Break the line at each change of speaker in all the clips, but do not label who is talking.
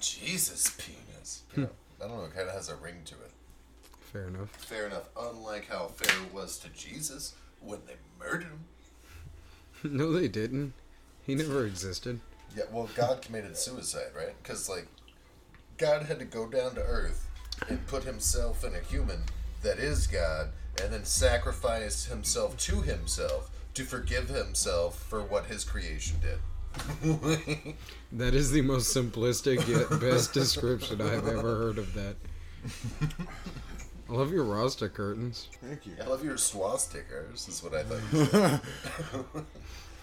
Jesus penis. Yeah. I don't know. It kind of has a ring to it.
Fair enough.
Fair enough. Unlike how fair was to Jesus when they murdered him.
no, they didn't. He never existed.
Yeah, well, God committed suicide, right? Because, like, God had to go down to earth and put himself in a human that is God and then sacrifice himself to himself to forgive himself for what his creation did.
That is the most simplistic yet best description I've ever heard of that. I love your Rasta curtains.
Thank you.
I love your swastickers, is what I thought you said.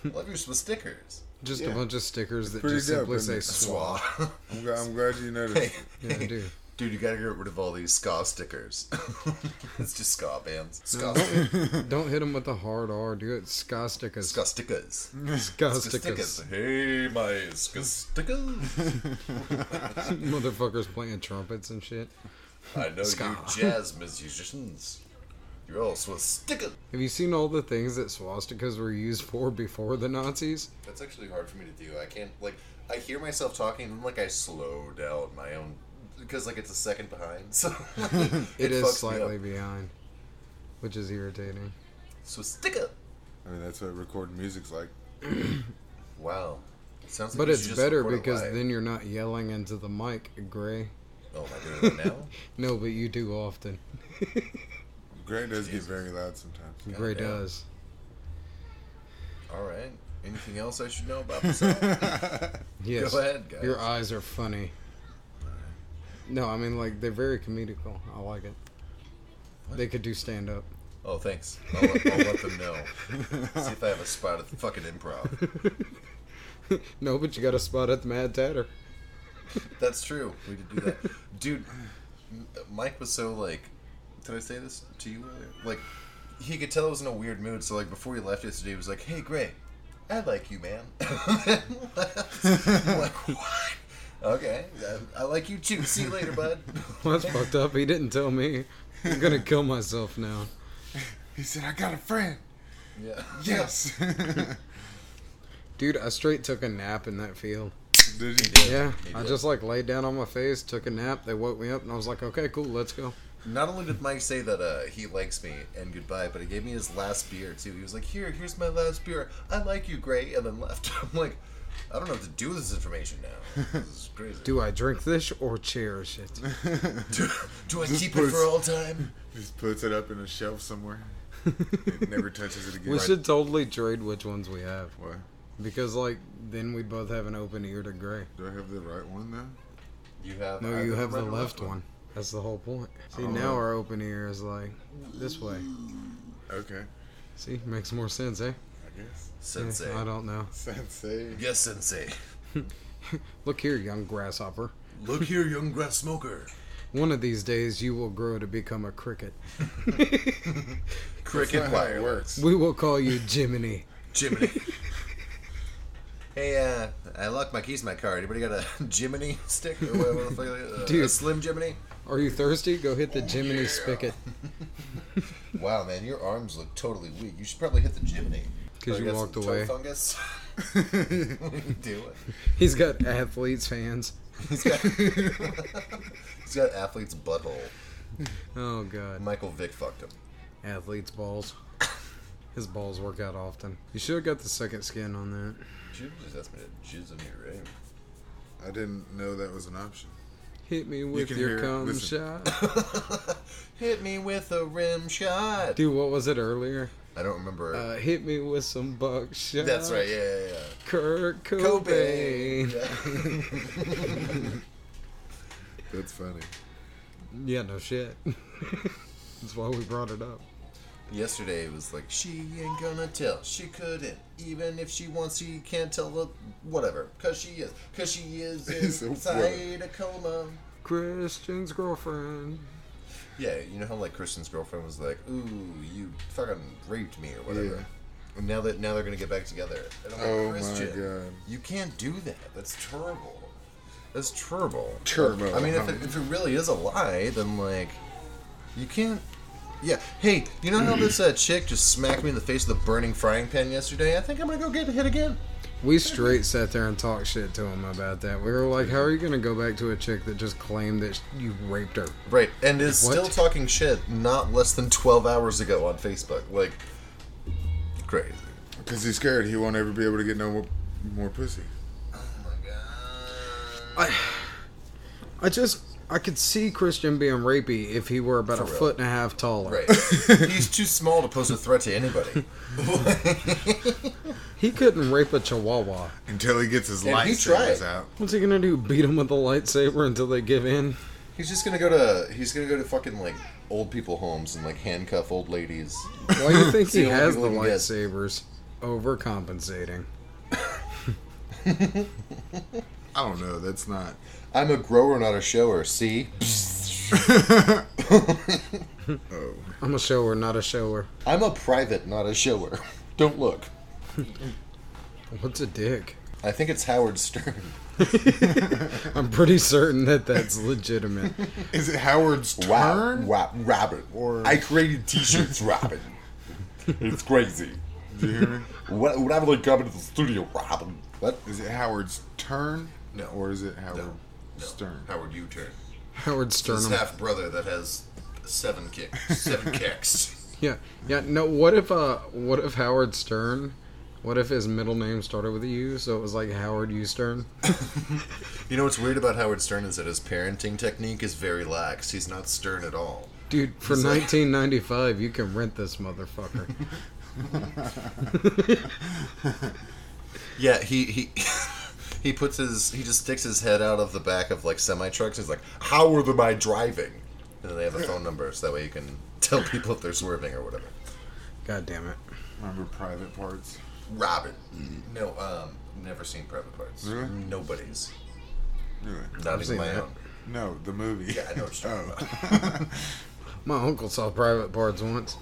I love your swastickers.
Just a
Yeah.
bunch of stickers that
pretty
just simply
dope,
say
isn't
SWA.
I'm, glad, I'm glad you noticed.
Hey,
Yeah, I do.
Dude, you gotta get rid of all these ska stickers. it's just ska bands. Ska, stick-
Don't hit him with the hard R. Do it ska stickers.
ska stickers.
Ska
Ska stickers.
stickers.
Hey, my ska stickers.
Motherfuckers playing trumpets and shit.
I know
Ska.
you jazz musicians. You're all swastikas.
Have you seen all the things that swastikas were used for before the Nazis?
That's actually hard for me to do. I can't like I hear myself talking and like I slow down my own because like it's a second behind. So like,
it is
fucks me
slightly
up.
behind, which is irritating.
so stick up.
I mean, that's what recording music's like.
Wow. It sounds like
But
you
it's
should just
better
record it
because
live.
then you're not yelling into the mic, Gray.
Oh, am I doing it now?
No, but you do often.
Gray does
Jesus.
get very loud sometimes.
Gray
Goddamn.
does.
All right. Anything else I should know about myself?
Yes.
Go ahead, guys.
Your eyes are funny. No, I mean like they're very comedical. I like it. They could do stand up.
Oh, thanks. I'll, let- I'll let them know. See if I have a spot at the fucking improv.
No, but you got a spot at the Mad Tatter.
That's true. We could do that, dude. M- Mike was so like, did I say this to you earlier? Like, he could tell I was in a weird mood. So like, before he left yesterday, he was like, "Hey, Gray, I like you, man." I'm like, what? Okay, I- I like you too. See you later, bud.
Well, that's fucked up. He didn't tell me. I'm gonna kill myself now.
He said, I got a friend.
Yeah.
Yes.
Dude, I straight took a nap in that field.
Did you?
Yeah,
He
I
did.
just like laid down on my face, took a nap. They woke me up, and I was like, "Okay, cool, let's go."
Not only did Mike say that uh, he likes me and goodbye, but he gave me his last beer too. He was like, "Here, here's my last beer. I like you, Gray," and then left. I'm like, I don't know what to do with this information now. This is crazy.
Do I drink this or cherish it?
Do, do I
This
keep it
puts-
for all time?
Just puts it up in a shelf somewhere. It never touches it again.
We should totally trade which ones we have
What?
because, like, then we both have an open ear to gray.
Do I have the right one though?
You have
No,
I
you
a
have the
red or
left one. That's the whole point. See,
Oh.
now our open ear is like this way.
Okay.
See, makes more sense, eh?
I guess.
Sensei.
I don't know.
Sensei.
Yes, Sensei.
Look here, young grasshopper.
Look here, young grass smoker.
One of these days, you will grow to become a cricket.
Cricket
That's not how it
wire.
works.
We will call you Jiminy.
Jiminy. Hey, uh, I locked my keys in my car. Anybody got a Jiminy stick or whatever the fuck it is? Uh, A
Dude.
slim Jiminy?
Are you thirsty? Go hit the Jiminy spigot
Wow, man, your arms look totally weak. You should probably hit the Jiminy.
because
Probably
you
got
walked
some toe
away.
Fungus. what are you doing?
He's got athlete's hands.
He's got, he's got athlete's butthole.
Oh god,
Michael Vick fucked him.
athlete's balls. His balls work out often. You should have got the second skin on that.
Should have just asked me to jizz in your ring.
I didn't know that was an option.
Hit me with
can
your
hear it.
cum
Listen.
shot.
Hit me with a rim shot.
Dude, what was it earlier?
I don't remember.
Uh, hit me with some buckshot.
That's right. Yeah, yeah, yeah.
Kurt Cobain.
Cobain.
That's funny.
Yeah, no shit. That's why we brought it up.
Yesterday it was like she ain't gonna tell. She couldn't, even if she wants. She can't tell. The, whatever, cause she is, cause she is
It's so
inside a coma.
Christian's girlfriend.
Yeah, you know how like Christian's girlfriend was like, "Ooh, you fucking raped me" or whatever.
Yeah.
And now that now they're gonna get back together. And I'm like,
Oh my
Christian,
God.
you can't do that. That's terrible. That's terrible.
Turbo.
I mean, if it, if it really is a lie, then like, you can't. Yeah. Hey, you know how this uh, chick just smacked me in the face with a burning frying pan yesterday? I think I'm gonna go get hit again.
We straight sat there and talked shit to him about that. We were like, "How are you gonna go back to a chick that just claimed that you raped her?"
Right, and is
What?
still talking shit not less than 12 hours ago on Facebook. Like, crazy.
Because he's scared he won't ever be able to get no more, more pussy.
Oh my Oh god.
I, I just, I could see Christian being rapey if he were about
For
a
real.
foot and a half taller.
Right. He's too small to pose a threat to anybody.
He couldn't rape a chihuahwa.
Until he gets his
And he
lightsabers
tried.
out.
What's he gonna do? Beat him with a lightsaber until they give in?
he's just gonna go to he's gonna go to fucking like old people homes and like handcuff old ladies.
Why do you think
See,
he has the
what we can guess.
lightsabers? Overcompensating.
I don't know. That's not.
I'm a grower, not a shower. See,
Oh.
I'm a shower, not a shower.
I'm a private, not a shower. Don't look.
What's a dick?
I think it's Howard Stern.
I'm pretty certain that that's legitimate.
Is it Howard's
Wow,
turn?
wow, Robin.
Or-
I created T-shirts, Robin. it's crazy.
Do you hear me?
What, when I'm like coming to the studio, Robin. What?
Is it Howard's turn?
No.
Or is it Howard Stern?
Howard U turn.
Howard Sternum.
brother that has seven kicks, seven kicks.
Yeah, yeah. No, what if uh, what if Howard Stern? What if his middle name started with a U, so it was like Howard U Stern?
You know what's weird about Howard Stern is that his parenting technique is very lax. He's not stern at all.
Dude, for 1995, you can rent this motherfucker.
Yeah, he he he puts his he just sticks his head out of the back of like semi trucks. He's like, "How are the my driving?" And then they have a phone number, so that way you can tell people if they're swerving or whatever.
God damn it.
Remember private parts?
Robin, no, um, never seen Private Parts.
Really?
Nobody's,
Really?
not even
seen
my
that.
own.
No, the movie. Oh.
Yeah, I know what you're talking about.
My uncle saw private parts once.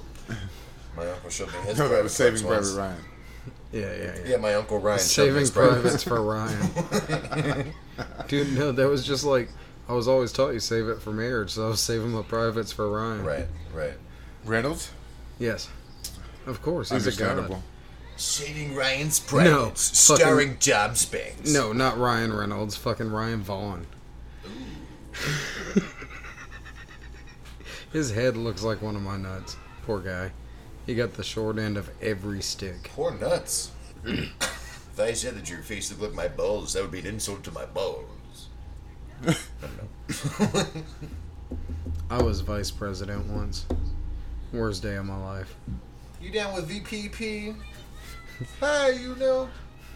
My uncle showed me his.
No, that
Private
was Saving
Parts
Private
once.
Ryan.
Yeah, yeah, yeah.
Yeah, my uncle Ryan. showed me
Saving
his Private
privates for Ryan. Dude, no, that was just like I was always taught you save it for marriage, so I was saving my privates for Ryan.
Right, right.
Reynolds?
Yes. Of course, he's a god.
Understandable.
Saving Ryan's
Privates, fucking- starring
Tom Spinks.
No, not Ryan Reynolds. Fucking Ryan Vaughn. His head looks like one of my nuts. Poor guy. He got the short end of every stick.
Poor nuts. if I said that your face looked like my balls, that would be an insult to my balls.
I was vice president once. Worst day of my life.
You down with VPP? Hi, you know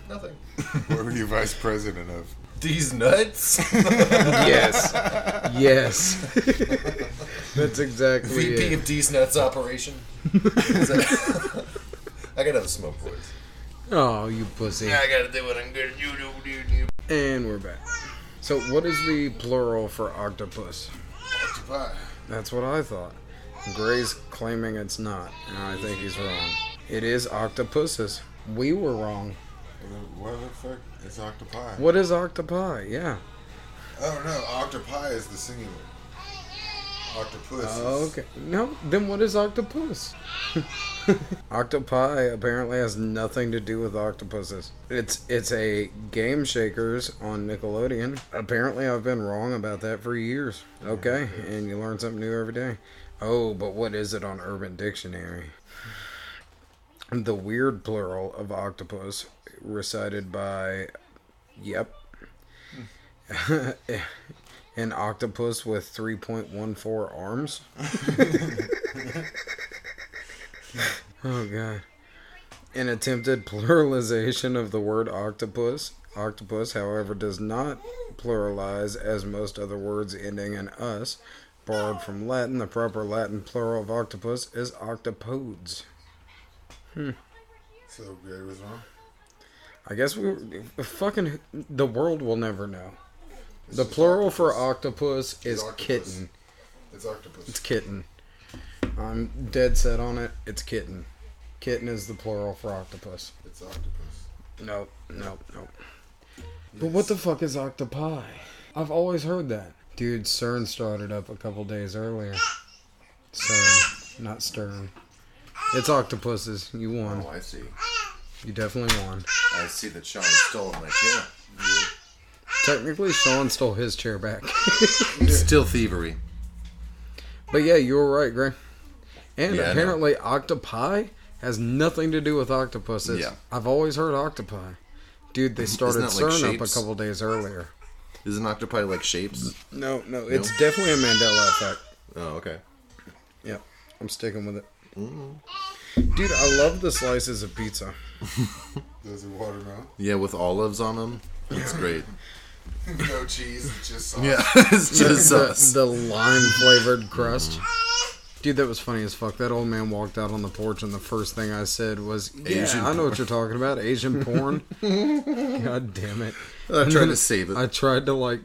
nothing.
What were you vice president of?
These nuts.
Yes. yes. That's exactly
VP
it.
of these nuts operation. Is that- I gotta have a smoke voice.
Oh, you pussy.
I gotta do what I'm gonna do, do, do, do.
And we're back. So, what is the plural for octopus? That's what I thought. Gray's claiming it's not, and I think he's wrong. It is octopuses. We were wrong.
What the fuck? It's octopi.
What is octopi? Yeah.
Oh no, octopi is the singular. Octopus. is-
Oh,
Oh,
Okay. No, then what is octopus? octopi apparently has nothing to do with octopuses. It's it's a game shakers on Nickelodeon. Apparently I've been wrong about that for years. Okay, and you learn something new every day. Oh, but what is it on Urban Dictionary? The weird plural of octopus recited by Yep. An octopus with 3.14 arms? oh, God. An attempted pluralization of the word octopus. Octopus, however, does not pluralize as most other words ending in us. Borrowed from Latin, the proper Latin plural of octopus is octopodes.
So Gray was wrong.
I guess we fucking the world will never know. The plural for octopus is
octopus.
kitten.
It's octopus.
It's kitten. I'm dead set on it. It's kitten. Kitten is the plural for octopus.
It's octopus.
Nope, nope, nope. But what the fuck is octopi? I've always heard that. Dude, CERN started up a couple days earlier. CERN, not Stern. It's octopuses. You won.
I see.
You definitely won.
Oh, I see that Sean has stolen my chair.
Technically, Sean stole his chair back.
Still thievery.
but yeah, you were right, Gray. And
Yeah, I know.
apparently, octopi has nothing to do with octopuses.
Yeah.
I've always heard octopi. Dude, they started
that like
CERN up a
shapes?
couple days earlier.
Is an octopi like shapes?
No, no, it's definitely a Mandela effect.
Oh, okay.
Yeah, I'm sticking with it.
Mm.
Dude, I love the slices of pizza.
There's a watermelon.
Yeah, with olives on them. It's great.
no cheese, it's just sauce.
Yeah, it's just
the,
us.
the lime flavored crust. Dude, that was funny as fuck. That old man walked out on the porch, and the first thing I said was, "Yeah,
Asian
I know what you're talking about, Asian porn." God damn it!
I tried to save it.
I tried to like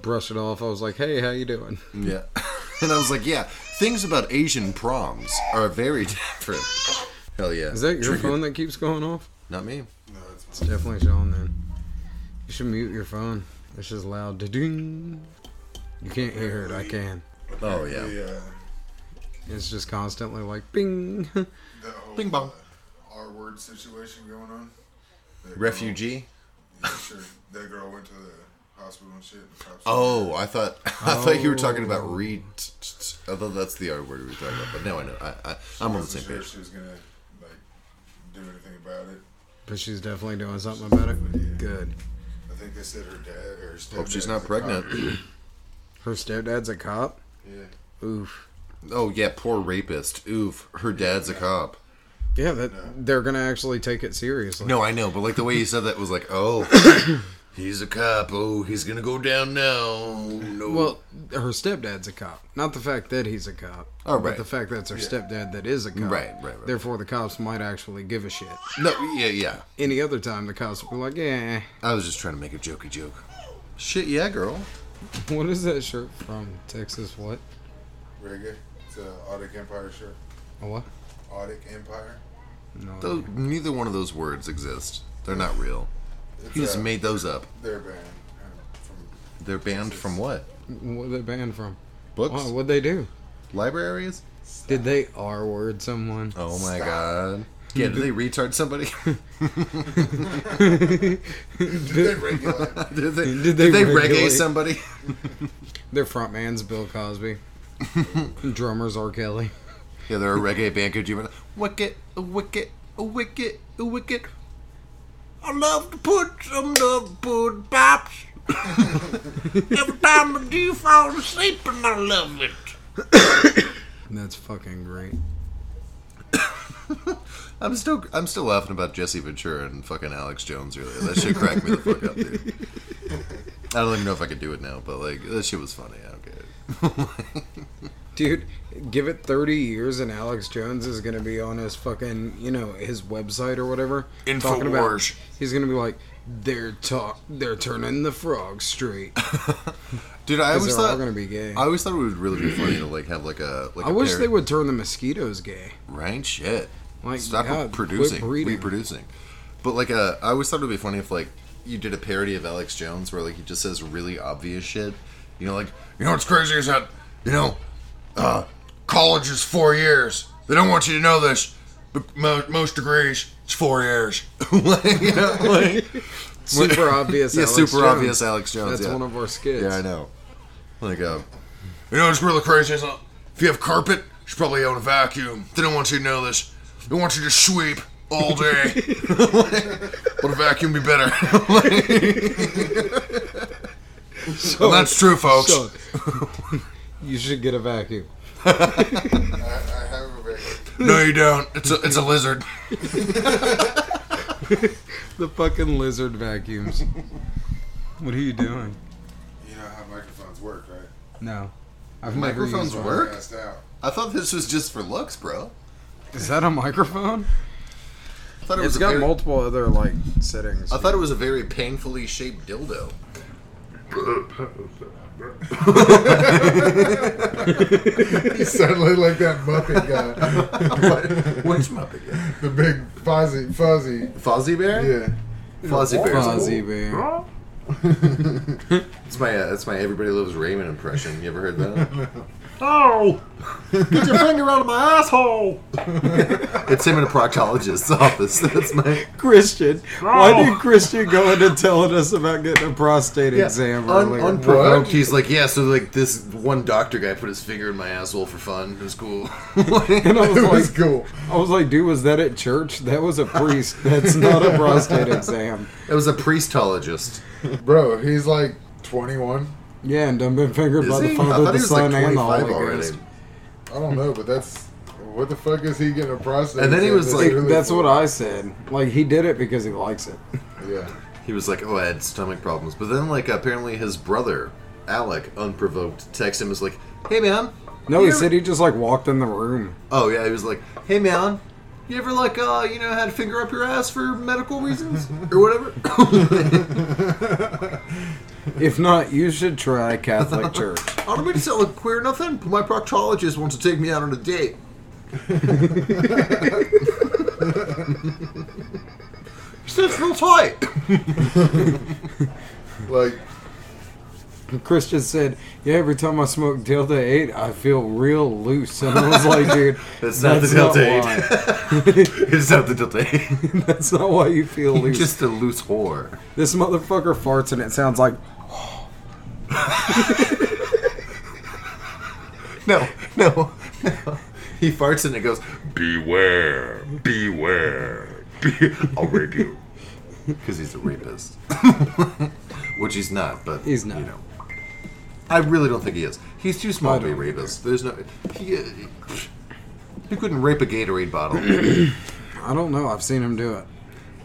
brush it off. I was like, "Hey, how you doing?"
Yeah. And I was like, yeah, things about Asian proms are very different. Hell yeah.
Is that your
Triggered.
phone that keeps going off?
Not me.
No, it's
It's definitely Sean. Then you should mute your phone. It's just loud. Ding. You can't hear it. I can.
Oh, yeah.
the, uh,
It's just constantly like bing.
the whole
Bing bong.
uh, R word situation going on. That
Refugee?
Girl, yeah, sure. That girl went to the hospital and shit. And the cops
Oh, I thought I thought you were talking about
Oh.
re. Although that's the R word we were talking about, but now I know. I, I, I'm on the
wasn't
same
sure if
page.
she was gonna like do anything about it.
But she's definitely doing something about it. Good.
I think they said her dad or her stepdad.
Hope Oh, she's
is
not
a
pregnant.
cop.
Her stepdad's a cop.
Yeah.
Oof.
Oh yeah, poor rapist. Oof, her dad's a cop.
Yeah, that they're gonna actually take it seriously.
No, I know, but like the way you said that was like, oh, he's a cop. Oh, he's gonna go down now. No.
Well, her stepdad's a cop. Not the fact that he's a cop.
Oh,
But
right.
the fact that it's her stepdad that is a cop.
Right, right, right.
Therefore, the cops might actually give a shit.
no, yeah, yeah.
Any other time, the cops would be like, "Yeah,
I was just trying to make a jokey joke. Shit, yeah, girl.
what is that shirt from Texas? What?
Reggae. It's a Audic Empire shirt.
A what?
Audic Empire.
No.
Though neither one of those words exist. They're not real.
It's
He just
a-
made those up.
Their band. uh, From
They're banned from what?
What they banned from?
Books?
Oh, what'd they do?
Libraries?
Did they R word someone?
Oh my
Stop.
god. Yeah, did they retard somebody?
Did they regulate?
did they,
Did
did
they
they,
regulate?
reggae somebody?
Their front man's Bill Cosby. Drummer's R. Kelly.
Yeah, they're a reggae band. Could you remember? Wicked, wicked, wicked, wicked. I love to put some love put pops. Every time I do fall asleep, and I love it.
That's fucking great.
I'm still, I'm still laughing about Jesse Ventura and fucking Alex Jones earlier. That shit cracked me the fuck up, dude. I don't even know if I could do it now, but like that shit was funny. I don't get it.
Dude, give it 30 years and Alex Jones is going to be on his fucking, you know, his website or whatever. talking about
Infowars.
He's going to be like, they're talk, they're turning the frog straight.
Dude, I always
Because they're all
thought
going to be gay.
I always thought it would really be funny to like have like a like
I
a
wish
pair-
they would turn the mosquitoes gay.
Right? Shit.
Like,
Stop
God,
producing,
quit breeding.
reproducing. But like, uh, I always thought it would be funny if like you did a parody of Alex Jones where like he just says really obvious shit. You know, like you know what's crazy is that you know, uh, college is four years. They don't want you to know this, but mo- most degrees it's four years. like, you know, like,
Super obvious.
yeah,
Alex
super
Jones.
obvious Alex Jones.
That's
yeah.
one of our skits.
Yeah, I know. Like, uh, you know, it's really crazy. It's, uh, if you have carpet, you should probably own a vacuum. They don't want you to know this. They want you to sweep all day. but a vacuum be better.
So,
and that's true, folks.
so- you should get a vacuum.
I, I have a reggae.
No, you don't. It's a, it's a lizard.
The fucking lizard vacuums. what are you doing?
You know how microphones work, right?
No. I've
Microphones
never used one.
work?
Passed out.
I thought this was just for looks, bro.
Is that a microphone?
I thought it
It's
was a
got
very,
multiple other like settings.
I thought it was a very painfully shaped dildo.
You sounded like that Muppet guy,
Which Muppet? guy?
the big fuzzy, fuzzy.
Fozzie Bear? Fozzie Bear.
Fozzie Bear.
That's my uh, that's my Everybody Loves Raymond impression. You ever heard that?
Oh! Get your finger out of my asshole!
It's him in a proctologist's office. That's my
Christian, why
No.
did Christian go into telling us about getting a prostate exam
un-
earlier?
unprovoked. He's like, yeah. So like this one doctor guy put his finger in my asshole for fun. It was cool.
and I was
It was
like,
cool.
I was like, dude, was that at church? That was a priest. That's not a prostate exam.
It was a priestologist.
Bro, he's like 21.
Yeah, and done been fingered
Is
by
he?
the
I
Father,
thought
the
he was like
Son, and the
25
Holy
already.
Ghost.
I don't know, but that's. What the fuck is he getting a prostate?
And then he
exam?
was
That's
like-
really
That's
cool.
what I said. Like he did it because he likes it.
Yeah.
He was like, oh, I had stomach problems. But then like apparently his brother Alec, unprovoked, texted him was like, hey man.
No,
you
he
ever-
said he just like walked in the room.
Oh yeah, he was like, "Hey man, you ever like uh, you know, had a finger up your ass for medical reasons or whatever?"
If not, you should try Catholic Church.
I don't mean to sound like queer or nothing, but my proctologist wants to take me out on a date. It's real tight.
Like,
Christian said, "Yeah, every time I smoke Delta Eight, I feel real loose." And I was like, "Dude,
That's not the
Eight.
it's not the date.
that's not why you feel loose.
Just a loose whore.
This motherfucker farts and it sounds like
No, no, no. He farts and it goes, "Beware, beware, be- I'll rape you," because he's a rapist, which he's not. But
He's not.
You know, I really don't think he is. He's too small
I
to be a
don't either.
rapist. There's no. He, uh, he couldn't rape a Gatorade bottle.
I don't know. I've seen him do it.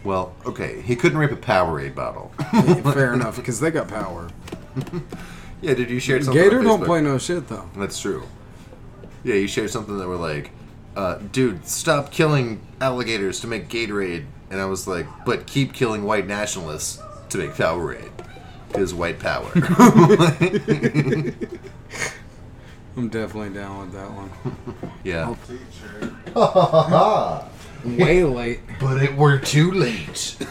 well, okay, he couldn't rape a Powerade bottle.
Fair enough, because they got power.
yeah, did you share something? on
Gator don't
Facebook?
play no shit though.
That's true. Yeah, you shared something that were like, uh, dude, stop killing alligators to make Gatorade. And I was like, but keep killing white nationalists to make Powerade. Because white power.
I'm definitely down with that one.
yeah.
teacher.
Way late.
But it were too late.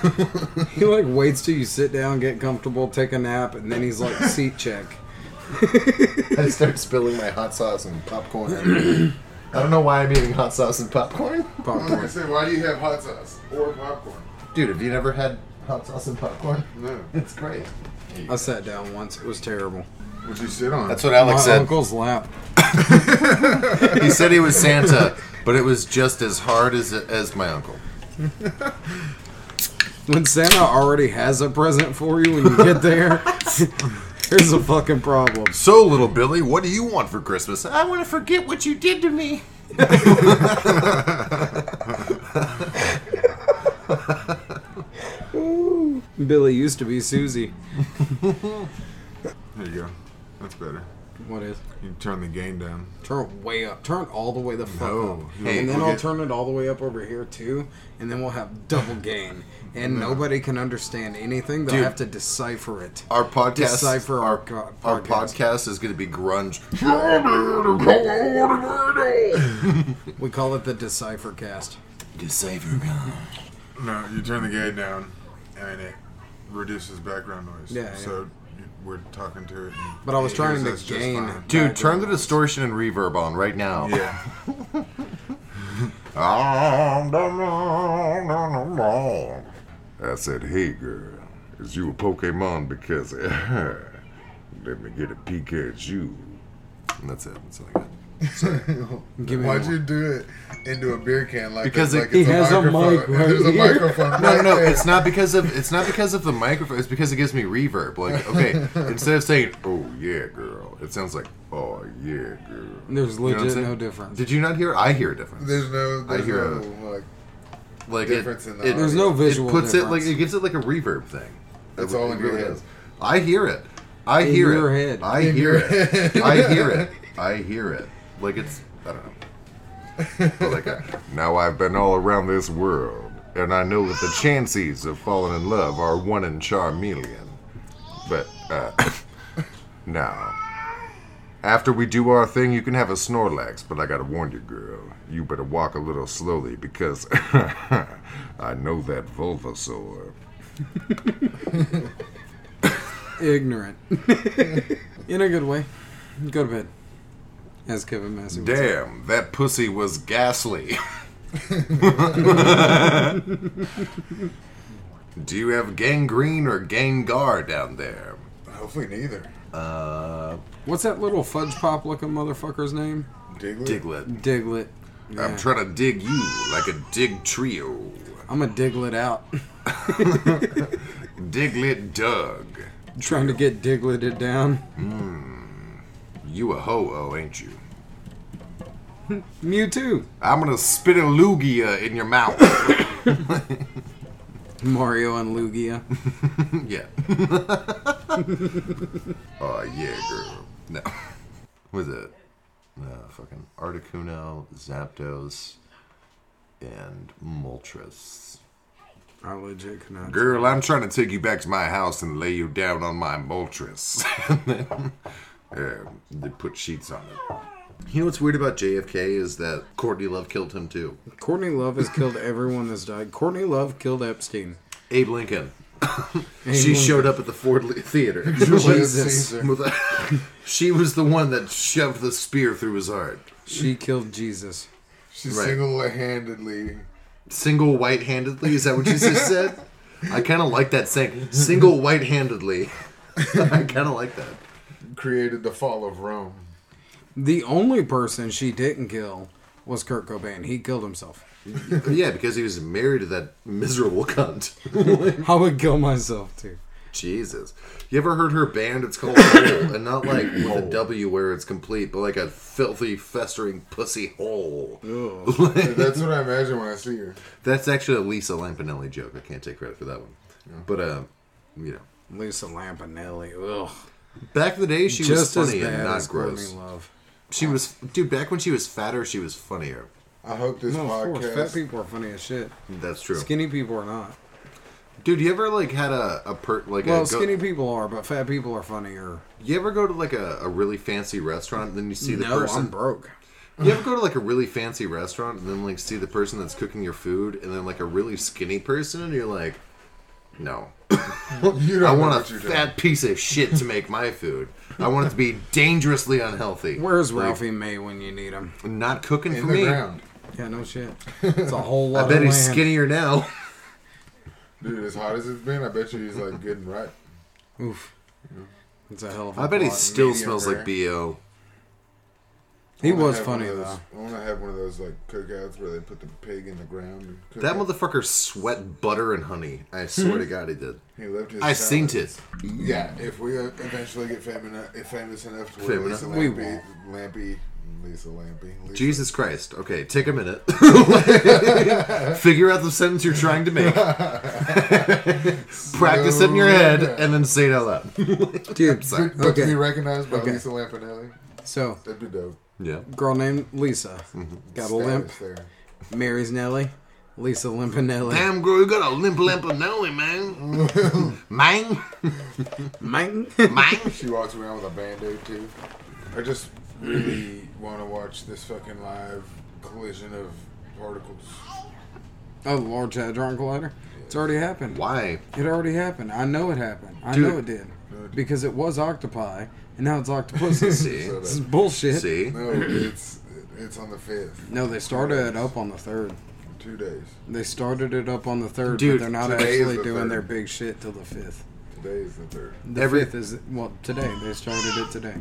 He like waits till you sit down, get comfortable, take a nap, and then he's like seat check.
I start spilling my hot sauce and popcorn. I don't know why I'm eating hot sauce and popcorn.
I was gonna
Popcorn.
say, why do you have hot sauce or popcorn?
Dude, have you never had hot sauce and popcorn?
No.
It's great.
I sat down once. It was terrible.
Would you sit on?
That's what Alex
My
said.
uncle's lap.
He said he was Santa, but it was just as hard as, as my uncle.
When Santa already has a present for you when you get there, here's a fucking problem.
So, little Billy, what do you want for Christmas? I want to forget what you did to me.
Billy used to be Susie.
There you go. That's better.
What is?
You can turn the gain down.
Turn it way up. Turn it all the way the fuck
No.
up.
Hey,
and then
we'll
I'll
get-
turn it all the way up over here too, and then we'll have double gain. And nobody can understand anything. They'll
Dude.
have to decipher it.
Our podcast,
Decipher our co-
our
podcast.
podcast is going to be grunge.
We call it the decipher cast.
Decipher grunge.
No, you turn the gain down, and it reduces background noise.
Yeah,
So you- we're talking to it. and
But I was
it
trying
hears
to
us just
gain-
fine.
Dude, turn the distortion and reverb on right now.
Yeah.
I said, hey girl, is you a Pokemon? Because let me get a Pikachu.
And that's it. That's all I got.
Give me
Why'd
more.
you do it into a beer can like
Because
that,
it-
like
he
it's
has a
microphone?
mic
And
right
There's a
here.
microphone.
No, no,
right
no.
there.
It's not because of it's not because of the microphone. It's because it gives me reverb. Like, okay, instead of saying "Oh yeah, girl," it sounds like "Oh yeah, girl."
There's
You know what I'm
legit
saying?
no difference.
Did you not hear? I hear a difference.
There's no. There's
hear
no, like,
like
difference in the
There's no visual
It puts
difference.
it like it gives it like a reverb thing.
It's
It-
all
it
in your head.
is. I hear it. I
In
hear
your
it.
head.
I
In
hear
your
it.
head.
I hear it. I hear it. Like it's I don't know. But like I,
Now I've been all around this world, and I know that the chances of falling in love are one in charmillion. But, uh, now, after we do our thing, you can have a Snorlax, but I gotta warn you, girl, you better walk a little slowly because I know that Bulbasaur.
Ignorant. In a good way. Go to bed. as Kevin Massey. would say.
Damn, that pussy was ghastly. Do you have gangrene or gangar down there?
Hopefully neither.
Uh,
What's that little fudge pop looking motherfucker's name?
Diglett.
Diglett.
Diglet.
I'm trying to dig you like a dig trio.
I'm a Diglet out.
Diglet Doug.
Trying to get Digleted down.
You a ho-oh, ain't you?
Mewtwo.
I'm gonna spit a loogia in your mouth.
Mario and Lugia.
yeah. Oh, yeah, girl. No. Was it? Uh, fucking Articuno, Zapdos, and Moltres.
I legit cannot.
Girl, I'm trying to take you back to my house and lay you down on my Moltres. and then uh, they put sheets on it. You know what's weird about JFK is that Courtney Love killed him too.
Courtney Love has killed everyone that's died. Courtney Love killed Epstein.
Abe Lincoln. she
Lincoln.
showed up at the Ford Lee- Theater.
Jesus.
With a- she was the one that shoved the spear through his heart.
She killed Jesus.
She
Right.
single-handedly.
Single white handedly, is that what you just said? I kind of like that saying. Single white handedly. I kind of like that.
created the fall of Rome.
The only person she didn't kill was Kurt Cobain. He killed himself.
Yeah, because he was married to that miserable cunt.
I would kill myself too.
Jesus. You ever heard her band? It's called Hole, and not like with a W where it's complete, but like a filthy, festering pussy hole.
That's what I imagine when I see her.
That's actually a Lisa Lampanelli joke. I can't take credit for that one. But uh, you know,
Lisa Lampanelli. Ugh.
back in the day, she
Just
was
as
funny and
bad
not
as
gross.
Courtney Love.
She was, dude. Back when she was fatter, she was funnier.
I hope this
No, of course. Fat
podcast.
people are funny as shit.
That's true,
Skinny people are not.
dude. You ever like had a a per like
Well,
a go-
skinny people are, but fat people are funnier.
you ever go to like a, a really fancy restaurant and then you see the
No, I'm
person
broke.
You ever go to like a really fancy restaurant and then like see the person that's cooking your food and then like a really skinny person and you're like, no,
you don't
I
know
want a
what you're doing.
fat piece of shit to make my food. I want it to be dangerously unhealthy.
Where's Ralphie May when you need him?
Not cooking for
in the
me.
ground.
Yeah, no shit. It's a whole lot.
I bet
of
he's
land.
skinnier now.
Dude, as hot as it's been, I bet you he's like good and right.
Oof. It's a hell of a.
I bet he
plot.
still
medium
smells like
rare.
bo.
He
I wanna
was
have one
funny
of those-
though.
I want to have one of those like cookouts where they put the pig in the ground. And cook
That
it.
motherfucker sweat butter and honey. I swear to God, he did.
He left his.
I synced
talents.
it.
Yeah, if we uh, eventually get famous, famous enough to where
Famous
Lisa
enough.
We
Lampy, Lampy, Lisa Lampy, Lisa,
Jesus Christ. Okay, take a minute. Figure out the sentence you're trying to make. Practice it in your head and then say it out loud.
Dude,
Sorry.
but to be
okay.
recognized by Lisa Lampanelli,
So,
that'd be dope.
Yeah.
girl named Lisa, got a limp.
Status There.
Marries Nelly. Lisa Limpinelli.
Damn, girl, you got a limp limp a nolly, man. man.
Mine.
Man.
She walks around with a band-aid too. I just really want to watch this fucking live collision of particles.
Oh, the Large Hadron Collider. It's already happened.
Why?
It already happened. I know it happened. I
Dude.
know it did. Because it was octopi, and now it's octopus.
See?
This is bullshit.
See?
No, it's it's on the fifth.
No, they started it up on the third.
Two days.
They started it up on the third,
Dude,
but they're not
today is
actually
the
doing
third.
their big shit till the fifth.
Today is the third.
The
Every-
fifth is well today. They started it today.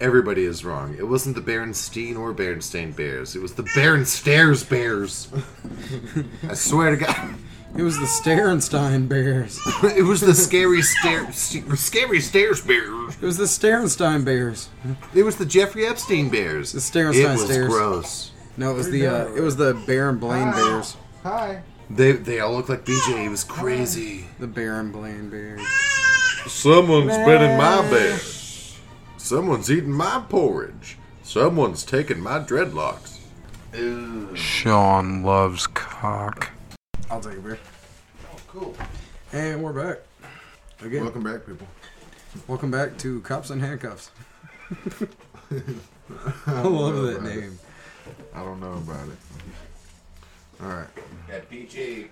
Everybody is wrong. It wasn't the Berenstain or Berenstain Bears. It was the Berenstairs Bears. I swear to God.
It was the Sterenstein Bears.
It was the scary stair, scary stairs bears.
It was the Sterenstein Bears.
It was the Jeffrey Epstein Bears.
The Stairs
It
by
was
Stairs.
gross.
No, it was the uh, it was the Bear and Blaine Bears.
Hi.
They they all looked like BJ. It was crazy.
The Bear and Blaine Bears.
Someone's been in my bed. Someone's eating my porridge. Someone's taking my dreadlocks.
Sean loves cock. I'll take a beer. Oh, cool. And we're back. Again, welcome,
Welcome back, people.
back to Cops and Handcuffs. I
Oh,
love that name.
I don't know about it. All right.
At BJ,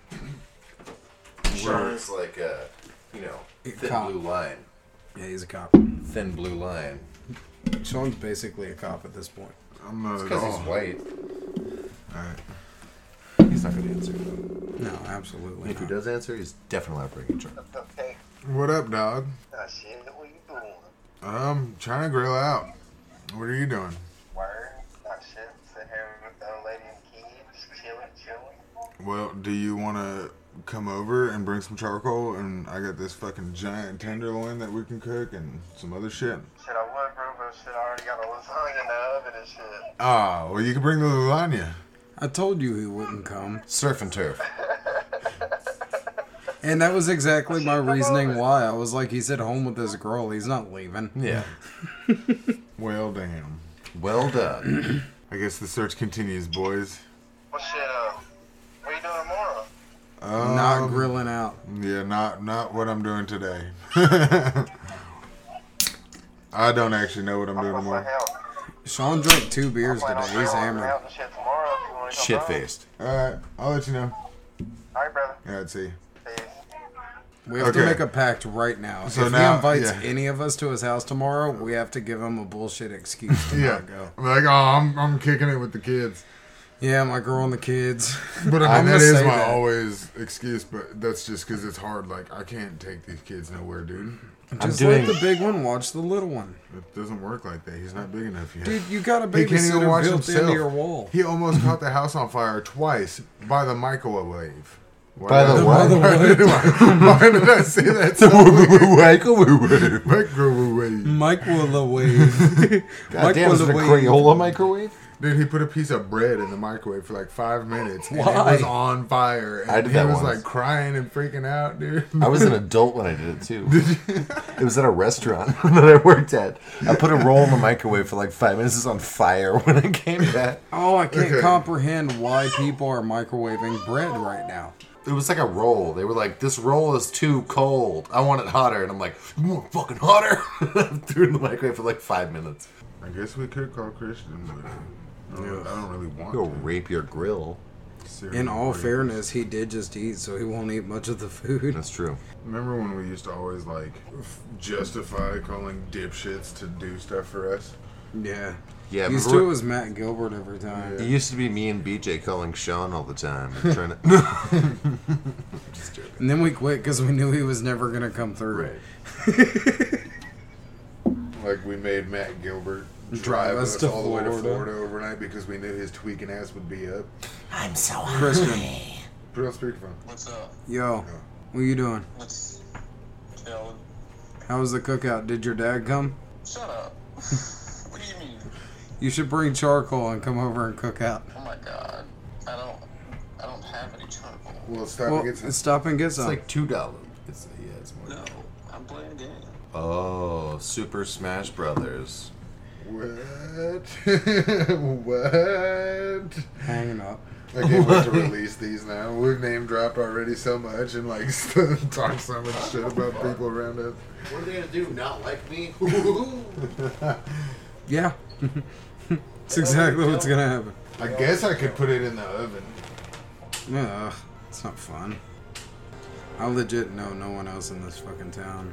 Sean's like a you know thin
Cop.
blue line,
Yeah, he's a cop.
thin blue line.
Sean's basically a cop at this point.
I'm not at
Because
all.
he's white.
Alright.
He's not going to answer. though.
No, absolutely
If he
not.
does answer, he's definitely not bringing Trump.
Okay.
What up, dog?
I said, what you doing?
I'm trying to grill out. What are you doing?
Word. I said, sitting here with the old lady and kids, chilling, chilling.
Well, do you want to come over and bring some charcoal? And I got this fucking giant tenderloin that we can cook and some other shit.
Said I would, bro, but shit, I already got a lasagna in the oven and shit.
Ah, well, you can bring the lasagna.
I told you he wouldn't come.
Surf and turf.
And that was exactly my reasoning why. I was like, he's at home with this girl. He's not leaving.
Yeah.
Well, damn.
Well done.
I guess the search continues, boys.
Well, shit, uh, what are you doing tomorrow?
Um,
Not grilling out.
Yeah, not not what I'm doing today. I don't actually know what I'm doing
I'm going to
tomorrow.
help.
Sean drank two beers
Plan
today.
on
He's
going
hammered.
out and shit tomorrow if you want to come
Shit
by.
faced.
All right, I'll let you know.
All right, brother.
Yeah, let's see.
Peace.
We have to
Okay.
make a pact right now.
So
if
now-
he invites
yeah.
any of us to his house tomorrow, we have to give him a bullshit excuse to
Yeah,
not go.
I'm like oh, I'm I'm kicking it with the kids.
Yeah, my girl and the kids.
But I
I'm
mean,
gonna
that is
say
my
that.
always excuse, but that's just because it's hard. Like, I can't take these kids nowhere, dude.
Just
doing-
let the big one watch the little one.
It doesn't work like that. He's not big enough yet.
Dude, you got a
he can't even
babysitter
watch
built
himself.
into your wall.
He almost caught the house on fire twice by the microwave. Why
By the
did I-
what?
By the way,
Why did I say that? So
Microwave.
microwave.
microwave.
Goddamn, is it a Crayola microwave?
Dude, he put a piece of bread in the microwave for like five minutes, and
Why?
it was on fire. And
I did
he
that
was
once.
like crying and freaking out, dude.
I was an adult when I did it too. it was at a restaurant that I worked at. I put a roll in the microwave for like five minutes. It's on fire when I came back.
Oh, I can't
Okay.
comprehend why people are microwaving bread right now.
It was like a roll. They were like, "This roll is too cold. I want it hotter." And I'm like, "You want fucking hotter?" Threw it in the microwave for like five minutes.
I guess we could call Christian. But I, don't, I don't really want
Go
to.
rape your grill.
Seriously.
In all fairness, he did just eat, so he won't eat much of the food.
That's true.
Remember when we used to always like f- justify calling dipshits to do stuff for us?
Yeah.
Yeah,
Used to it was Matt Gilbert every time.
it used to be me and BJ calling Sean all the time, and trying to
And then we quit because we knew he was never going to come through.
Like we made Matt Gilbert
Drive
drive
us
us,
to
all the way to
Florida.
Florida overnight because we knew his tweaking ass would be up.
I'm so
Christian,
Put it on speakerphone.
What's up?
yo,
Uh-huh.
what you doing?
What's chilling?
How was the cookout? Did your dad come?
Shut up. what do you mean?
You should bring charcoal and come over and cook out.
Oh my god. I don't, I don't have any charcoal.
Well, stop
Well,
and get some.
stop and get
It's
some.
like two dollars. It's yeah, it's more.
No, I'm playing a game.
Oh, Super Smash Brothers.
What? what?
hanging up.
I can't wait to release these now. We've name dropped already so much and like talked so much shit about people around us.
What are they gonna do? Not like me?
Yeah. It's exactly what's going to happen.
I guess I could put it in the oven.
Ugh, it's not fun. I legit know no one else in this fucking town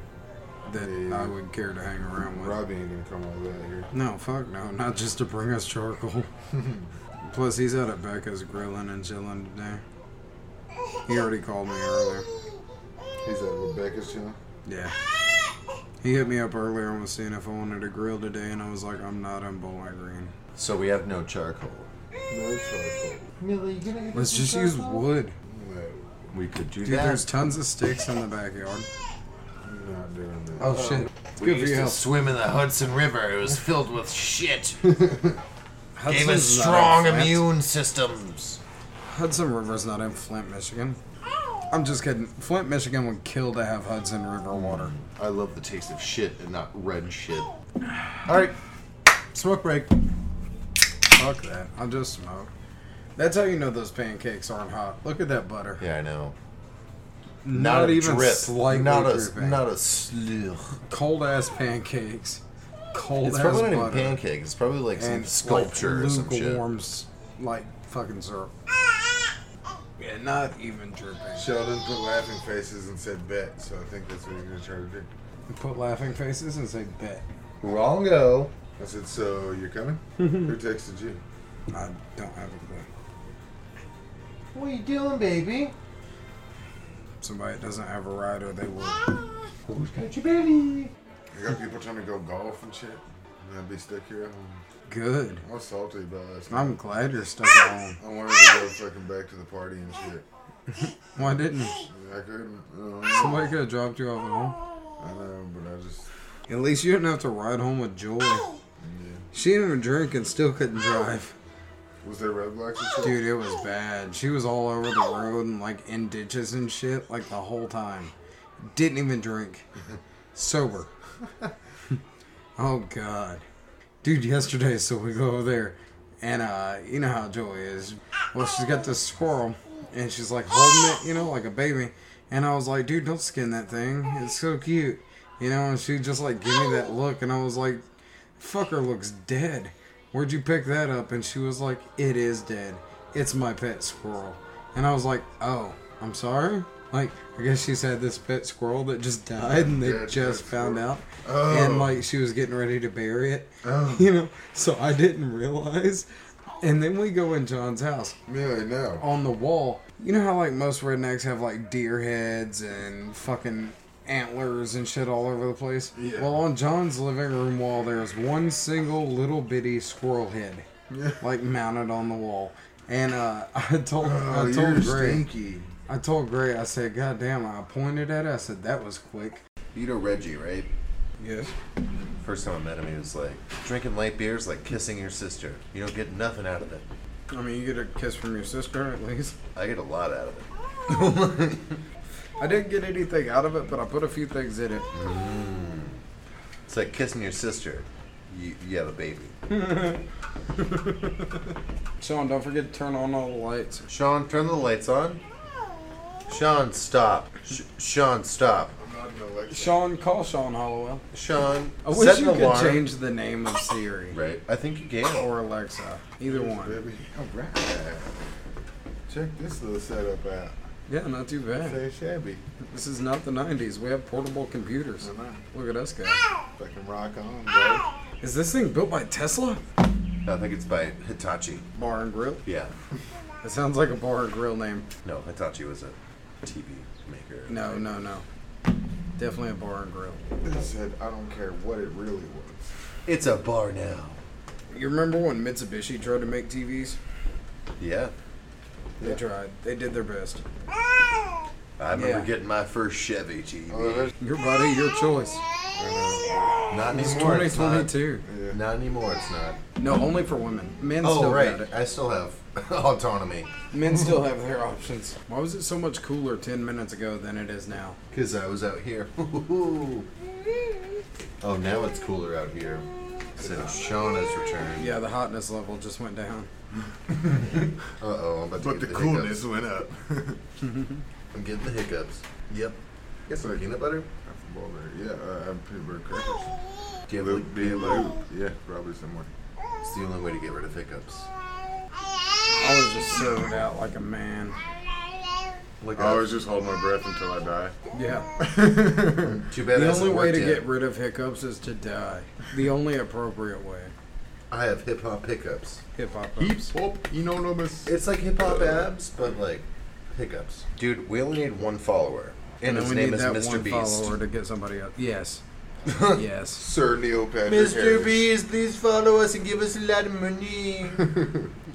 that
Yeah.
I would care to hang around with.
Robbie ain't gonna come all the way out here.
No, fuck no, not just to bring us charcoal. Plus, he's out at Becca's grilling and chilling today. He already called me earlier.
He's at Rebecca's channel.
Yeah. He hit me up earlier and was seeing if I wanted to grill today, and I was like, I'm not in Bowling Green.
so we have no charcoal.
No charcoal.
Let's just use wood.
No,
We could do
Dude,
that.
there's tons of sticks in the backyard.
I'm not doing that.
Oh, shit. It's
we
good for
used
your
to
health.
swim in the Hudson River. It was filled with shit. Gave us
Hudson's not in
strong
Flint.
immune systems.
Hudson River's not in Flint, Michigan. I'm just kidding. Flint, Michigan would kill to have Hudson River water.
I love the taste of shit and not red shit. All right, smoke break.
Fuck that. I'll just smoke. That's how you know those pancakes aren't hot. Look at that butter.
Yeah, I know.
Not,
a
even
drip.
slightly
Not a
dripping.
not a slug.
Cold ass pancakes. Cold
It's
ass
probably not
butter.
even pancake. It's probably like some
and
sculpture
like,
or some shit.
lukewarm s- like fucking syrup. Yeah, not even dripping.
Sheldon put laughing faces and said bet, so I think that's what he's gonna try to do.
Put laughing faces and say bet.
Wrongo.
I said, so you're coming?
Mm-hmm.
Who texted you?
I don't have a clue.
What you doing, baby?
Somebody that doesn't have a ride or they would.
Who's got your belly?
You got people trying to go golf and shit. And I'd be stuck here at home.
Good.
I was salty about last night.
I'm glad you're stuck at home.
I wanted to go fucking back to the party and shit.
Why didn't you?
I couldn't. I, don't know.
Somebody could have dropped you off at home.
I know, but I just.
At least you didn't have to ride home with Joy.
Yeah.
She didn't even drink and still couldn't drive.
Was there red blacks and shit?
Dude, it was bad. She was all over the road and like in ditches and shit like the whole time. Didn't even drink. Sober. oh god. Dude, yesterday, so we go over there and uh you know how Joy is. Well she's got this squirrel and she's like holding it, you know, like a baby. And I was like, dude, don't skin that thing. It's so cute. You know, and she just like gave me that look and I was like, fucker looks dead. Where'd you pick that up? And she was like, It is dead. It's my pet squirrel. And I was like, Oh, I'm sorry? Like, I guess she's had this pet squirrel that just died and they
Dead
just
pet
found
squirrel.
out.
Oh.
And like, she was getting ready to bury it.
Oh.
You know, so I didn't realize. And then we go in John's house
Really? No.
on the wall. You know how like most rednecks have like deer heads and fucking antlers and shit all over the place.
Yeah.
Well, on John's living room wall, there's one single little bitty squirrel head, like mounted on the wall. And uh, I told
Oh,
I
you're
told Gray,
stinky.
I told Gray, I said, "God damn!" I pointed at it. I said, "That was quick."
You know Reggie, right?
Yes.
First time I met him, he was like, drinking light beers like kissing your sister. You don't get nothing out of it.
I mean, you get a kiss from your sister at least.
I get a lot out of it.
I didn't get anything out of it, but I put a few things in it.
It's like kissing your sister. You, you have a baby.
Sean, don't forget to turn on all the lights.
Sean, turn the lights on. Sean, stop. Sh- Sean, stop.
I'm not an election.
Sean, call Sean Hollowell.
Sean,
I wish
set
you
an
could
alarm.
change the name of Siri
Right. I think you can.
or Alexa, either one.
Baby. Alright. Check this little setup out.
Yeah, not too bad.
Say shabby.
This is not the '90s. We have portable computers.
I know.
Look at us guys.
Fucking rock on, bro.
Is this thing built by Tesla?
I think it's by Hitachi.
Bar and Grill.
Yeah.
It sounds like a bar and grill name.
No, Hitachi was a TV maker.
No, no, no. Definitely a bar and grill.
It said, I don't care what it really was.
It's a bar now.
You remember when Mitsubishi tried to make TVs?
Yeah.
They tried. They did their best.
I remember
Yeah. Uh,
getting my first Chevy TV.
Oh, that's,
Your body, your choice.
not
It's
anymore. It's not.
2022.
yeah.
Not anymore. It's not.
No, only for women. Men
Oh
still
right.
got it.
I still have autonomy
Men still have their options. Why was it so much cooler 10 minutes ago than it is now?
because I was out here. oh,
Oh,
now it's cooler out here. Since Sean has returned.
Yeah, the hotness level just went down.
Uh oh. I'm about to get
But the
the
coolness
Hiccups.
went up.
I'm getting the hiccups. Yep. Get some peanut butter.
Bowler, yeah, uh, I'm peanut butter
Um,
crackers.
Do you have
Luke
Luke
B.
Beer
Luke. Yeah, probably somewhere.
It's the only way to get rid of hiccups.
I was just served out like a man.
Look,
uh,
I always just hold my breath until I die.
Yeah.
too bad. it
The only
hasn't
way
worked
to
yet.
get rid of hiccups is to die. The only appropriate way.
I have hip hop hiccups.
Hip hop. ups.
hop, enormous.
It's like hip hop abs, but like hiccups. Dude, we only need one follower, and
And
his
we
name
need
is
that
Mr.
one
Beast.
follower to get somebody up. Yes. yes.
Sir Neil Patrick
Mr.
Harris.
Beast, please follow us and give us a lot of money.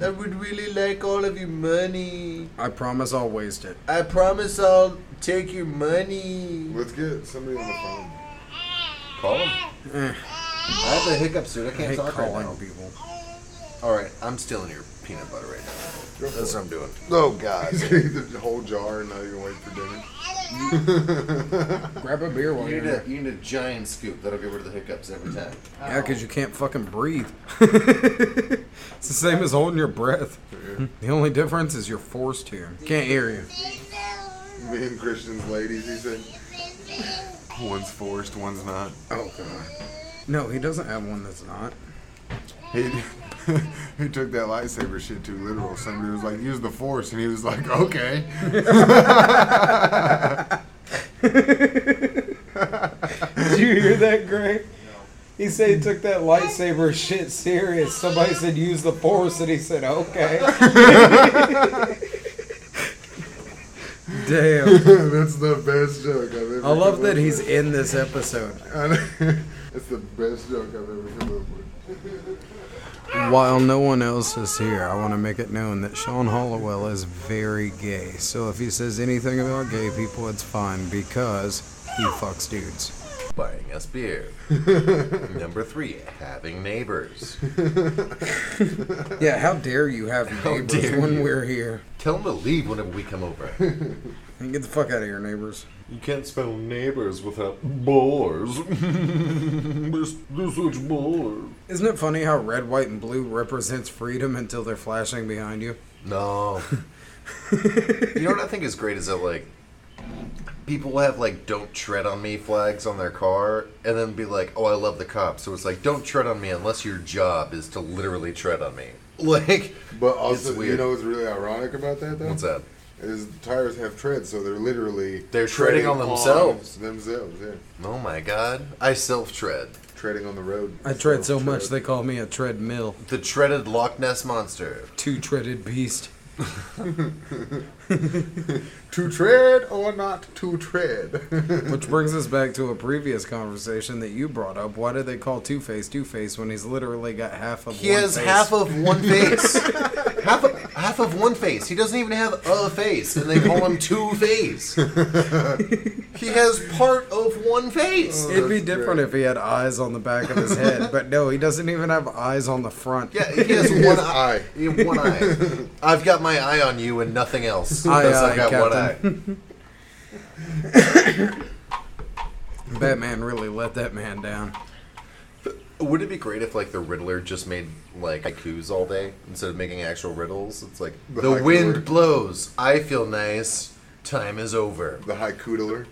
I would really like all of your money.
I promise I'll waste it.
I promise I'll take your money.
Let's get somebody on the phone.
Call him. I
Eh,
have the hiccups, dude. I
I
can't
hate
talk right
calling
now.
people.
All right, I'm stealing your peanut butter right now. That's what I'm doing.
Oh God! the whole jar, and now you're waiting for dinner.
Grab a beer while
You
you're
need, a,
there.
you need a giant scoop. That'll get rid of the hiccups every time.
Yeah, because you can't fucking breathe. it's the same as holding your breath. The only difference is you're forced to. Can't hear you.
Me and Christian's ladies, he said. One's forced, one's not.
Oh god. No, he doesn't have one that's not.
He he took that lightsaber shit too literal. Somebody was like, "Use the force," and he was like, "Okay."
Did you hear that, Gray? He said he took that lightsaber shit serious. Somebody said use the force, and he said okay. Damn.
That's the best joke I've ever.
I love
come
that
up
he's
with.
in this episode.
I know. That's the best joke I've ever come up with.
While no one else is here, I want to make it known that Sean Hollowell is very gay. So if he says anything about gay people, it's fine because he fucks dudes.
Buying us beer. Number three, having neighbors.
Yeah, how dare you have
How
neighbors
dare
when
you.
we're here?
Tell them to leave whenever we come over.
And get the fuck out of here, neighbors.
You can't spell neighbors without bores. there's, there's such bores.
Isn't it funny how red, white, and blue represents freedom until they're flashing behind you?
No. you know what I think is great is that like people have like don't tread on me flags on their car and then be like, "Oh, I love the cops." So it's like, "Don't tread on me unless your job is to literally tread on me." Like
But
It's
also, you
weird.
know what's really ironic about that though?
what's that?
Is tires have treads, so they're literally
They're treading on themselves.
themselves, yeah.
Oh my god. I self-tread.
Treading on the road.
I tread so much
Self-tread.
they call me a treadmill,
The treaded Loch Ness monster.
two treaded beast.
to tread or not to tread.
Which brings us back to a previous conversation that you brought up. Why do they call Two Face Two Face when he's literally got half of
He
one
has
face?
half of one face. half of, half of one face. He doesn't even have a face and they call him Two Face. he has part of one face.
It'd be
That's
different if he had eyes on the back of his head, but no, he doesn't even have eyes on the front.
Yeah, he has
His
one eye.
eye.
He has one eye. I've got my eye on you and nothing else.
Aye,
Because
aye,
I've got
Captain.
one eye.
Batman really let that man down.
Would it be great if like the Riddler just made like haikus all day instead of making actual riddles? It's like
The
the,
haiku.
wind blows. I feel nice. Time is over.
the high coodler.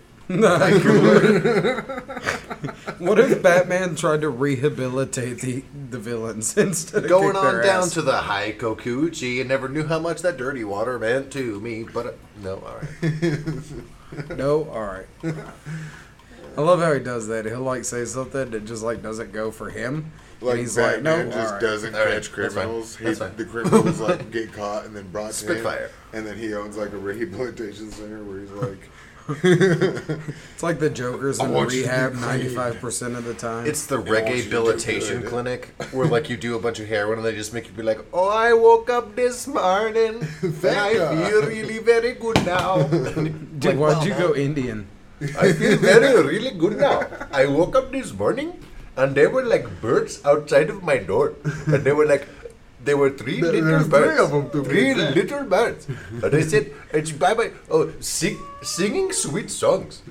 What if Batman tried to rehabilitate the, the villains instead of
Going
kick
on
their
down
ass?
to the high Kokuchi and never knew how much that dirty water meant to me. But uh, no, all right.
No, all right. I love how he does that. He'll like say something that just like doesn't go for him,
Like
and he's like,
Batman
"No,
just
all right."
doesn't
All right, that's
catch
fine.
criminals. He,
That's fine.
the criminals like get caught and then brought to
Spitfire.
him. And then he owns like a rehabilitation center where he's like,
It's like the Joker's in
want you to
rehab
be
ninety
clean.
five percent of the time.
It's the
want you to do
rehabilitation
good.
clinic where like you do a bunch of heroin and they just make you be like, "Oh, I woke up this morning and I
God."
feel really very good now." Dude,
Dude, why'd you go Indian?
I feel very really good now. I woke up this morning and there were like birds outside of my door, and they were like. There were three
There-
little
there's
birds.
three of 'em to be
three
exact.
little birds. And I said, it's bye bye. Oh, sing, singing sweet songs.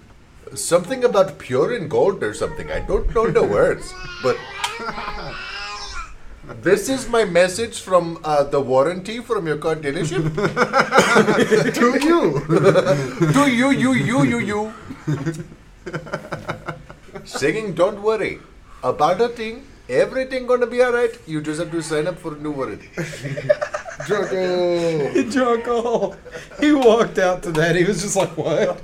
Something about pure and gold or something. I don't know the words. But this is my message from uh, the warranty from your car dealership.
"To you."
Do you, you, you, you, you. Singing, don't worry. About a thing, everything gonna be alright. You just have to sign up for a new warranty.
Drunko.
drunk all. He walked out to that. He was just like, what?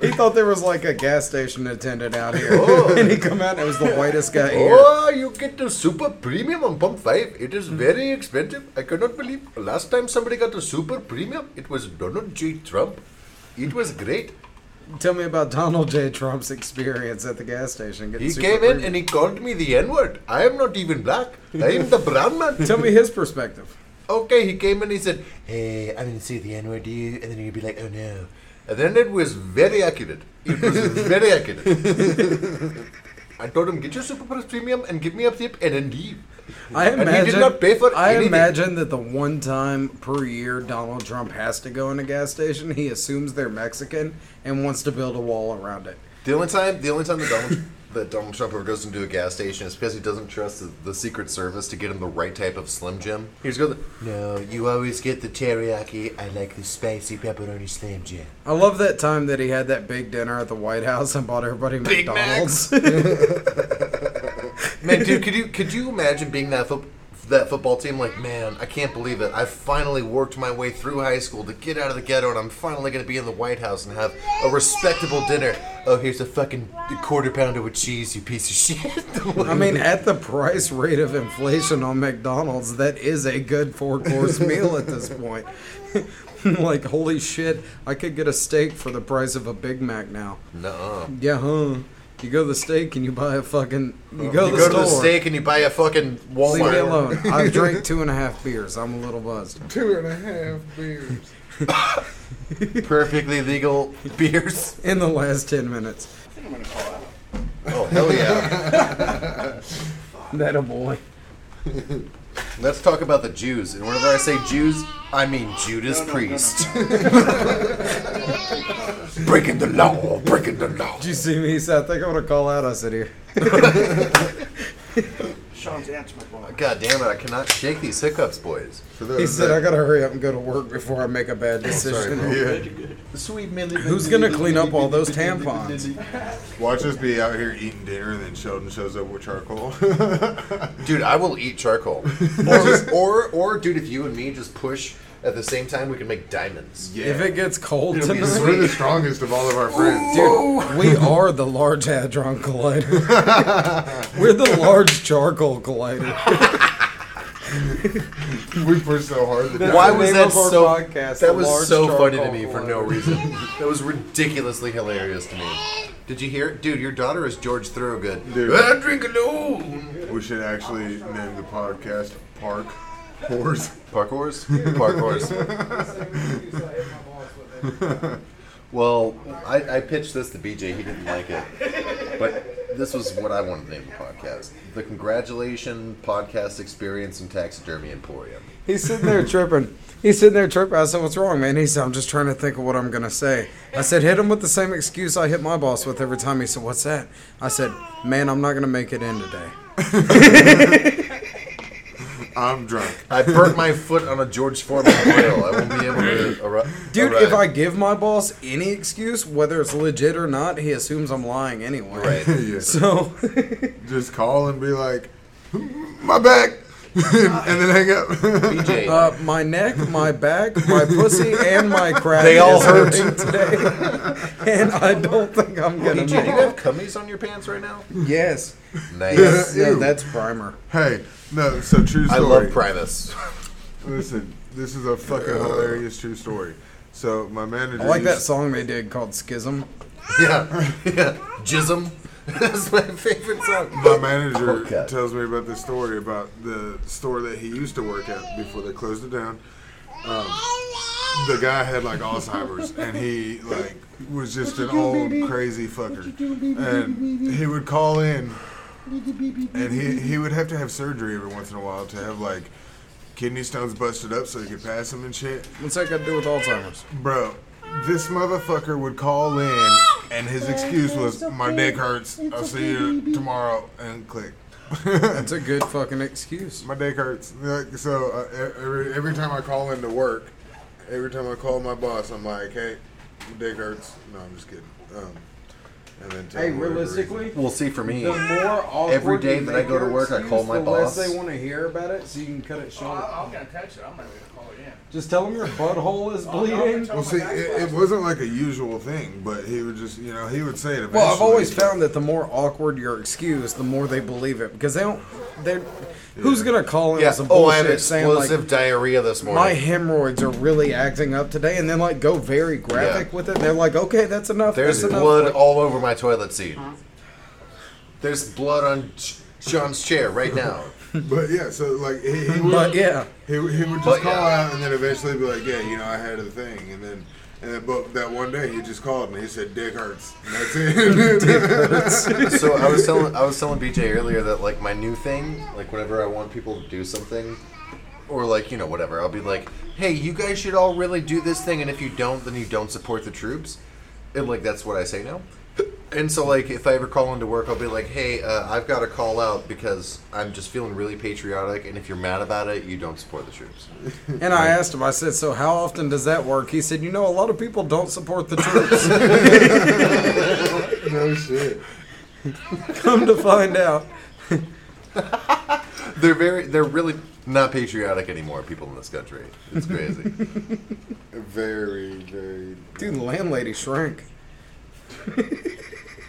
He thought there was like a gas station attendant out here,
Oh.
and he come out and it was the whitest guy here.
Oh, you get the super premium on pump 5. It
Hmm.
is very expensive. I cannot believe. Last time somebody got the super premium, it was Donald J. Trump. It was great.
Tell me about Donald J. Trump's experience at the gas station. getting
He
super
came in
premium.
and he called me the N word. I am not even black. I am the brown man.
Tell me his perspective.
okay, he came in, he said, hey, I'm going to say the N-word to you, and then you'd be like, oh no. And then it was very accurate. It was very accurate. I told him, get your Super Plus Premium and give me a tip and then leave.
I
And he
imagine.
did not pay for
I
anything.
imagine that the one time per year Donald Trump has to go in a gas station, he assumes they're Mexican and wants to build a wall around it.
The only time, the only time that Donald, that Donald Trump ever goes into a gas station is because he doesn't trust the, the Secret Service to get him the right type of Slim Jim. He's going, no, you always get the teriyaki. I like the spicy pepperoni Slim Jim.
I love that time that he had that big dinner at the White House and bought everybody
Big
McDonald's.
Man, dude, could you could you imagine being that fo- that football team like, man, I can't believe it. I finally worked my way through high school to get out of the ghetto, and I'm finally going to be in the White House and have a respectable dinner. Oh, here's a fucking quarter pounder with cheese, you piece of shit.
I mean, at the price rate of inflation on McDonald's, that is a good four course meal at this point. like, holy shit, I could get a steak for the price of a Big Mac now.
no.
Yeah, huh? You go to the steak and you buy a fucking. You go,
You go to
to, the
the
store,
steak and you buy a fucking Walmart.
Leave me alone. I've drank two and a half beers. I'm a little buzzed.
Two and a half beers.
Perfectly legal beers.
In the last 10 minutes.
Oh, hell yeah.
That a boy.
Let's talk about the Jews. And whenever I say Jews, I mean Judas Priest.
Breaking the law, breaking the law.
Did you see me? He said, I think I'm going to call out. I said, here.
Sean's answer, my boy.
God damn it, I cannot shake these hiccups, boys.
For those
He said, I
that-
got to hurry up and go to work before I make a bad
Oh,
decision.
Sweet Millie.
Who's going to clean up all those tampons?
Watch us be out here eating dinner, and then Sheldon shows up with charcoal.
Dude, I will eat charcoal. or, or, or, dude, if you and me just push at the same time, we can make diamonds.
yeah.
If it gets cold
It'll be
tonight.
We're the strongest of all of our friends.
Dude, we are the large hadron collider. We're the large charcoal collider.
We push so hard that
That's
Why
the
was
name
that
of our
so?
podcast, The
that was
Large
so funny to
Charcoal
me for no
Collider.
reason. that was ridiculously hilarious to me. Did you hear, it? dude? Your daughter is George Thorogood.
Dude.
I drink alone.
we should actually name the podcast Park Whores.
Parkour's? Parkour's. well, I, I pitched this to BJ. He didn't like it, but this was what I wanted to name the podcast: the Congratulation Podcast Experience and Taxidermy Emporium.
He's sitting there tripping. He's sitting there tripping. I said, What's wrong, man? He said, I'm just trying to think of what I'm going to say. I said, Hit him with the same excuse I hit my boss with every time. He said, What's that? I said, Man, I'm not going to make it in today.
I'm drunk.
I burnt my foot on a George Foreman grill. I won't be able to. Arri-
Dude,
arrive.
if I give my boss any excuse, whether it's legit or not, he assumes I'm lying anyway.
Right.
Yeah.
So,
Just call and be like, my back, and then hang up.
BJ,
uh, my neck, my back, my pussy, and my crack
They all
is
hurt.
hurting today, and I don't think I'm gonna
BJ, do you
make it.
have cummies on your pants right now?
Yes,
Nice.
no,
Ew.
that's primer.
hey, no. So true story.
I love Primus.
Listen, this is a fucking hilarious true story. So my manager.
I like that
used-
song they did called "Schism."
yeah, yeah. Jism. That's my favorite song.
My manager
Oh, God.
tells me about this story about the store that he used to work at before they closed it down. Um, the guy had like Alzheimer's, and he like was just an old crazy fucker. And he would call in, and he he would have to have surgery every once in a while to have like kidney stones busted up so he could pass them and shit.
What's that got to do with Alzheimer's?
Bro, this motherfucker would call in, and his excuse was, "My neck hurts. I'll see you tomorrow." And click.
That's a good fucking excuse.
My neck hurts. Like, So uh, e- every every time I call into work, every time I call my boss, I'm like, "Hey, my neck hurts." No, I'm just kidding. Um, and then tell him whatever reason.
Well, see, for me,
more
Every day that I go to work, I call my boss.
want to hear about it, so you can cut it short.
Oh, I'm gonna text it. I'm not gonna call it in.
Just tell them your butthole is bleeding.
Well, see, it, it wasn't like a usual thing, but he would just, you know, he would say it. Eventually.
Well, I've always found that the more awkward your excuse, the more they believe it because they don't. They're who's gonna call in
yeah.
some
Oh,
bullshit
I had
saying like
explosive diarrhea this
my
morning.
hemorrhoids are really acting up today, and then like go very graphic
Yeah.
with it. They're like, okay, that's enough.
There's
that's enough.
blood all over my toilet seat. There's blood on Ch- Sean's chair right now.
But yeah, so like he, he would,
But yeah,
He, he would just
But,
call
yeah.
out and then eventually be like, yeah, you know, I had a thing. And then, and then but that one day he just called and he said, dick hurts. And that's it.
so I was telling I was telling BJ earlier that like my new thing, like whenever I want people to do something, or like you know whatever, I'll be like, hey, you guys should all really do this thing, and if you don't, then you don't support the troops, and like that's what I say now. And so like if I ever call into work, I'll be like, hey, uh, I've got to call out because I'm just feeling really patriotic, and if you're mad about it, you don't support the troops.
and I asked him. I said, "So how often does that work?" He said, "You know, a lot of people don't support the troops.
no shit.
Come to find out."
They're very, they're really Not patriotic anymore, people in this country. It's crazy.
Very, very.
Dude, the landlady shrank.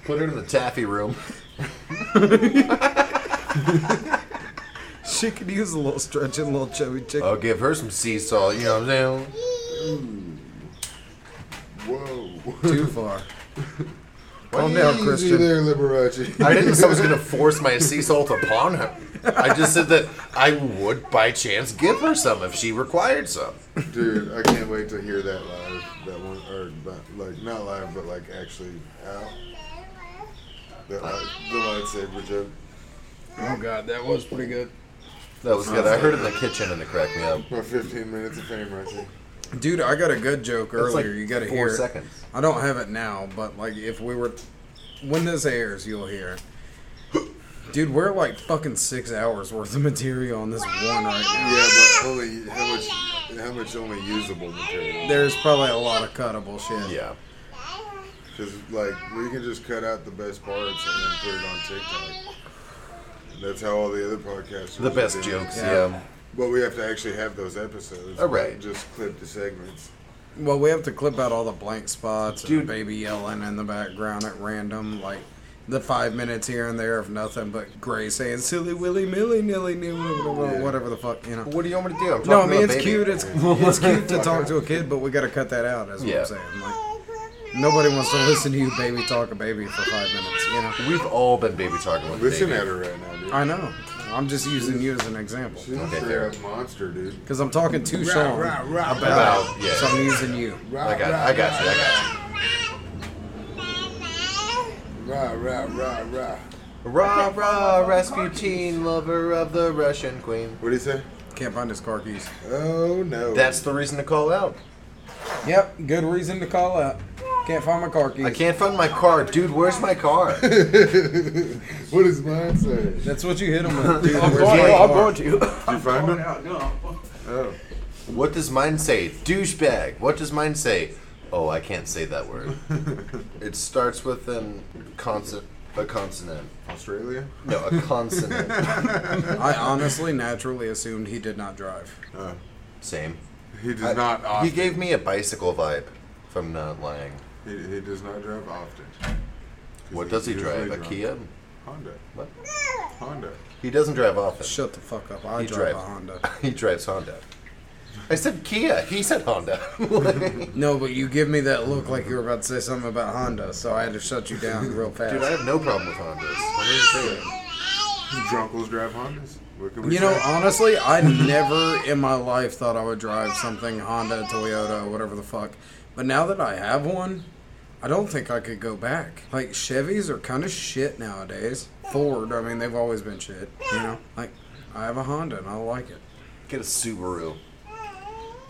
Put her in the taffy room.
She could use a little stretching, little chubby chick.
I'll give her some sea salt, you know what I'm saying?
Whoa.
Too far. Calm down,
Easy
Christian.
there, Liberace.
I didn't say I was going to force my sea salt upon her. I just said that I would, by chance, give her some if she required some.
Dude, I can't wait to hear that live. That one, or not, like not live, but like actually out. That light, the lightsaber joke.
Oh god, that was pretty good.
That was good. I heard it in the kitchen and it cracked me up.
My 15 minutes of fame right there.
Dude, I got a good joke earlier.
It's like
you gotta
four
hear. it.
seconds.
I don't have it now, but like if we were, when this airs, you'll hear. it. Dude, we're like fucking six hours worth of material on this one right
Yeah, but only how much? How much only usable material?
now. There's probably a lot of cuttable shit.
Yeah.
Because like we can just cut out the best parts and then put it on TikTok. That's how all the other podcasts.
The best
doing it.
jokes,
Yeah.
yeah.
But we have to actually have those episodes.
Oh, right.
Just clip the segments.
Well, we have to clip out all the blank spots and
Dude.
the baby yelling in the background at random, like the five minutes here and there of nothing but Gray saying silly willy milly nilly nilly whatever, whatever the fuck you know.
What do you want me to do? I'm talking
No, I
to
mean
a
it's
baby.
cute. It's it's cute to talk to a kid, but we got to cut that out. Is what
Yeah.
I'm saying. Like nobody wants to listen to you baby talk a baby for five minutes. You know.
We've all been baby talking with
Listen
baby.
at her right now, dude.
I know. I'm just using you as an example
She's a
Okay,
straight up monster, dude.
because I'm talking to Sean
rah,
about,
rah,
about- yeah.
so I'm using you.
I got, I got you. I got you.
Rah, rah, rah, rah.
Rah rah, Rasputin, lover of the Russian queen.
What do you say?
Can't find his car keys.
Oh no.
That's the reason to call out.
Yep, good reason to call out. Can't find my car keys.
I can't find my car, dude. Where's my car?
what does mine say? Did
That's what you hit him with. Dude, Where's
going-
my
I'm
car?
going to you.
you find
Calling
them?
out, no.
Oh.
What does mine say? Douchebag. What does mine say? Oh, I can't say that word. it starts with an consonant. A consonant.
Australia?
No, a consonant.
I honestly naturally assumed he did not drive.
Oh.
Same.
He does
I-
not often.
He gave me a bicycle vibe, if I'm not lying.
He, he does not drive often. 'Cause
What does he
usually
drive? A
drives
Kia?
Honda.
What?
Honda.
He doesn't drive often.
Shut the fuck up. I
He
drive
drives.
a Honda.
He drives Honda. I said Kia. He said Honda.
No, but you give me that look like you were about to say something about Honda, so I had to shut you down real fast.
Dude, I have no problem with Hondas. I'm really saying.
Drunkles drive Hondas? What can we
you know,
say?
honestly, I never in my life thought I would drive something Honda, Toyota, whatever the fuck. But now that I have one, I don't think I could go back. Like Chevys are kind of shit nowadays. Ford, I mean, they've always been shit. You know, like I have a Honda and I like it.
Get a Subaru.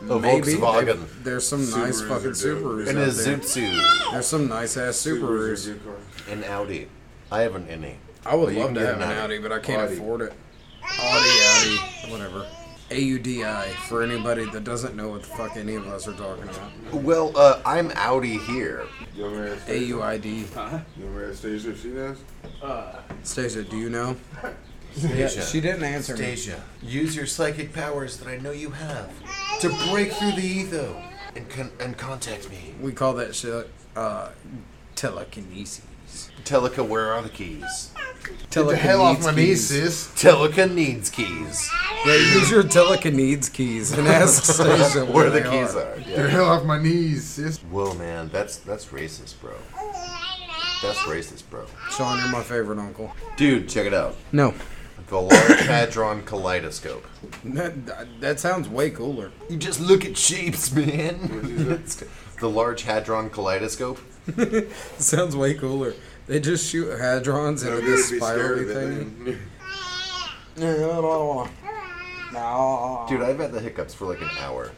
A
Maybe
Volkswagen.
if there's some nice
Subarus
fucking
are dope.
Subarus
An
out there.
Isuzu.
There's some nice ass
Subarus are
Subarus.
good cars.
An Audi. I haven't any.
I would
Well, you
love
can
to
get
have
an
an
Audi.
Audi, but I can't
Audi.
afford it. Audi, Audi, whatever. AUDI for anybody that doesn't know what the fuck any of us are talking about.
Well, uh, I'm Audi here.
You want me to ask you
AUID.
want me to ask Stacia if she knows?
Stacia, do you know?
Stacia.
didn't answer
Stacia, use your psychic powers that I know you have to break through the ether and con- and contact me.
We call that shit uh, telekinesis.
Telica, where are the keys?
Telekinesis.
sis.
Telica needs keys.
Yeah, use your telekinesis keys and ask Stacia where,
Where the
they
keys
are.
are?
Get the
Yeah.
hell off my knees, sis.
Whoa, man, that's that's racist, bro. That's racist, bro.
Sean, you're my favorite uncle.
Dude, check it out.
No.
The Large Hadron Kaleidoscope.
That, that sounds way cooler.
You just look at shapes, man. the Large Hadron Kaleidoscope.
Sounds way cooler. They just shoot hadrons into
Nobody
this
would be scared
spirally
of it,
thing.
man.
Dude, I've had the hiccups for like an hour.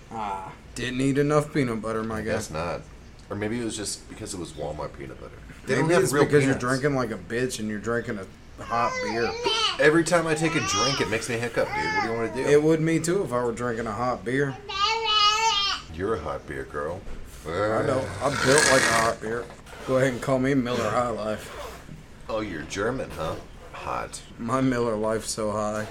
Didn't eat enough peanut butter, my guy.
Guess not. Or maybe it was just because it was Walmart peanut butter. They
Maybe
don't
it's
have real
because
peanuts.
you're drinking like a bitch and you're drinking a hot beer.
Every time I take a drink, it makes me hiccup, dude. What do you want to do?
It would me too if I were drinking a hot beer.
You're a hot beer girl.
I know. I'm built like a hot beer. Go ahead and call me Miller High Life.
Oh, you're German, huh? Hot.
My Miller Life's so high.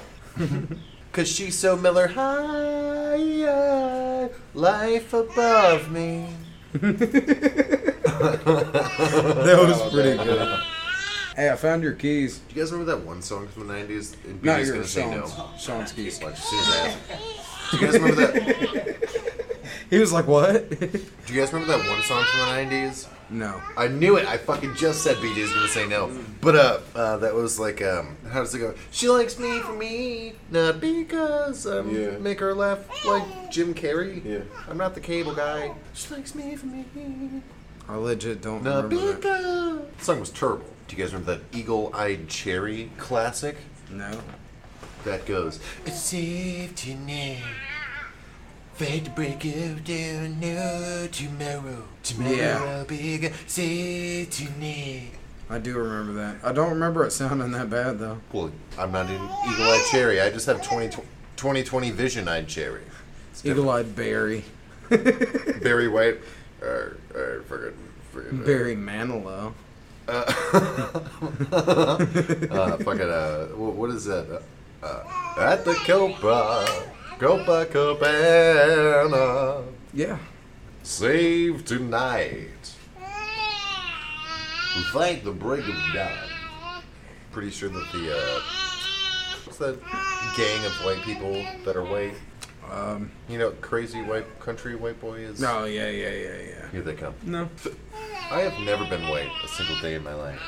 Cause she's so Miller High, life above me.
That was pretty good. Hey, I found your keys.
Do you guys remember that one song from the '90s? And
Not
BJ's
your
gonna say
Sean's.
no.
Sean's keys.
Like, she's an ass. Do you guys remember that?
He was like, "What?"
Do you guys remember that one song from the '90s?
no.
I knew it. I fucking just said BJ's gonna say no. But uh, uh that was like um, how does it go? She likes me for me, not because I
Yeah.
make her laugh like Jim Carrey.
Yeah.
I'm not the cable guy. She likes me for me,
I legit don't
not
remember
because.
that.
The song was terrible. Do you guys remember that Eagle-Eyed Cherry classic?
No.
That goes. It's safe tonight. Fate to break of down no tomorrow. Tomorrow
Yeah.
I'll be gone. Safe tonight.
I do remember that. I don't remember it sounding that bad though.
Well, I'm not an eagle eyed cherry. I just have 20, 2020 vision eyed cherry.
Eagle-eyed Barry,
Barry White. Or, or forget, forget.
Barry Manilow.
Uh, fucking, uh, wh- what is that? Uh, uh, at the Copa. Copa Cabana.
Yeah.
Save tonight. We Thank the break of dawn. Pretty sure that the uh, what's that gang of white people that are white? Um, you know, crazy white country white boy is.
No. Yeah. Yeah. Yeah. Yeah.
Here they come.
No.
I have never been white a single day in my life.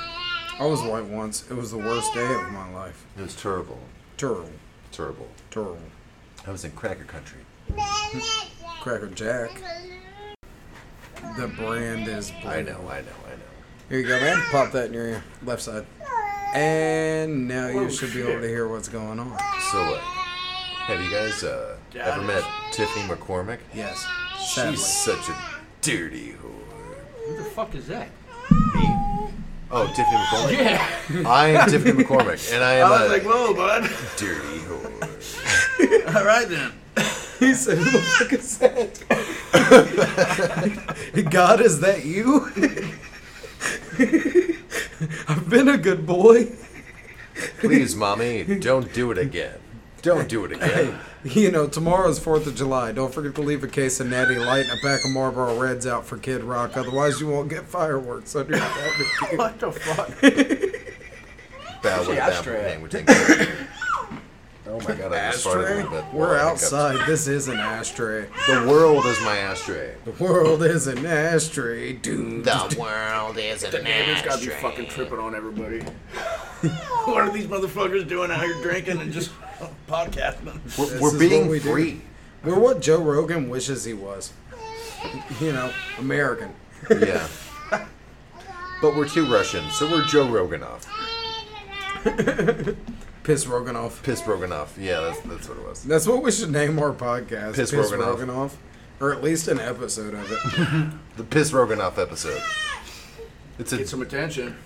I was white once. It was the worst day of my life.
It was terrible,
Turtle.
terrible.
Turtle.
I was in cracker country.
Cracker Jack. The brand is. Blue.
I know, I know, I know.
Here you go, man. Pop that in your ear. left side. And now you should be able to hear what's going on.
So, uh, have you guys uh,
Got
ever
it.
met Tiffany McCormick?
Yes. Sadly.
She's such a dirty whore.
Who the fuck is that?
Oh, Tiffany McCormick.
Yeah.
I am Tiffany McCormick, and I am
I
a
was like, whoa, bud.
dirty whore.
All right then.
He said, "Who the fuck is that?" God, is that you? I've been a good boy.
Please, mommy, don't do it again. Don't do it again.
You know, tomorrow's Fourth of July. Don't forget to leave a case of Natty Light and a pack of Marlboro Reds out for Kid Rock. Otherwise, you won't get fireworks under your barbecue.
What the fuck?
Bow with a bow
Hey, ashtray.
Hang with tank. Oh my god, I just farted a
Ashtray?
little bit.
We're
Wow,
outside. This is an ashtray.
hiccups. The world is my ashtray.
The world is an ashtray, dude.
The world is an
Neighbors gotta be fucking tripping on everybody. what are these motherfuckers doing out here drinking and just podcasting?
We're,
This
we're
is
being
what we do.
free.
We're what Joe Rogan wishes he was. You know, American.
Yeah. But we're too Russian, so we're Joe Roganoff.
Piss Rogan off.
Piss Roganoff. Yeah, that's, that's what it was.
That's what we should name our podcast.
Piss Rogan Off.
Off. Or at least an episode of it.
The Piss Roganoff episode. It's a
Get some attention.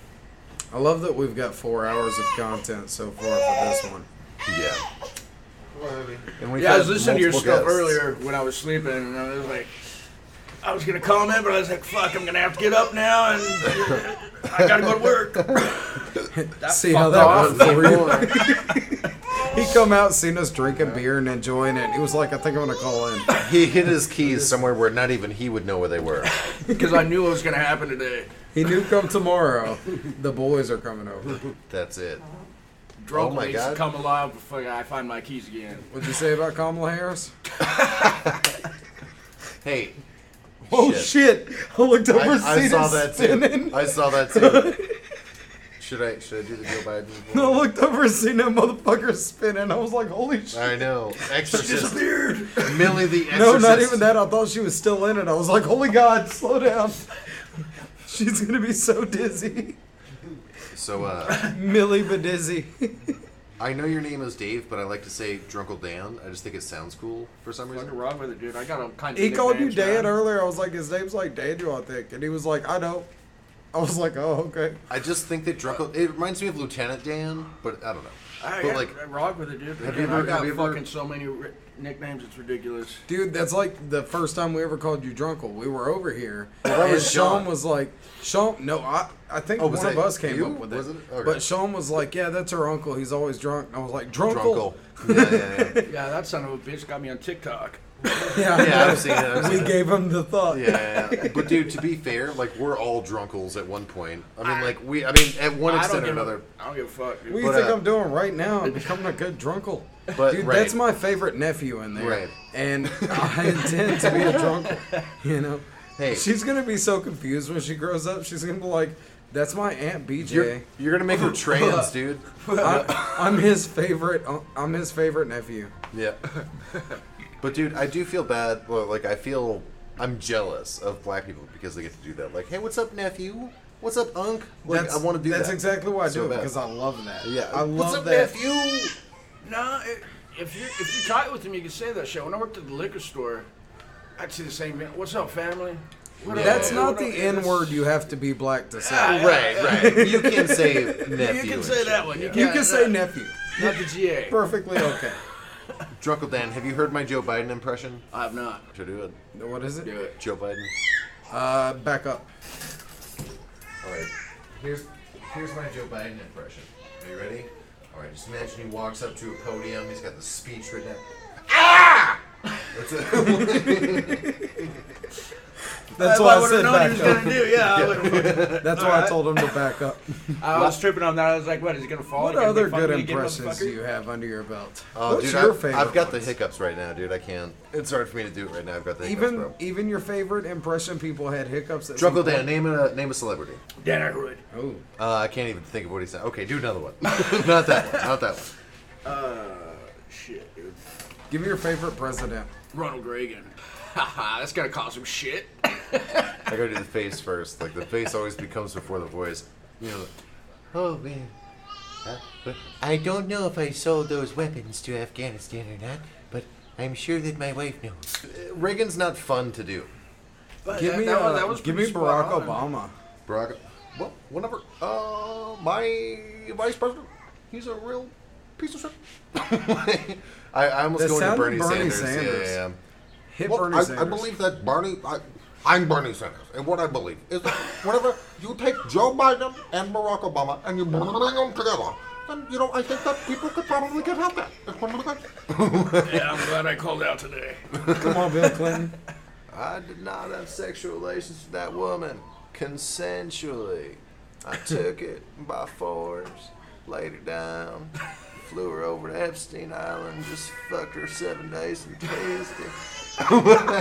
I love that we've got four hours of content so far for this one.
Yeah. And we
Yeah, I was listening to your stuff earlier when I was sleeping, and I was like, I was gonna comment, but I was like, fuck, I'm gonna have to get up now, and I gotta go to work.
See how that went for you. he come out, seen us drinking beer and enjoying it. He was like, I think I'm gonna call in.
He hid his keys somewhere where not even he would know where they were.
Because I knew it was gonna happen today.
He knew come tomorrow. The boys are coming over.
That's it.
Drunk
Oh my
leaves
God.
come alive before I find my keys again.
What'd you say about Kamala Harris?
Hey,
Oh shit! I looked over
I,
and
I
seen
saw
it
that
spinning.
too. I saw that too. Should I should I do the Joe Biden? voice?
I looked over and seen that motherfucker spinning. I was like, holy shit.
I know. Exorcist. Millie the Exorcist.
No, not even that. I thought she was still in it. I was like, holy god, slow down. She's gonna be so dizzy.
So uh,
Millie Bedizzy.
I know your name is Dave, but I like to say Drunkle Dan. I just think it sounds cool for some
Fucking
reason.
wrong with it, dude. I got all kinds of
he called you
nicknames
Dan
now.
earlier. I was like, his name's like Daniel, I think. And he was like, I know. I was like, oh, okay.
I just think that Drunkle. It reminds me of Lieutenant Dan, but I don't know.
I,
But,
I
like,
rock with it, dude.
have you
Again,
ever-
I got
have you ever-
fucking so many ri nicknames, it's ridiculous.
Dude, that's like the first time we ever called you Drunkle. We were over here,
that
and
was
Sean
Sean.
was like, "Sean, no, I, I think
Oh,
one
was
of
it
us came
you?
up with it."
Was it? Okay.
But Sean was like, "Yeah, that's her uncle. He's always drunk." And I was like,
Drunkle.
"Drunkle."
Yeah, yeah, yeah.
Yeah, that son of a bitch got me on TikTok.
Yeah,
Yeah, I've seen it. I've
we
seen it.
gave him the thought.
Yeah, yeah, yeah. but dude, to be fair, like we're all drunkles at one point. I mean, like we, I mean, at one
I don't
extent or
give
another.
A, I don't give a fuck. Dude.
What do you
But,
think
uh,
I'm doing right now? I'm becoming a good drunkle.
But,
Dude,
right.
that's my favorite nephew in there,
Right.
and I intend to be a drunkle. You know,
Hey.
she's gonna be so confused when she grows up. She's gonna be like, "That's my aunt BJ."
You're, you're gonna make her trans, dude.
I, I'm his favorite. uh, I'm his favorite nephew.
Yeah. But dude, I do feel bad. Well, like I feel I'm jealous of black people because they get to do that. Like, hey, what's up, nephew? What's up, unk? Like, I want to do
that's
that.
exactly why I
So
do it
bad.
because I love that.
Yeah.
I love
what's up,
that.
nephew?
No, it, if you if you tight with them, you can say that shit. When I worked at the liquor store, I'd see the same. thing. What's up, family? What up,
That's
dude?
not
What
the N
up, dude?"
word you have to be black to say.
Ah, Right, right. You can say nephew.
You can
and
say
shit.
that one. You,
you can say
not,
nephew.
not the GA.
Perfectly okay.
Drunkle Dan, have you heard my Joe Biden impression?
I have not.
To do it.
what is it?
Do it.
Joe Biden.
Uh, back up.
All right. Here's here's my Joe Biden impression. Are you ready? All right. Just imagine he walks up to a podium. He's got the speech written out. Ah! That's it.
That's
I,
why I
would have
said
known he
back
was
up.
gonna do. Yeah, I would've fucking-
That's why I told him to back up.
I was tripping on that. I was like, what is he gonna fall?
What
He gonna
other
be fucking
good
me again,
impressions do
motherfucker?
you have under your belt?
Oh,
What's
dude,
your
I,
favorite?
I've got
ones?
the hiccups right now, dude. I can't. It's hard for me to do it right now. I've got the hiccups,
Even
bro.
even your favorite impression people had hiccups. at some
Drunkle Dan,
point.
name a name a celebrity.
Dan Aykroyd.
Oh,
Uh, I can't even think of what he said. Okay, do another one. not that one. Not that one.
Shit, dude.
give me your favorite president.
Ronald Reagan. Haha, that's gonna cause some shit.
I gotta do the face first. Like the face always becomes before the voice. You know. Oh man.
Uh, I don't know if I sold those weapons to Afghanistan or not, but I'm sure that my wife knows.
Uh, Reagan's not fun to do.
But
Give
that-
me
that
uh,
one- that was
give me
pretty
Barack
spot on.
Obama.
Barack, well, whenever, uh, my vice president, he's a real piece of shit. I, I almost
That
go into
sounded
Bernie,
Bernie
Sanders.
Sanders.
Yeah, yeah,
Hit
Hit well,
Bernie
I,
Sanders.
I believe that Bernie. I, I'm Bernie Sanders, and what I believe is that whenever you take Joe Biden and Barack Obama and you bring them together, then you know I think that people could probably get out there. It's one of the things.
Yeah, I'm glad I called out today.
Come on, Bill Clinton.
yeah. I did not have sexual relations with that woman consensually. I took it by force, laid her down, flew her over to Epstein Island, just fucked her seven days and Tuesday.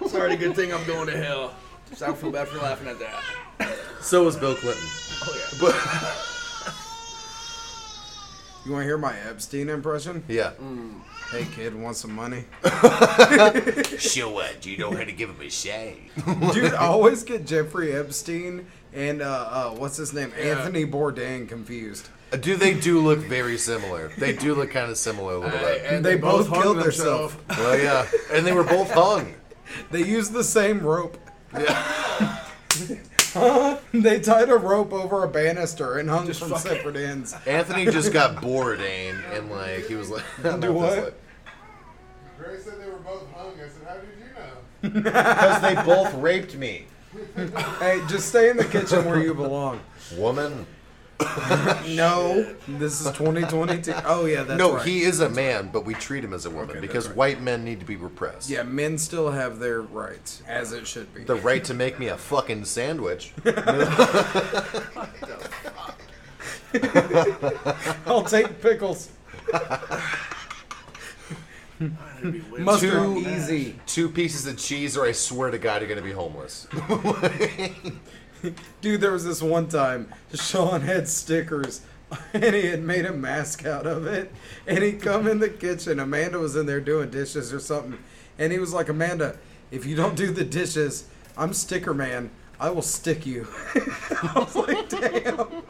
It's already a good thing I'm going to hell. So I feel bad for laughing at that.
So was Bill Clinton.
Oh yeah.
You want to hear my Epstein impression?
Yeah.
Mm. Hey, kid, want some money?
Show what? You know how to give him a shade.
Dude, I always get Jeffrey Epstein and uh, uh what's his name, Anthony Bourdain confused.
Do they do look very similar? They do look kind of similar a little bit.
They both
hung
killed
themselves.
Well, yeah, and they were both hung.
They used the same rope.
Yeah,
They tied a rope over a banister and hung from
fuck it.
separate ends.
Anthony just got bored, Ain, and like he was like, I'm
Do
not this
what?
way.
Gray said they were both hung. I said, how did you know?
Because they both raped me,
Hey, just stay in the kitchen where you belong.
woman.
No, this is 2022. Oh yeah, that's
no,
right.
he is a man, but we treat him as a woman because white men need to be repressed.
Yeah, men still have their rights, as it should be.
The right to make me a fucking sandwich.
I'll take pickles.
That'd be way-
Mustard
Too
easy.
Two pieces of cheese, or I swear to God, you're gonna be homeless.
Dude, there was this one time Sean had stickers and he had made a mask out of it. And he come in the kitchen. Amanda was in there doing dishes or something. And he was like, Amanda, if you don't do the dishes, I'm sticker man. I will stick you. I was like, damn.
No,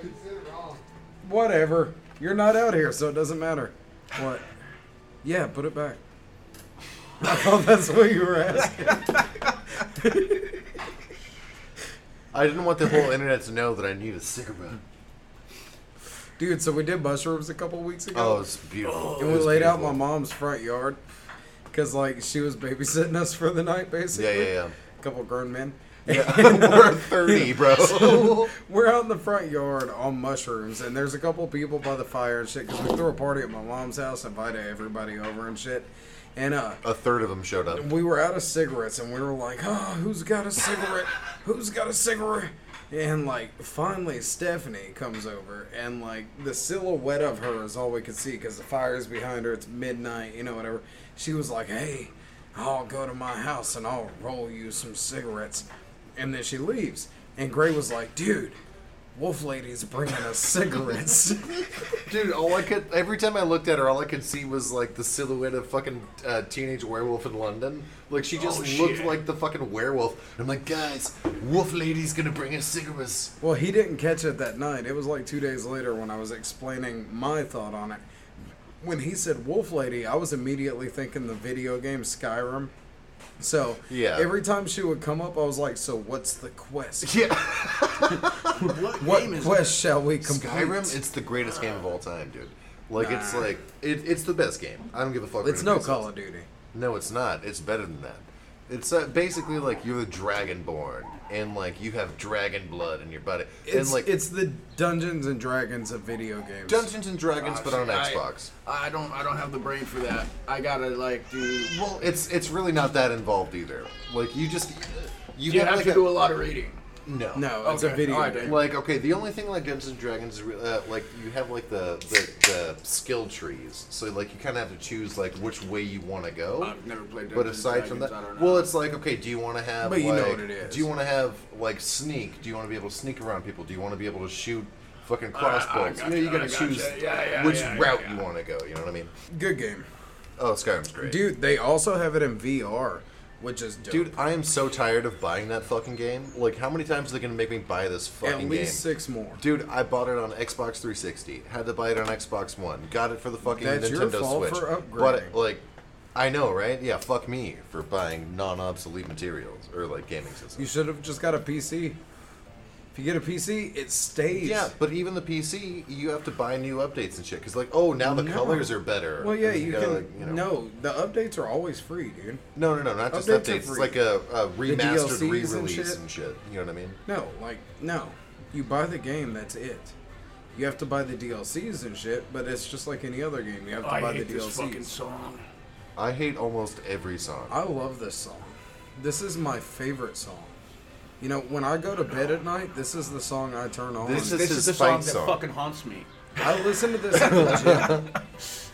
he said it wrong.
Whatever. You're not out here, so it doesn't matter. What? Yeah, put it back. Oh, I thought that's what you were asking.
I didn't want the whole internet to know that I need a cigarette.
Dude, so we did mushrooms a couple weeks
Oh,
ago.
it's beautiful.
and we laid out my mom's front yard because, like, she was babysitting us for the night,
Yeah,
basically.
yeah, yeah.
A couple grown men.
We're 30, bro.
We're out in the front yard on mushrooms, and there's a couple people by the fire and shit because we threw a party at my mom's house, invited everybody over and shit. And uh,
a third of them showed up.
we were out of cigarettes, and we were like, "Oh, who's got a cigarette? Who's got a cigarette?" And like, finally, Stephanie comes over, and like, the silhouette of her is all we could see because the fire's behind her. It's midnight, you know, whatever. She was like, "Hey, I'll go to my house and I'll roll you some cigarettes," and then she leaves. And Gray was like, "Dude." Wolf lady's bringing us cigarettes.
Dude, all I could every time I looked at her, all I could see was like the silhouette of fucking uh, teenage werewolf in London. Like she just looked like the fucking werewolf. I'm like, guys, wolf lady's gonna bring us cigarettes.
well, he didn't catch it that night. It was like two days later when I was explaining my thought on it. when he said wolf lady, I was immediately thinking the video game Skyrim. So
Yeah.
every time she would come up, I was like, "So what's the quest?
Yeah,
What,
What
game is
quest shall we complete?"
Skyrim. It's the greatest game of all time, dude. Like it's like it, it's the best game. I don't give a fuck. what
It's no
anybody says.
Call of Duty.
No, it's not. It's better than that. It's uh, basically like you're the Dragonborn, and like you have dragon blood in your body,
It's
and like
it's the Dungeons and Dragons of video games.
Dungeons and Dragons,
Ah,
but on
shit, I-
Xbox.
I don't. I don't have the brain for that. I gotta like do. You
Well, it's it's really not that involved either. Like you just you,
have,
have, like
to
a,
do a lot of reading.
no
no, it's a
Okay, oh,
video
alright,
game.
Like okay, the only thing like Dungeons and Dragons is re- uh, like you have like the, the the skill trees. So like you kind of have to choose like which way you want to go.
I've never played.
But
Dungeons and
aside from
Dragons,
that,
I don't know.
well, it's like okay, do you want to have?
But you know
like-
what it is.
Do you want to have like sneak? Do you want to be able to sneak around people? Do you want to be able to shoot fucking
Ah,
crossbows?
gotcha,
you know, you
I
gotta
gotcha.
choose
Yeah, yeah,
which
yeah,
route
yeah.
you want to go. You know what I mean?
Good game,
Oh, Skyrim's great,
dude. They also have it in VR, which is dope.
Dude, I am so tired of buying that fucking game. Like, how many times are they gonna make me buy this
At
fucking
least
game?
six more.
Dude, I bought it on Xbox 360. Had to buy it on Xbox One. Got it for the fucking
That's your
Nintendo
fault
Switch.
for
But it,
upgrading.
like, I know, right? Yeah, fuck me for buying non-obsolete materials or like gaming systems.
You should have just got a PC. If you get a PC, it stays.
yeah, but even the PC, you have to buy new updates and shit. Cause like, oh, now the
No.
colors are better.
Well, yeah,
And
you
gotta,
can.
like, you know-
No, the updates are always free, dude.
no, no, no, not just
Updates are
updates. It's
free.
like a, a remastered
DLCs and
re-release
shit.
and shit. You know what I mean?
No, like no, you buy the game. That's it. You have to buy the DLCs and shit, but it's just like any other game. You have to
Oh, I
buy
hate
the
this fucking
DLCs.
song.
I hate almost every song.
I love this song. This is my favorite song. You know, when I go to bed at night, this is the song I turn on.
This is
This
his
is the
fight
song
song.
that fucking haunts me.
I listen to this at the gym.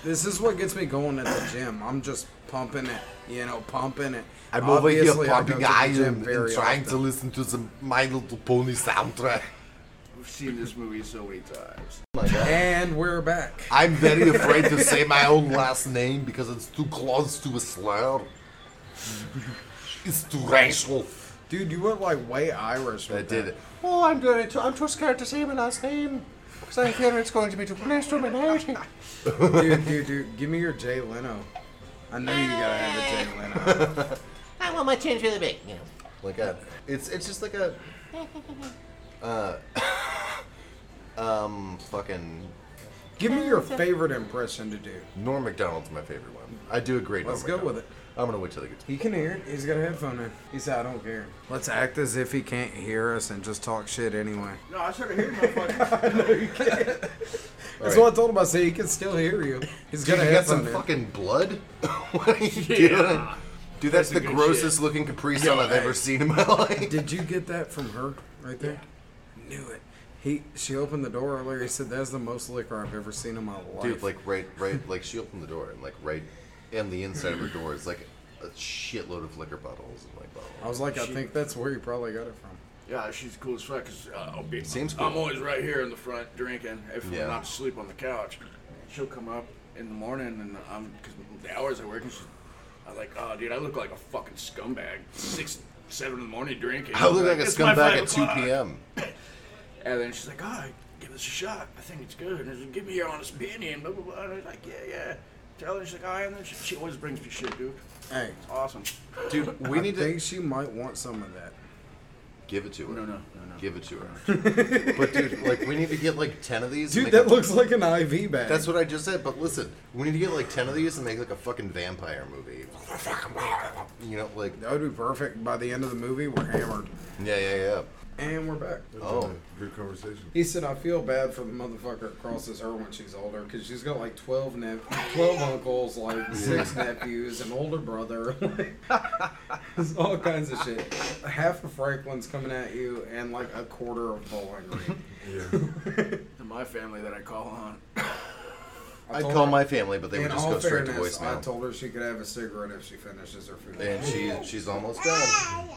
This is what gets me going at the gym. I'm just pumping it, you know, pumping it.
I'm over here
Obviously, I go to
pumping
the gym
iron and
very
trying to
often.
listen to the My Little Pony soundtrack.
We've seen this movie so many times.
And we're back.
I'm very afraid to say my own last name because it's too close to a slur. It's too racial.
Dude, you went like way Irish with
I did it.
Oh, I'm doing it. too- I'm too scared to say my last name because I fear it's going to be too close to my narrative.
Dude, dude, dude, give me your Jay Leno. I know you gotta have a Jay Leno.
I want my change really big. Yeah.
Like a, it's it's just like a, uh, um, fucking
Give me your favorite impression to do.
Norm Macdonald's my favorite one. I do agree.
Let's
Norm
go with
Macdonald.
it.
I'm gonna wait till they get.
He can hear it. He's got a headphone in. He said, I don't care. Let's act as if he can't hear us and just talk shit anyway.
No, I should have heard my fucking.
That's
right.
what I told him. I said, he can still hear you. He's got
Dude,
a
you got some
headphone in.
fucking blood. what are you
Yeah.
doing? Dude, that's, the
some good
grossest looking Capri Sun I've ever seen in my life.
Did you get that from her right there? Knew it. He she opened the door earlier. He said, "That's the most liquor I've ever seen in my life."
Dude, like right, right, like she opened the door and like right, and the inside of her door is like a shitload of liquor bottles and like bottles.
I was like, I
she-
think that's where you probably got it from.
Yeah, she's cool as fuck. Cause uh, I'll be,
Seems
I'm
cool.
always right here in the front drinking. If
Yeah.
I'm not asleep on the couch, she'll come up in the morning and I'm because the hours I work and she's. I'm like, oh, dude, I look like a fucking scumbag. Six, seven in the morning drinking.
I look like a
"It's my five
scumbag at 2
o'clock."
p.m.
And then she's like, oh, give this a shot. I think it's good. And I said, give me your honest opinion. Blah blah blah. And I was like, yeah, yeah. Tell her she's like, oh, and then she, she always brings me shit, dude.
Hey,
It's awesome.
Dude, we
I
need to
think she might want some of that.
Give it to her.
No, no, no, no.
Give it to her. but dude, like we need to get like ten of these. and
Dude,
make
that
a-
looks like an IV bag.
That's what I just said. But listen, we need to get like ten of these and make like a fucking vampire movie. You know, like
that would be perfect. By the end of the movie, we're hammered.
yeah, yeah, yeah.
And we're back.
Oh.
Good conversation.
He said, I feel bad for the motherfucker that crosses her when she's older because she's got like 12, ne- 12 uncles, like six nephews, an older brother. There's all kinds of shit. Half of Franklin's coming at you and like a quarter of Bowling Green.
In my family that I call on.
I
I'd
told
call
her-
my family, but they would
In
just
all
go straight to
fairness, I
voicemail.
told her she could have a cigarette if she finishes her food.
and she she's almost done.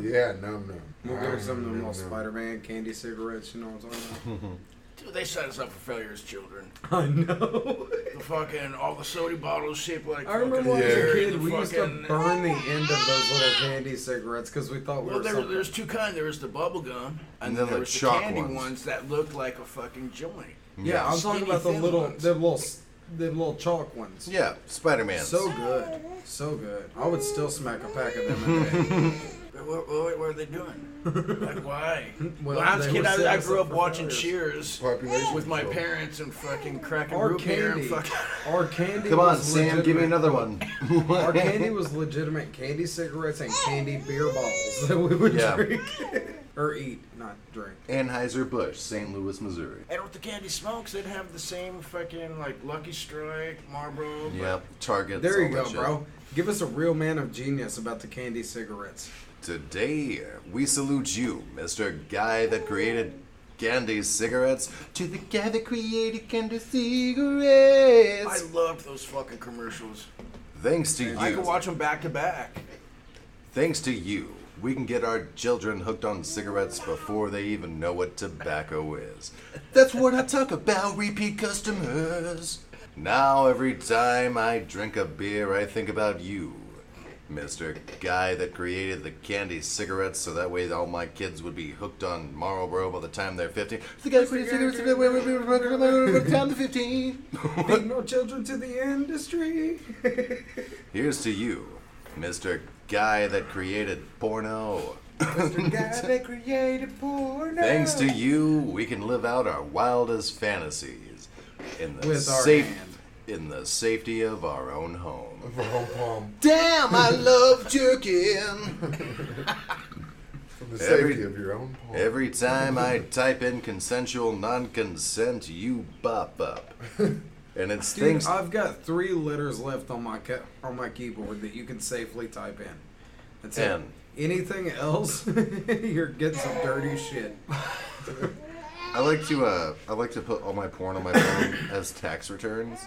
Yeah, no, no.
We'll give her some of them little Spider Man candy cigarettes, you know what I'm talking
Dude, they set us up for failure as children.
about? I know.
The fucking, all the soda bottles shaped like
I remember
fucking
when I was a
beer,
kid,
the
we used to
fucking-
burn the end of those little candy cigarettes because we thought we
Well,
were
there,
something.
there's two kinds. There was the bubble gum, and,
And then,
then there
like,
was the
shock
candy ones.
ones.
that looked like a fucking joint.
Yeah, I'm
Skinny
talking about the
thin
little,
ones.
the little, s- the little chalk ones.
Yeah, Spider Man.
So good, so good. I would still smack a pack of them in a day.
But What, what, what are they doing? like, why?
Well,
when I was a
they
kid,
were setting
I, I
us
grew
up
up
for
watching
failures.
Cheers
Population
with my
control.
parents and fucking cracking
Our
root beer and
candy,
fucking.
our candy.
Come on,
was
Sam, give me
legitimate.
another one.
Our candy was legitimate candy cigarettes and candy beer bottles that we would
Yeah.
drink or eat, not drink.
Anheuser Busch, St. Louis, Missouri.
And with the candy smokes, they'd have the same fucking like Lucky Strike, Marlboro. but-
Yep, Target.
There you
all
go,
that shit.
bro. Give us a real man of genius about the candy cigarettes.
Today, we salute you, Mr. Guy that created candy cigarettes, to the guy that created candy
I
cigarettes.
loved those fucking commercials.
Thanks to
I could
you,
watch them back to back.
thanks to you, we can get our children hooked on cigarettes before they even know what tobacco is. That's what I talk about, repeat customers. Now, every time I drink a beer, I think about you, Mr. Guy that created the candy cigarettes so that way all my kids would be hooked on Marlboro by the time they're 15. The guy that created cigarettes so that way we were hooked on Marlboro by the time they're 15.
Lead no children to the industry.
Here's to you, Mr. Guy that created porno. Thanks to you, we can live out our wildest fantasies in the
With our
safe
hand.
in the safety of our own home.
Home palm.
Damn, I love jerking.
From the
Every-
safety of your own palm.
Every time I type in consensual non-consent, you bop up. And it's
Dude,
things
I've got three letters left on my ca- on my keyboard that you can safely type in. That's it.
And-
Anything else, you're getting some dirty shit.
I like to uh, I like to put all my porn on my phone as tax returns.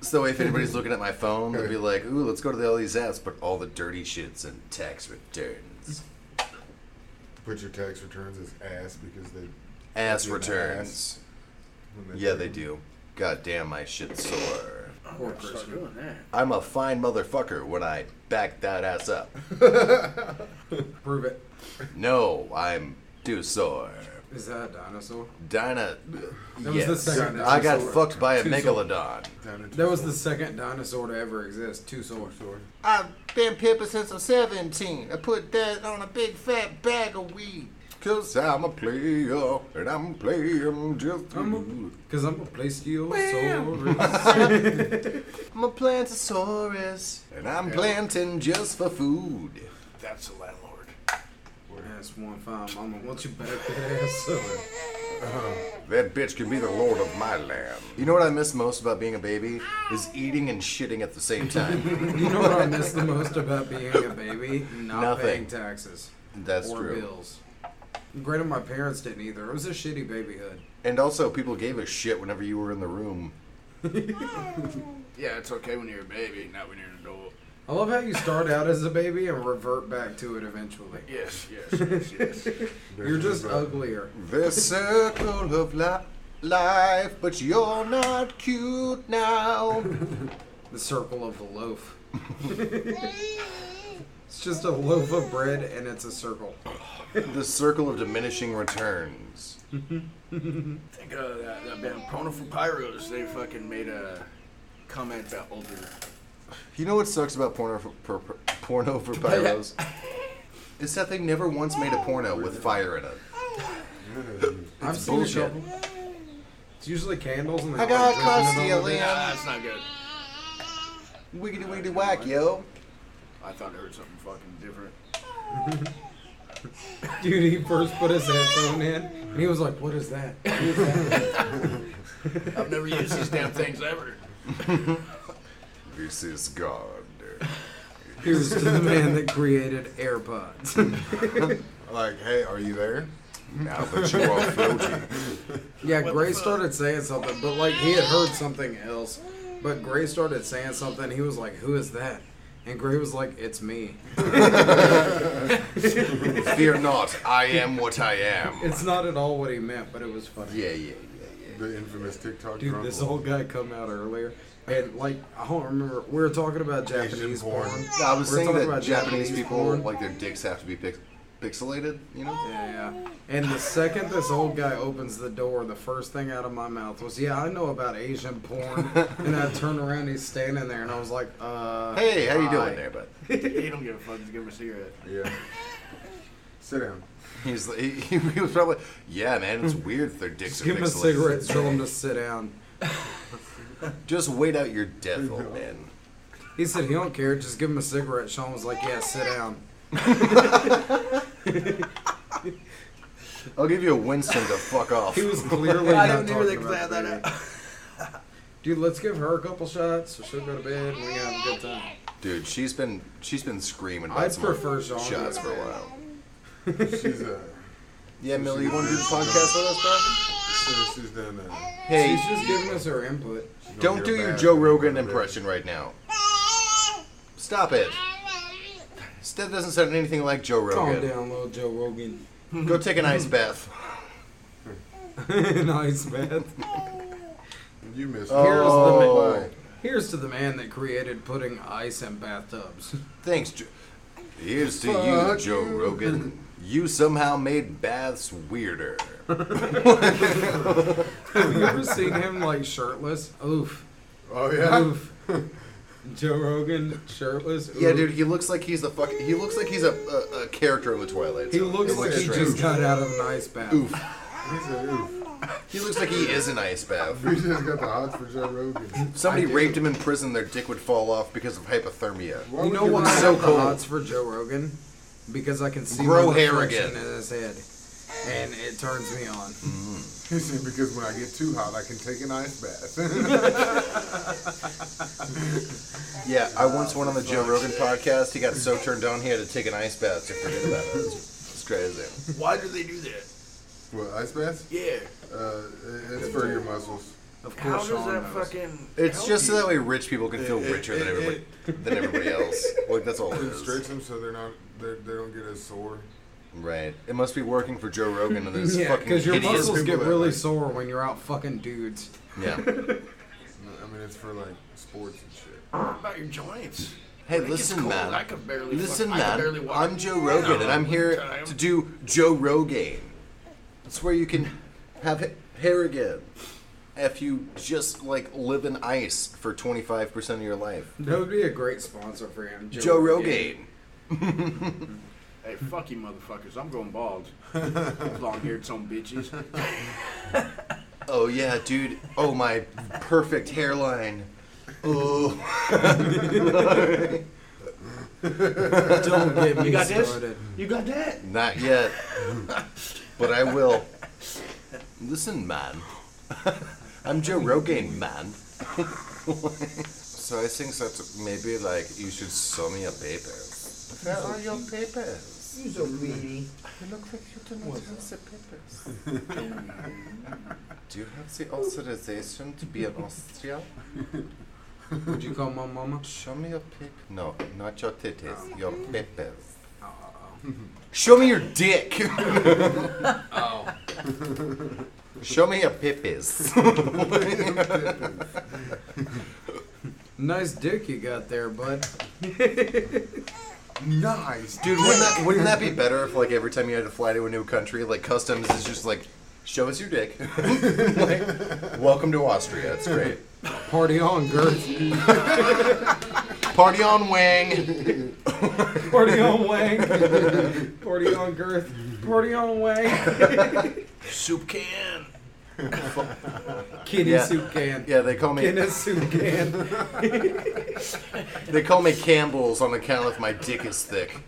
so if anybody's looking at my phone, they'll be like, "Ooh, let's go to the, all these apps, but all the dirty shits and tax returns,
Put your tax returns as ass because they.
ass
Yeah,
returns."
when
Yeah, they do. God damn, my shit sore.
Poor
Start
Christian.
doing that.
I'm a fine motherfucker when I back that ass up.
Prove it.
No, I'm too sore.
Is that a dinosaur?
Dinah,
That was
yes,
the second
I got
dinosaur.
fucked by a
Too sore.
megalodon.
Down into
That was the second dinosaur to ever exist. Two swords.
Sorry.
I've been pimping since I'm 17. I put that on a big fat bag of weed.
Cause I'm a player, and I'm playing just
I'm
you.
a, Cause I'm a place you so
I'm a plantosaurus, and I'm planting just for food.
That's the landlord.
That's one fine mama. Won't you better get ass up?
That bitch can be the lord of my land. You know what I miss most about being a baby is eating and shitting at the same time.
You know what I miss the most about being a baby? Not
Nothing.
paying taxes.
That's
or
true.
bills. Granted, my parents didn't either. It was a shitty babyhood.
And also, people gave a shit whenever you were in the room.
Yeah, it's okay when you're a baby, not when you're an adult.
I love how you start out as a baby and revert back to it eventually.
Yes, yes, yes, yes.
You're just uglier.
The circle of li- life, but you're not cute now.
The circle of the loaf. it's just a loaf of bread and it's a circle.
the circle of diminishing returns.
Think of that, that band Prona from Pyros. They fucking made a comment about older.
You know what sucks about porno for, per, per- porno for pyros? is that they never once made a porno with fire in it.
I've
It's bullshit.
It's usually candles and
I got cussed you,
Nah,
Liam.
that's not good.
Wiggity wiggity whack, yo.
I thought I heard something fucking different.
Dude, he first put his headphone in, and he was like, "What is that?" What is that?"
I've never used these damn things ever.
This is God.
Here's to the man that created AirPods.
Like, hey, are you there? Now that you are floating.
yeah, Gray started saying something, but like he had heard something else. But Gray started saying something. He was like, "Who is that?" And Gray was like, "It's me."
Fear not, I am what I am.
It's not at all what he meant, but it was funny.
Yeah, yeah, yeah, yeah.
The infamous TikTok
Dude,
grumble.
this old guy come out earlier, and like I don't remember. We were talking about Japanese porn.
porn.
No, I was
We're
saying
talking
that
about
Japanese,
Japanese
people
porn.
like their dicks have to be pix- pixelated. You know?
Yeah, yeah. And the second this old guy opens the door, the first thing out of my mouth was, "Yeah, I know about Asian porn." and I turn around, he's standing there, and I was like, "Uh."
Hey, how you
hi.
doing there, bud?
He don't give a fuck. Just give him a cigarette.
Yeah. Sit down.
He's he, he was probably yeah, man. It's weird that their dicks
Just
are
give him a
pixelated.
cigarette, tell him to sit down.
Just wait out your death, old man.
He said he don't care. Just give him a cigarette. Sean was like, "Yeah, sit down."
I'll give you a Winston to fuck off.
He was clearly.
I
not
didn't even
talking
think
about
to
the
add that
baby. Dude, let's give her a couple shots so she'll go to bed. and We can have a good time.
Dude, she's been she's been screaming about
I'd
some
prefer Sean.
shots for a while.
She's uh,
Yeah, Millie, you want to do the podcast with us, bro?
she's- she's down there.
Hey,
She's just giving us her input.
She's gonna
don't
get
do
a
your
bath
Joe
and
Rogan
go to bed.
impression right now. Stop it. That doesn't sound anything like Joe
Calm
Rogan.
down, little Joe Rogan.
Go take an ice bath.
nice man.
You
Here's
missed.
the
Oh,
man. Here's to the man that created putting ice in bathtubs.
thanks. Jo- Here's to you,
Fuck
Joe
you.
Rogan. You somehow made baths weirder.
Have you ever seen him like shirtless? Oof.
Oh yeah.
Oof. Joe Rogan shirtless. Oof.
Yeah, dude, he looks like he's the fuck. He looks like he's a, a, a character in the Twilight.
He
Zone.
looks
It
like he
strange.
just got out of an ice bath.
Oof.
He's a oof.
He looks like he is an ice bath.
We just got the odds for Joe Rogan.
Somebody raped him in prison, their dick would fall off because of hypothermia.
Why
You
would
know why I
so
have the
cold.
odds for Joe Rogan? Because I can see
Grow
my
hair
reflection
again.
in his head, and it turns me on.
He said, because when I get too hot, I can take an ice bath.
Yeah, I once went on the Joe Rogan podcast. He got so turned on, he had to take an ice bath to forget about it. It's crazy.
Why do they do that?
what ice baths?
Yeah.
Uh, it- it's for your muscles.
Of
How
course,
does
Sean
that
knows.
fucking?
It's
help
just so
you?
that way rich people can feel richer than everybody than everybody else. Like that's all it
It
is.
stretch them so they're not they're, they don't get as sore.
Right. It must be working for Joe Rogan and those
Yeah,
fucking
because your
hideous
muscles
people
get
that,
really
like-
sore when you're out fucking dudes.
Yeah.
I mean, it's for like sports and shit.
What about your joints?
Hey,
When it gets
listen,
cold,
man.
I could barely.
Listen,
fuck, I could barely
man.
walk.
I'm Joe Rogan, and I'm here to do Joe Rogan. It's where you can have ha- hair again if you just like live in ice for 25 percent of your life.
That would be a great sponsor for him.
Joe Rogan.
Hey, fuck you, motherfuckers! I'm going bald. Long-haired some bitches.
Oh yeah, dude. Oh my perfect hairline. Oh,
Don't get me
You got this?
started.
You got that?
not yet, but I will. Listen, man. I'm Joe Rogan, man. so I think that maybe like you should sell me your papers. Where are your papers?
He's a weenie.
You look like you do not have the papers. do you have the authorization to be in Austria?
Would you call my mama?
Show me your pip. No, not your titties. Your peppers.
Oh,
Show me your dick.
oh.
Show me your pippies.
Nice dick you got there, bud.
Nice,
Dude, wouldn't that, wouldn't that be better if like every time you had to fly to a new country, like customs is just like, show us your dick. like, welcome to Austria. It's great.
Party on, Gert.
Party on wing.
Party on Wang. Party on Girth. Party on Wang.
Soup can.
Kitty
Yeah.
soup can.
Yeah, they call me
Kitty soup can.
they call me Campbell's on account of my dick is thick.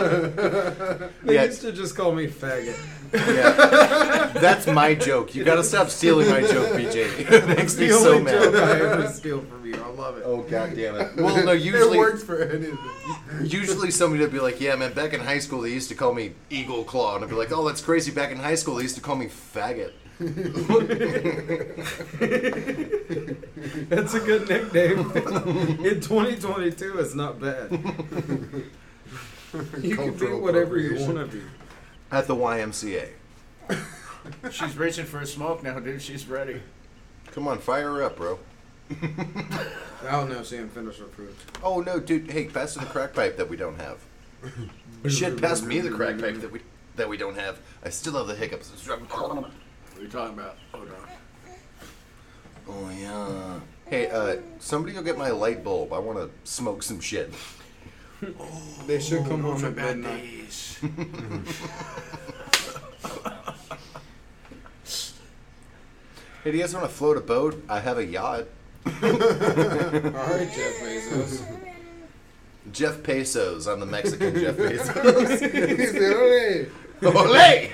They
Yeah.
used to just call me faggot.
Yeah. That's my joke. You gotta stop stealing my joke, BJ. It makes me
The
so
only joke
mad.
I ever steal from you. I love it.
Oh god damn it. Well no usually
for anything.
usually somebody would be like, Yeah man, back in high school they used to call me Eagle Claw and I'd be like, Oh that's crazy, back in high school they used to call me faggot.
That's a good nickname. In 2022, it's not bad. you can be
Cultural
whatever you
appropriation.
want to be.
At the YMCA.
She's reaching for a smoke now, dude. She's ready.
Come on, fire her up, bro.
Oh no, she didn't finish her food.
Oh no, dude! Hey, pass her the crack pipe that we don't have. Shit, pass me the crack pipe that we that we don't have. I still have the hiccups.
What are you talking about? Hold on.
Oh yeah. Hey, uh, somebody go get my light bulb. I want to smoke some shit.
They should come home
For
at
bad
midnight.
days.
Hey, do you guys want to float a boat? I have a yacht.
All right, Jeff Bezos.
Jeff Pesos. I'm the Mexican Jeff Pesos.
hey.
Ole!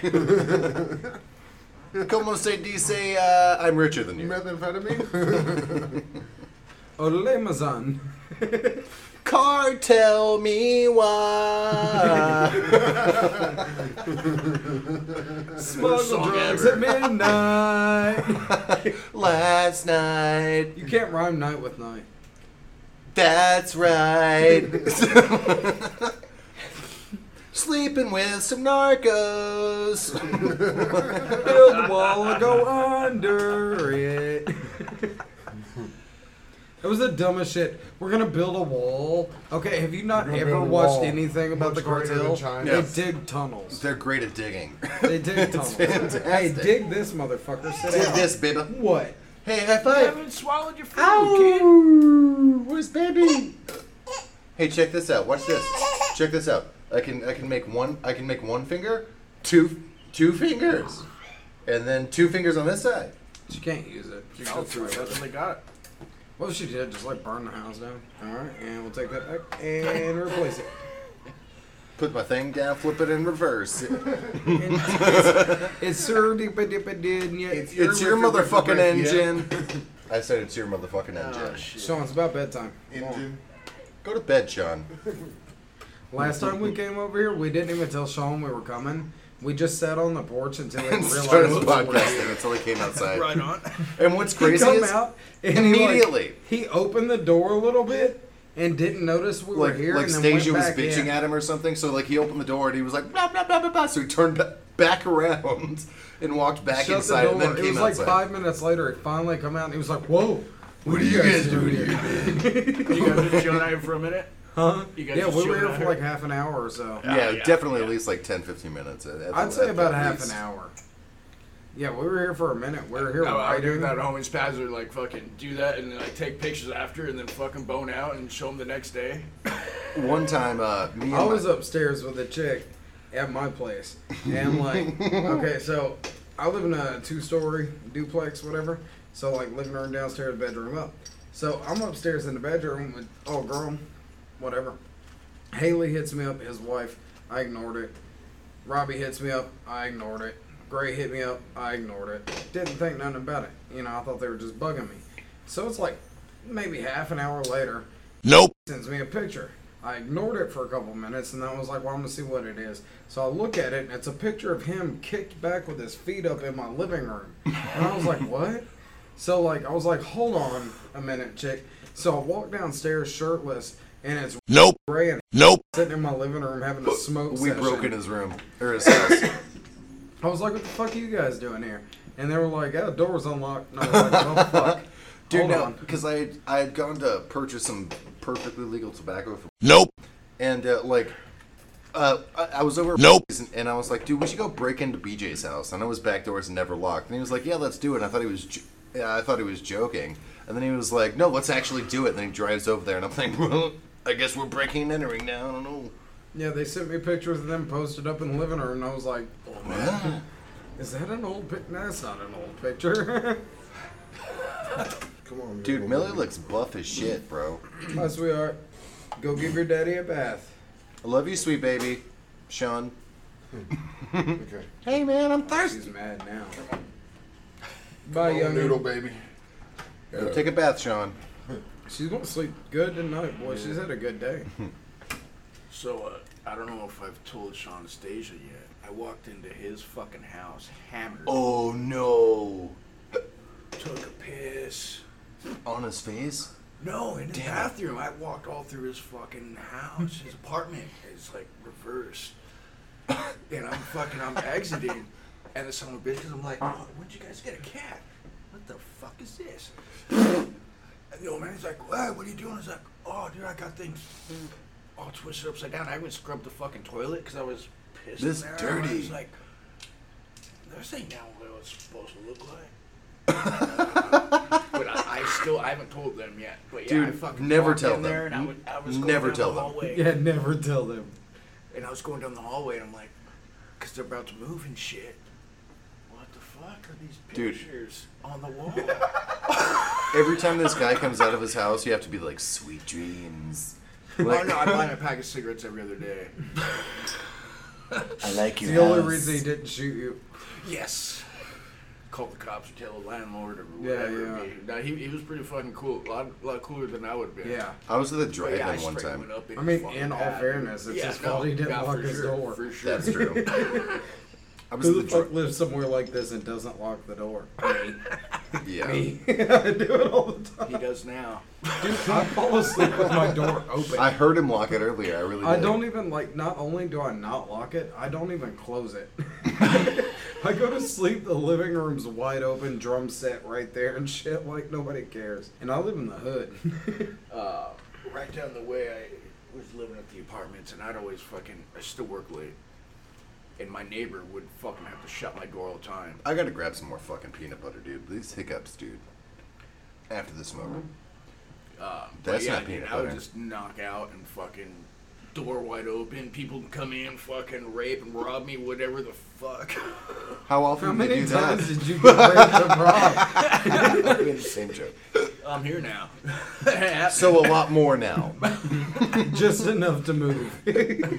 Como se dice? Uh, I'm richer than you.
Methamphetamine?
Ole Mazan.
Car, tell me why.
Smuggle
song
drugs
ever.
at midnight.
Last night.
you can't rhyme night with night.
That's right. Sleeping with some narcos.
Build the wall and go under it. That was the dumbest shit. We're gonna build a wall. Okay, have you not
gonna
ever
build a
watched
wall
anything about the
much greater than
cartel?
China.
Yes.
They dig tunnels.
They're great at digging.
They dig tunnels. Hey,
fantastic.
dig this motherfucker. Sit
Did
down.
this, baby.
What?
Hey, high
You
five.
haven't swallowed your food,
Where's baby? Hey, check this out. Watch this. Check this out. I can I can make one I can make one finger, two two fingers, and then two fingers on this side.
She can't use it.
kid. I'll try it. That's all they got.
What if she did? Just like burn the house down. All right, and we'll take that back and replace it.
Put my thing down, flip it in reverse.
It's your it's
It's your motherfucking engine. I said it's your motherfucking
Oh,
engine.
Sean, it's about bedtime. Come on.
Engine.
Go to bed, Sean.
Last time we came over here, we didn't even tell Sean we were coming. We just sat on the porch until he
and
realized
started
we were
podcasting
here.
until he came outside.
Right on.
And what's
He
crazy
come
is
out and
immediately.
He, like, he opened the door a little bit and didn't notice we
like
were here.
like
and then
Stasia was
went back
bitching
in.
at him or something. So like he opened the door and he was like blah blah blah blah blah. So he turned ba- back around and walked back
Shut the
inside and then
door. it
came
was like
outside.
five minutes later. He finally come out and he was like, "Whoa,
What are you guys doing here?
You guys just chilling out here for a minute?
huh?"
You guys
Yeah,
just
we were
chilling
here
out
for
here?
like half an hour or so.
Yeah,
yeah,
definitely at least like 10, 15 minutes. at- at the-
I'd
at
say
the
about half
least.
an hour. Yeah, we were here for a minute. We were here
No, I do
writing.
that at home. His pads would like fucking do that and like take pictures after and then fucking bone out and show them the next day.
One time, uh, me and
I was
my,
upstairs with a chick at my place, and like, okay, so I live in a two-story duplex, whatever. So like, living room downstairs, bedroom up. So I'm upstairs in the bedroom with oh girl, whatever. Haley hits me up, his wife. I ignored it. Robbie hits me up. I ignored it. Gray hit me up. I ignored it. Didn't think nothing about it. You know, I thought they were just bugging me. So it's like maybe half an hour later, sends me a picture. I ignored it for a couple minutes and then I was like, well, I'm gonna see what it is. So I look at it and it's a picture of him kicked back with his feet up in my living room. And I was like, what? So, like, I was like, hold on a minute, chick. So I walk downstairs shirtless and it's nope. Ray and nope. sitting in my living room having a smoke
we
session.
broke in his room or his house.
I was like, what the fuck are you guys doing here? And they were like, yeah, the door was unlocked. And I was like, oh, fuck.
Dude,
hold
no,
on.
because I had, I had gone to purchase some perfectly legal tobacco. From nope. And uh, like, uh, I, I was over. Nope. And, and I was like, dude, we should go break into BJ's house. And I know his back door is never locked. And he was like, yeah, let's do it. And I thought he was. J- yeah, I thought he was joking. And then he was like, no, let's actually do it. And then he drives over there, and I'm like, well, I guess we're breaking and entering now. I don't know.
Yeah, they sent me pictures of them posted up in the living room, and I was like, oh man, is that an old pic? No, that's not an old picture. Come on,
Dude,
Google.
Millie looks buff as shit, bro.
Hi, sweetheart. Go give your daddy a bath.
I love you, sweet baby. Sean.
Okay.
Hey, man, I'm thirsty.
She's mad now. Bye,
Oh,
young
noodle baby.
Go take a bath, Sean.
She's gonna sleep good tonight, boy. She's had a good day.
So uh, I don't know if I've told Sean Stasia yet. I walked into his fucking house hammered,
Oh, no.
took a piss.
On his face?
No, in the
Damn it.
bathroom. I walked all through his fucking house, his apartment. It's like reverse. and I'm fucking, I'm exiting, and the son of a bitch, because I'm like, oh, when'd you guys get a cat? What the fuck is this? and the old man's like, hey, what are you doing? He's like, oh, dude, I got things all twisted upside down. I haven't scrubbed the fucking toilet because I was pissed. in
This
there. I
dirty.
was like, this ain't now what it's supposed to look like. But I, I still I haven't told them yet. But yeah, I
Dude,
fucking
never
walked
tell
in There
them.
and I was, I was going
Never
down
tell
the
them.
hallway,
never tell them.
And I was going down the hallway, and I'm like, because they're about to move and shit. What the fuck are these
Dude.
pictures on the wall?
Every time this guy comes out of his house, you have to be like, sweet dreams.
oh no, I'm buying a pack of cigarettes every other day.
I like you.
The only reason he didn't shoot you.
Yes. Call the cops or tell the landlord or
Yeah,
whatever.
yeah.
it be. No, he, he was pretty fucking cool. A lot, lot cooler than I would have been.
Yeah.
I was at the
But
drive-in
yeah, I
one
straight
time.
went up
I mean,
his fucking
in all
back.
fairness, it's
Yeah,
his fault he didn't
yeah,
lock
for
his
sure,
door.
For sure.
That's true. I was
Who
at
the
the
fuck
dri-
lives somewhere like this and doesn't lock the door?
yeah.
I do it all the time.
He does now.
Dude, I fall asleep with my door open.
I heard him lock it earlier. I really.
I
did.
don't even like. Not only do I not lock it, I don't even close it. I go to sleep. The living room's wide open, drum set right there, and shit. Like nobody cares. And I live in the hood.
uh, right down the way, I was living at the apartments, and I'd always fucking, I still work late, and my neighbor would fucking have to shut my door all the time.
I gotta grab some more fucking peanut butter, dude. These hiccups, dude. After the smoker.
Uh, but
That's
yeah,
not
dude,
peanut
I would
butter.
just knock out and fucking door wide open. People would come in, fucking rape and rob me, whatever the fuck.
How often
How
do you
many
do that?
times did you get raped abroad?
Same joke.
I'm here now.
So a lot more now.
Just enough to move.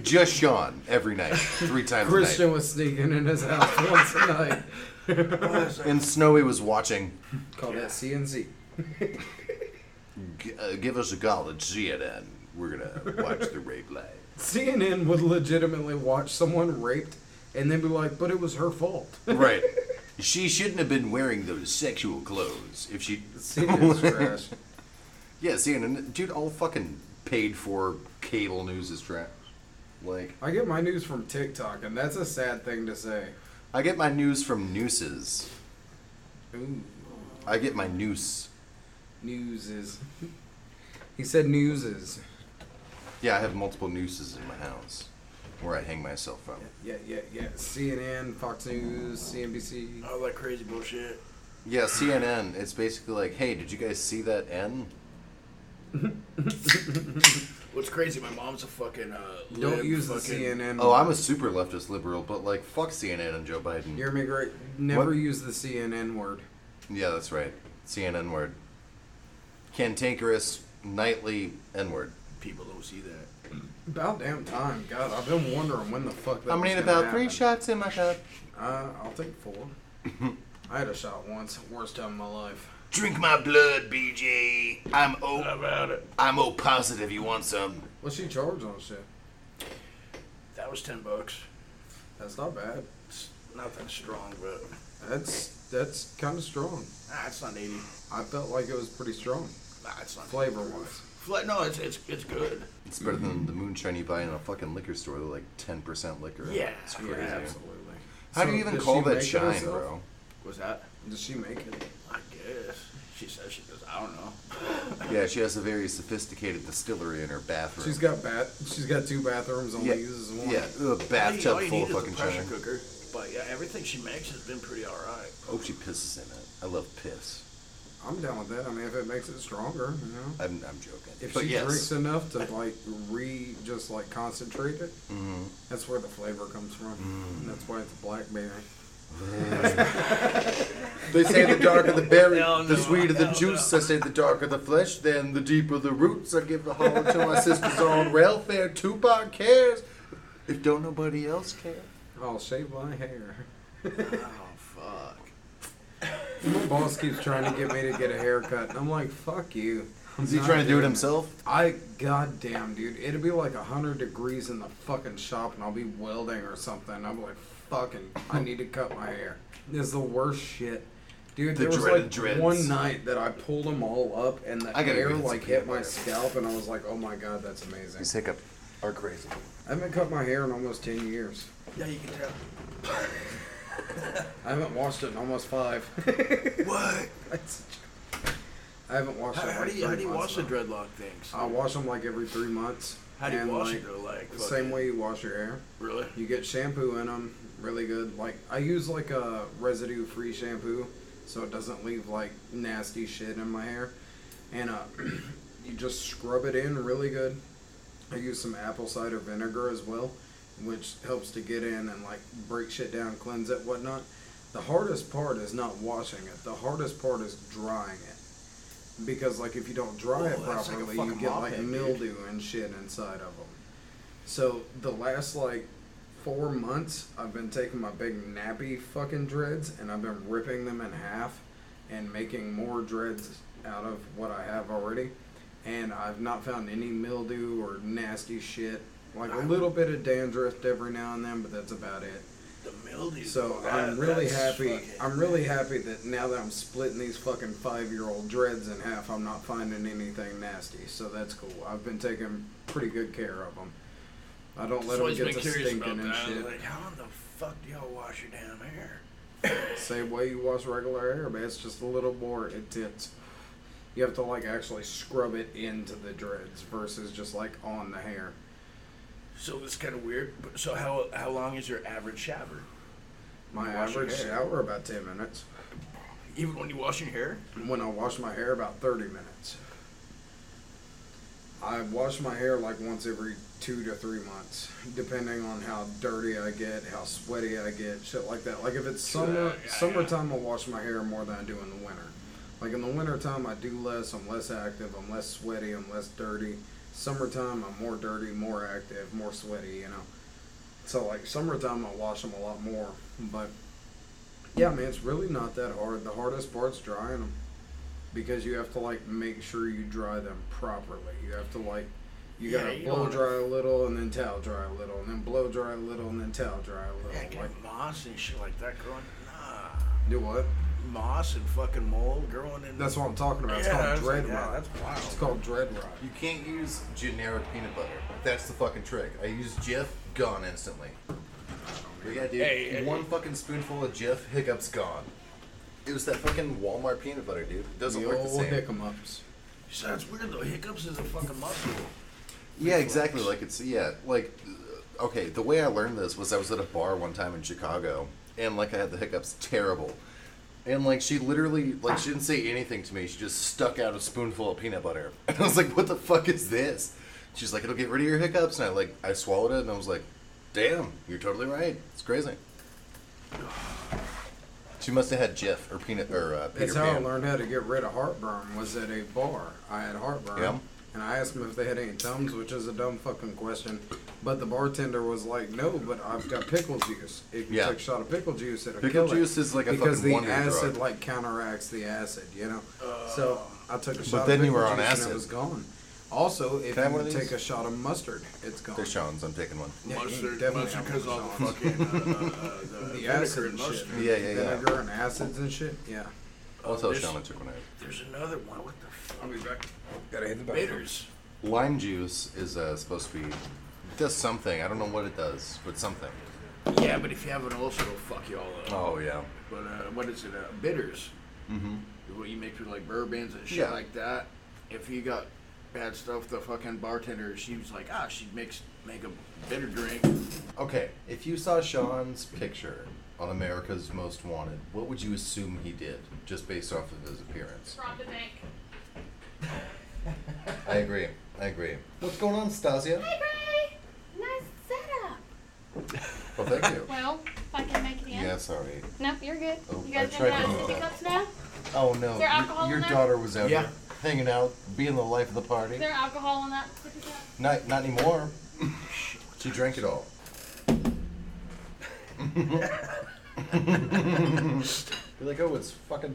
Just Sean every night, three times
Christian was sneaking in his house once a night.
a night. And Snowy was watching.
Call that CNC.
G- uh, give us a call at CNN. We're gonna watch the rape live.
CNN would legitimately watch someone raped and then be like, "But it was her fault."
Right. She shouldn't have been wearing those sexual clothes. If she,
CNN's trash.
yeah, CNN, dude, all fucking paid for cable news is trash. Like,
I get my news from TikTok, and that's a sad thing to say.
I get my news from nooses.
Ooh,
I get my noose.
news is. He said news is.
Yeah, I have multiple nooses in my house where I hang myself from.
Yeah, yeah, yeah. CNN, Fox News, CNBC.
all that crazy bullshit.
Yeah, CNN, it's basically like, hey, did you guys see that N?
What's crazy, my mom's a fucking, uh,
Don't
lib
use the
fucking-
CNN.
Oh, I'm a super leftist liberal, but like, fuck CNN and Joe Biden.
You hear me great? Never
What?
use the CNN word.
Yeah, that's right. CNN word. Cantankerous, nightly N word.
People don't see that.
About damn time. God, I've been wondering when the fuck that
I'm
was
gonna need
gonna
about three
happen.
shots in my cup.
Uh, I'll take four. I had a shot once. Worst time of my life.
Drink my blood, BJ. I'm O.
About it.
I'm O positive. You want some?
What's she charge on shit?
That was 10 bucks.
That's not bad.
It's not that strong, but
That's that's kind of strong.
ah, it's not 80.
I felt like it was pretty strong
Nah, it's not
flavor wise.
Fla- no, it's it's it's good.
It's better than the moonshine you buy in a fucking liquor store. They're like ten percent liquor.
Yeah.
it's
Yeah,
crazy.
absolutely.
How do
So
you even
does
call
she
that
make it
shine,
herself?
bro?
Was that?
Does she make it?
I guess she says she does. I don't know.
Yeah, she has a very sophisticated distillery in her bathroom.
She's got bath. She's got two bathrooms. Only
yeah,
uses one.
yeah, a
All
bathtub
you
full
need
of
is a
fucking
pressure
shine.
cooker. But yeah, everything she makes has been pretty all right.
Oh, she pisses in it. I love piss.
I'm down with that. I mean, if it makes it stronger, you know.
I'm, I'm joking.
If
but
she
yes,
drinks enough to like re just like concentrate it,
Mhm.
that's where the flavor comes from.
Mm-hmm.
And that's why it's blackberry.
They say the darker the berry,
Hell
the
no,
sweeter the
hell
juice. I say the darker the flesh, then the deeper the roots. I give a holler to my sisters on welfare. Tupac cares if don't nobody else care.
I'll shave my hair.
Oh fuck.
My boss keeps trying to get me to get a haircut, and I'm like, fuck you. I'm
Is he
not
trying to do it
doing
himself?
I goddamn dude, it'd be like hundred degrees in the fucking shop, and I'll be welding or something. I'm like, fucking, I need to cut my hair. This is the worst shit, dude.
The
there was
dreaded
like
dreads.
one night that I pulled them all up, and the
I gotta
hair
go get some
like hit
peanut
my
butter.
scalp, and I was like, oh my god, that's amazing.
These hiccups are crazy.
I haven't cut my hair in almost ten years.
Yeah, you can tell.
I haven't washed it in almost five. what? I haven't washed
How,
it.
how
like
do you how
three
do you
months
wash the
now.
dreadlock things?
I wash them like every three months.
How do you
and,
wash
like,
it though? Like
The same
fucking-
way you wash your hair.
Really?
You get shampoo in them, really good. Like I use like a residue-free shampoo, so it doesn't leave like nasty shit in my hair. And uh, you just scrub it in really good. I use some apple cider vinegar as well, which helps to get in and like break shit down, cleanse it, whatnot. The hardest part is not washing it. The hardest part is drying it, because like if you don't dry it
Whoa, that's like a
properly, you
fucking
get
mop
like
head, dude.
mildew and shit inside of them. So the last like four months, I've been taking my big nappy fucking dreads and I've been ripping them in half and making more dreads out of what I have already. And I've not found any mildew or nasty shit. Like a little bit of dandruff every now and then, but that's about it.
The mildew.
So
that-
I'm really
that's
happy.
fucking-
I'm really happy that now that I'm splitting these fucking five year old dreads in half, I'm not finding anything nasty. So that's cool. I've been taking pretty good care of them. I don't
Just
let them
always
get
been
to
curious
stinking
about
and
that.
shit.
Like, how in the fuck do y'all wash your damn hair?
Same way you wash regular hair, but it's just a little more intense. You have to like actually scrub it into the dreads versus just like on the hair.
So it's kind of weird. But so how how long is your average shower?
My
You wash your
average
hair.
shower about ten minutes.
Even when you wash your hair?
when I wash my hair about 30 minutes. I wash my hair like once every two to three months, depending on how dirty I get, how sweaty I get, shit like that. Like if it's summer, summertime, I wash my hair more than I do in the winter. Like in the wintertime, I do less. I'm less active. I'm less sweaty. I'm less dirty. Summertime, I'm more dirty, more active, more sweaty. You know. So like summertime, I wash them a lot more. But yeah, man, it's really not that hard. The hardest part's drying them because you have to like make sure you dry them properly. You have to like you
Yeah,
gotta
you don't
blow
wanna-
dry a little and then towel dry a little and then blow dry a little and then towel dry a little.
Yeah, get
like
moss and shit like that growing. Nah.
do what?
Moss and fucking mold growing in.
That's what I'm talking about. It's
Yeah, I
called
was like,
dread
yeah,
rot.
that's wild.
It's called dread rot.
You can't use generic peanut butter. That's the fucking trick. I use Jif, gone instantly. But yeah, dude,
Hey, hey,
one
hey.
fucking spoonful of Jif, hiccups gone. It was that fucking Walmart peanut butter, dude. It doesn't
The
work the
old
same.
hick 'em ups.
So that's weird though. Hiccups is a fucking muscle.
Yeah, exactly. Like it's yeah, like uh, okay. The way I learned this was I was at a bar one time in Chicago, and like I had the hiccups terrible, and like she literally like she didn't say anything to me. She just stuck out a spoonful of peanut butter, and I was like, "What the fuck is this?" She's like, "It'll get rid of your hiccups," and I like I swallowed it, and I was like, "Damn, you're totally right. It's crazy." She must have had Jeff or peanut or uh, Peter
That's how I
Pan.
learned how to get rid of heartburn. Was at a bar. I had heartburn,
Yeah.
and I asked them if they had any tums, which is a dumb fucking question. But the bartender was like, "No, but I've got pickle juice. If you
Yeah.
take a shot of pickle juice, it'll
Pickle
kill it."
juice is like a
because
fucking
the
wonder
acid
drug.
like counteracts the acid, you know. so
Uh.
I took a shot.
then
of
you
pickle
were on
juice and
acid.
it was gone. Also, if
Can I have one
you
of
take
these?
a shot of mustard, it's gone.
There's Sean's. I'm taking one.
Yeah, you
mustard,
definitely have
mustard, because
one
all the
of those.
fucking uh, uh, the,
the
vinegar
acid
and
and shit,
mustard.
Yeah, yeah, yeah.
vinegar and acids and shit. Yeah,
I'll tell
there's-
Sean I took one out.
There's another one. What the fuck?
be back. Gotta hit the
Bitters.
Lime juice is uh, supposed to be does something. I don't know what it does, but something.
Yeah, but if you have an ulcer, it'll fuck you all up.
Oh yeah.
But uh, what is it? Uh, bitters. Mm-hmm. What you make with like bourbons and shit
Yeah.
like that. If you got bad stuff, the fucking bartender, she was like, ah, she makes make a bitter drink.
Okay, if you saw Sean's picture on America's Most Wanted, what would you assume he did just based off of his appearance?
Rob the bank.
I agree. I agree. What's going on, Stasia?
Hey, Gray. Nice setup.
Oh, thank you.
Well, if I can make it in.
Yeah, sorry.
Nope, you're good.
Oh,
you guys
I tried
hanging out
to-
at the pickups now?
Oh no,
Is there
y-
alcohol in
your
there?
daughter was out
Yeah.
here hanging out, being the life of the party.
Is there alcohol in that pickup?
Not, not anymore. she drank it all. You're like, oh, it's fucking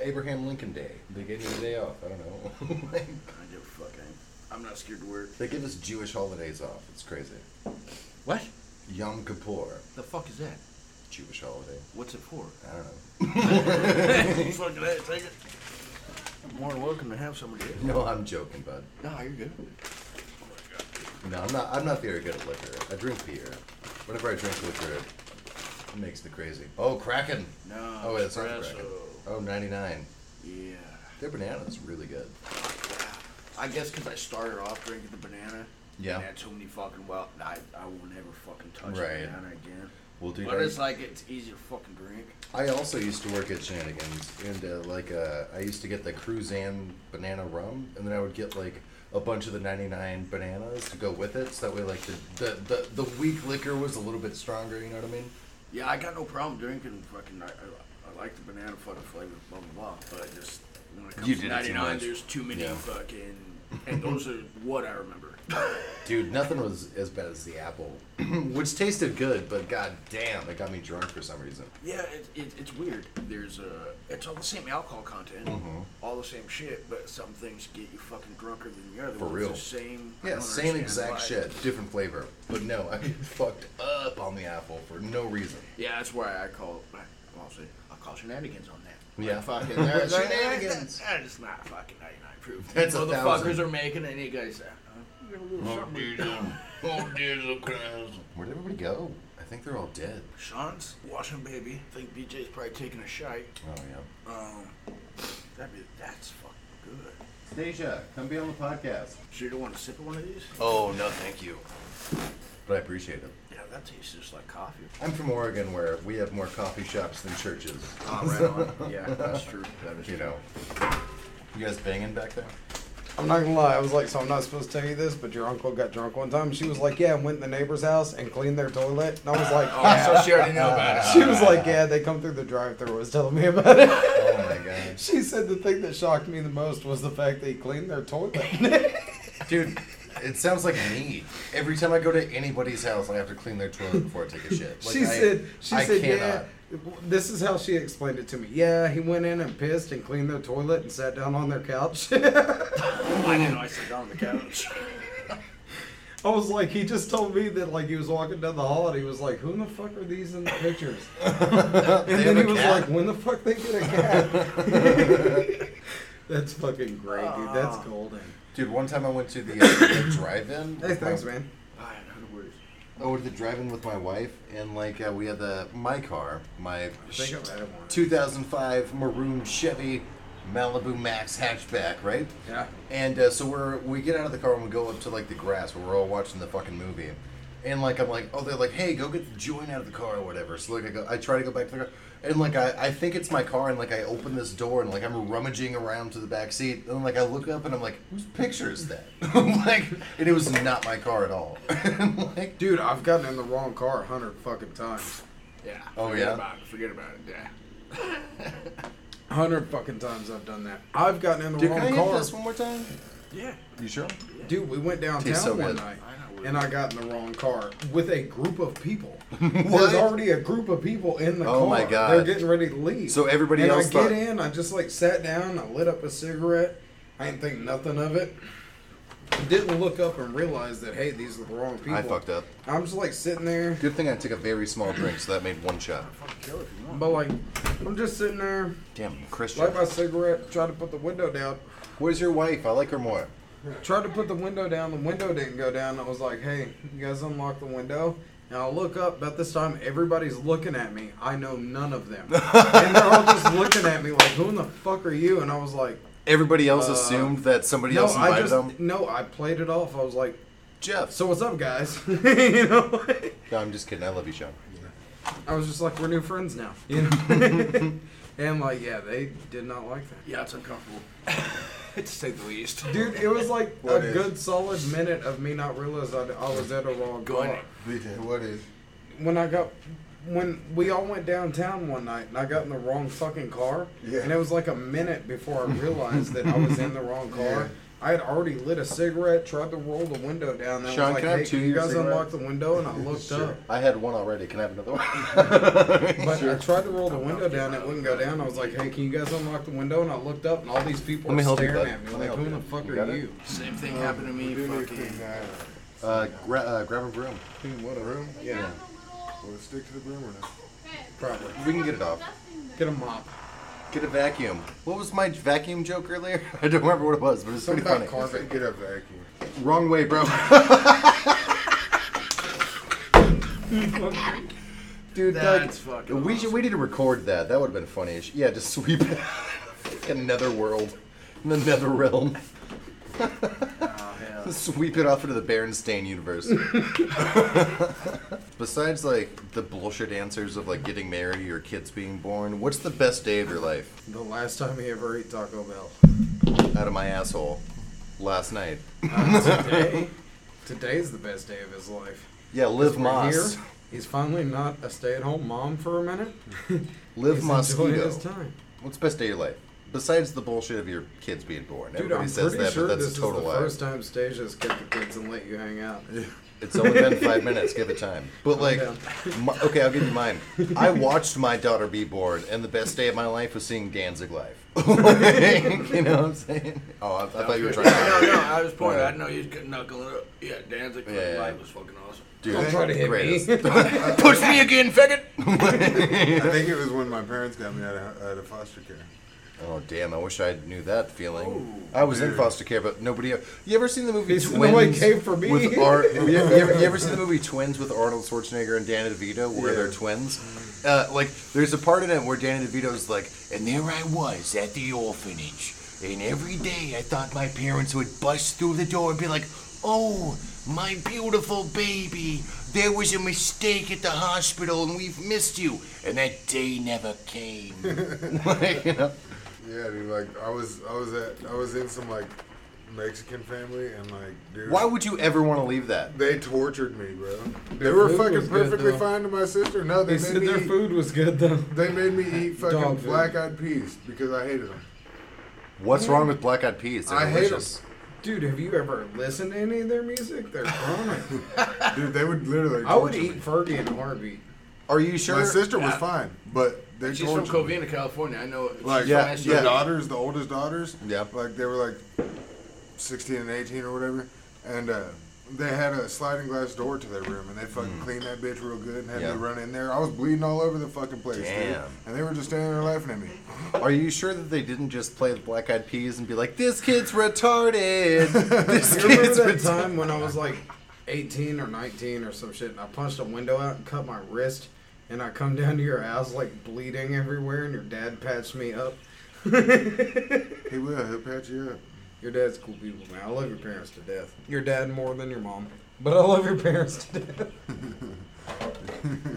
Abraham Lincoln Day. They gave you the day off. I don't know. Like,
I give a fuck. I, I'm not scared to work.
they give us Jewish holidays off. It's crazy.
What?
Yom Kippur,
The fuck is that?
Jewish holiday.
What's it for?
I don't know.
fuck that. Take it. You're more than welcome to have somebody. else.
No, I'm joking, bud.
No, you're good.
No, I'm not. I'm not very good at liquor. I drink beer. Whenever I drink liquor, it makes me crazy. Oh, Kraken.
No,
Oh, wait, that's not
espresso.
Kraken. Oh, 99.
Yeah.
Their banana's really good.
I guess because I started off drinking the banana.
Yeah.
And had so many fucking well, I, I will never fucking touch
Right.
a banana again.
Well, dude,
but
I-
it's like it's easier to fucking drink.
I also used to work at Shannigan's, and uh, like uh, I used to get the Cruzan banana rum, and then I would get like a bunch of the 99 bananas to go with it, so that way like the the, the, the weak liquor was a little bit stronger. You know what I mean?
Yeah, I got no problem drinking fucking. I, I, I like the banana fucking flavor, blah blah blah. But I just when it comes
You
to
did it too
99,
much.
there's too many
Yeah.
fucking. And those are what I remember.
Dude, nothing was as bad as the apple, which tasted good, but god damn, it got me drunk for some reason.
Yeah, it, it, it's weird. There's uh It's all the same alcohol content,
Mhm.
all the same shit, but some things get you fucking drunker than the other.
For
ones.
real.
It's the same. I
Yeah,
don't
same exact
understand why.
shit, different flavor. But no, I get fucked up on the apple for no reason.
Yeah, that's why I call. I'll say I call shenanigans on that.
Yeah.
fucking uh, they're- they're-
Shenanigans.
That is not fucking 99 proof.
That's a
motherfuckers
thousand.
are making, and you guys. Uh, you're a little something.
oh dear, Where'd everybody go? I think they're all dead.
Sean's washing baby. I think BJ's probably taking a shite.
Oh yeah.
Um, that'd be that's fucking good.
Stasia, come be on the podcast.
So you don't want to sip at one of these?
Oh no, thank you. But I appreciate it.
Yeah, that tastes just like coffee.
I'm from Oregon, where we have more coffee shops than churches.
Ah, right on. Yeah, that's true. That is
you know. You guys banging back there?
I'm not gonna lie. I was like, so I'm not supposed to tell you this, but your uncle got drunk one time. She was like, yeah, and went to the neighbor's house and cleaned their toilet. And I was like,
Oh, so she already knew about
Uh,
it.
She was like, yeah, they come through the drive-through. Was telling me about it. Oh
my god.
She said the thing that shocked me the most was the fact that he cleaned their toilet.
Dude, it sounds like me. Every time I go to anybody's house, I have to clean their toilet before I take a shit. Like,
she
I,
said, she
I
said,
cannot.
yeah. This is how she explained it to me. Yeah, he went in and pissed and cleaned their toilet and sat down on their couch.
I didn't know I sat down on the couch.
I was like, he just told me that like he was walking down the hall and he was like, who in the fuck are these in the pictures? and
They have
then
a
he was
cat?
like, when the fuck they get a cat? That's fucking great, dude. That's golden.
Dude, one time I went to the, uh, the drive-in.
Hey,
with my-
thanks, man.
I had no worries.
I went to the drive-in with my wife, and like uh, we had the my car, my
think I've had one.
2005 maroon Chevy Malibu Max hatchback, right?
Yeah.
And uh, so we're we get out of the car and we go up to like the grass where we're all watching the fucking movie. And like I'm like, oh, they're like, hey, go get the joint out of the car or whatever. So like I go, I try to go back to the car, and like I, I think it's my car, and like I open this door and like I'm rummaging around to the back seat, and like I look up and I'm like, whose picture is that? like, and it was not my car at all.
Dude, I've gotten in the wrong car a hundred fucking times.
Yeah.
Oh,
forget
yeah?
About it. Forget about it. Yeah.
A hundred fucking times I've done that. I've gotten in the
Dude,
wrong
can I hit
car.
this one more time?
Yeah.
You sure?
Dude, we went downtown
Tastes so
one
good.
night,
I know.
and I got in the wrong car with a group of people.
What?
There's already a group of people in the car.
Oh my God.
They're getting ready to leave.
So everybody
and
else
I
thought-
get in. I just like sat down. I lit up a cigarette. I didn't think nothing of it. Didn't look up and realize that hey, these are the wrong people.
I fucked up.
I'm just like sitting there,
Good thing I took a very small drink, so that made one shot.
Kill if you want.
but like I'm just sitting there,
Damn, Christian.
light my cigarette, try to put the window down.
Where's your wife? I like her more.
Tried to put the window down. The window didn't go down. I was like, hey, you guys unlock the window. And I look up. About this time, everybody's looking at me. I know none of them. and they're all just looking at me like, who in the fuck are you? And I was like,
Everybody else
Uh,
assumed that somebody
no,
else invited
I just,
them.
no, I played it off. I was like,
Jeff.
so what's up, guys? you know?
No, I'm just kidding. I love you, Sean.
I was just like, we're new friends now. You know? and like, yeah, they did not like that.
Yeah, it's uncomfortable. to say the least.
Dude, it was like
What
a
is?
good solid minute of me not realizing I, I was at a wrong bar.
What is?
When I got, when we all went downtown one night and I got in the wrong fucking car,
Yeah.
and it was like a minute before I realized that I was in the wrong car.
Yeah.
I had already lit a cigarette, tried to roll the window down, and I
Sean,
was like,
can I have
hey,
two
can
of
you
your
guys
cigarettes?"
unlock the window? And I looked up.
I had one already. Can I have another one?
But I tried to roll the window down, it wouldn't go down. I was like, "Hey, can you guys unlock the window?" And I looked up, and all these people
Let me
are
help you,
staring
bud.
at me.
Let me
like,
help
who
you.
the fuck
You
are
got it?
you?
Same
Um,
thing happened to me. Fucking.
uh, gra- uh, grab a broom.
What a room?
Yeah. Will it stick to the broom or not?
Probably.
We can get it off.
Get a mop.
Get a vacuum. What was my vacuum joke earlier? I don't remember what it was, but it's pretty
Something
funny.
about carpet. Get a vacuum.
Wrong way, bro. Dude,
That's
Doug,
fucking
we should, we need to record that. That would have been funny. as- Yeah, just sweep it. another world, another realm. Sweep it off into the Berenstain universe. Besides, like the bullshit answers of like getting married or kids being born, what's the best day of your life?
The last time he ever ate Taco Bell.
Out of my asshole, last night.
Uh, today, today's the best day of his life.
Yeah, Liv
'Cause we're
Moss.
here. He's finally not a stay-at-home mom for a minute.
Live
He's enjoying
Mosquito.
his time.
What's best day of your life? Besides the bullshit of your kids being born.
Dude,
Everybody
I'm
says
pretty
that,
sure
but that's
this
a total
is the
lie.
first time Stasia has kept the kids and let you hang out.
It's only been five minutes. Give it time. But
Calm
like,
down.
my, okay, I'll give you mine. I watched my daughter be born, and the best day of my life was seeing Danzig live. Like, you know what I'm saying? Oh, I, I thought you were trying.
No,
to...
no, I was pointing. I know you was getting knuckling it up. Yeah, Danzig
Yeah, yeah.
yeah. life was fucking awesome.
Dude,
Don't try to hit
greatest.
me.
Push me again, faggot.
I think it was when my parents got me out of, out of foster care.
Oh damn! I wish I knew that feeling.
Oh,
I was in
dude.
foster care, but nobody. e- You ever seen the movie
He's-
Twins?
nobody came for me.
With Ar- you, you ever, you ever seen the movie Twins with Arnold Schwarzenegger and Danny DeVito, where
Yeah.
they're twins? Uh, like, there's a part in it where Danny DeVito's like, "And there I was at the orphanage, and every day I thought my parents would bust through the door and be like, oh." My beautiful baby, there was a mistake at the hospital and we've missed you. And that day never came. Like, you know?
Yeah, dude. Like I was, I was at, I was in some like Mexican family, and like, dude.
Why would you ever want to leave that?
They tortured me, bro. They
Their
were
food was
fucking
good,
perfectly
though.
fine to my sister. No, they
They said
made me.
their
eat-
food was good though.
They made me eat fucking
Dog food.
black eyed peas because I hated them.
What's wrong with black eyed peas? They're
I hate
delicious.
Dude, have you ever listened to any of their music? They're chronic.
Dude, they would literally.
I would
torture
eat
me.
Fergie in a heartbeat.
Are you sure?
My sister was
Yeah.
fine, but they
She's from
tortured me.
Covina, California. I know. She's
Like
from
Yeah,
SU.
the daughters, the oldest daughters.
Yeah.
Like they were like sixteen and eighteen or whatever, and uh, they had a sliding glass door to their room, and they fucking cleaned that bitch real good and had
Mm. Yeah.
me run in there. I was bleeding all over the fucking place, dude.
Damn.
And they were just standing there laughing at me.
Are you sure that they didn't just play the black eyed peas and be like, this kid's retarded? This
You remember
kid's
that
retarded.
time when I was like 18 or 19 or some shit, and I punched a window out and cut my wrist, and I come down to your house like bleeding everywhere, and your dad patched me up. your
He will. He'll patch you up.
dad's cool people, man. I love your parents to death. Your dad more than your mom, but I love your parents to death.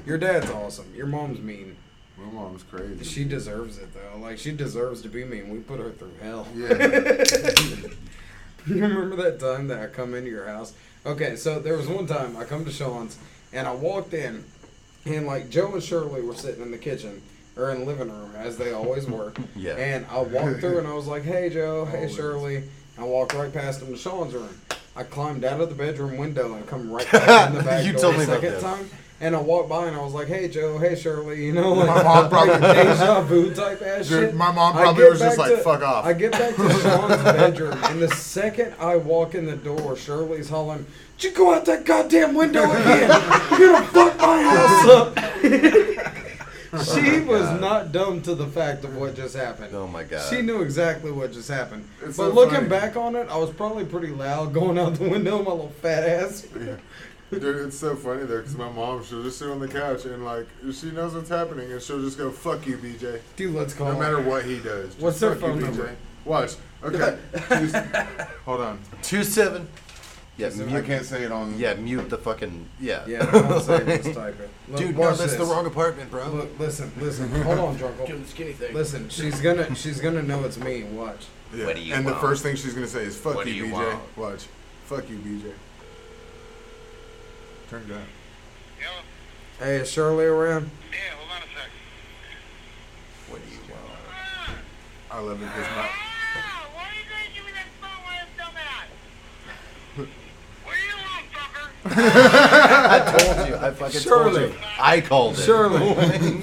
your dad's awesome. Your mom's mean.
My mom's crazy.
She deserves it though. Like she deserves to be mean. We put her through hell.
Yeah.
You remember that time that I come into your house? Okay, so there was one time I come to Sean's and I walked in and like Joe and Shirley were sitting in the kitchen or in the living room as they always were.
Yeah.
And I walked through and I was like, "Hey Joe, hey
Always.
Shirley." I walked right past them to Sean's room. I climbed out of the bedroom window and come right back in the back
You
door
told me
the
about
second
this.
time. And I walked by and I was like, "Hey Joe, hey Shirley," you know, like, like deja vu type ass
Dude,
shit.
my mom
I
probably
get
was just
back
like,
to-
"Fuck off."
I get back to Sean's bedroom, and the second I walk in the door, Shirley's hollering, "Did you go out that goddamn window again? You're gonna fuck my house up."
Oh
she was not dumb to the fact of what just happened.
Oh my god.
She knew exactly what just happened.
It's
but
so
looking
funny.
back on it, I was probably pretty loud going out the window, my little fat ass.
Dude, it's so funny though, because my mom, she'll just sit on the couch and like, she knows what's happening, and she'll just go, "Fuck you, BJ."
Dude, let's call.
No
her.
matter what he does. just
Oh. What's their
fuck you,
phone
BJ.
number?
Watch. Okay. Just- hold on.
Two seven Yeah,
Is it- I
mute-
can't say it on.
Yeah, mute the fucking yeah.
Yeah, I can't
say it, just type it. Look,
Dude, no,
watch
that's the
this.
wrong apartment, bro.
Look, listen, listen. Hold on, Jungle.
Give him the skinny thing.
Listen, she's gonna she's gonna know it's me. Watch.
Yeah. and the first thing she's gonna say is "fuck you, BJ." Watch, "fuck you, BJ." Turn it down.
Hey, is Shirley around?
What do you want?
I love it. It's not.
I told you. I fucking told
Shirley.
you. I called it.
Shirley.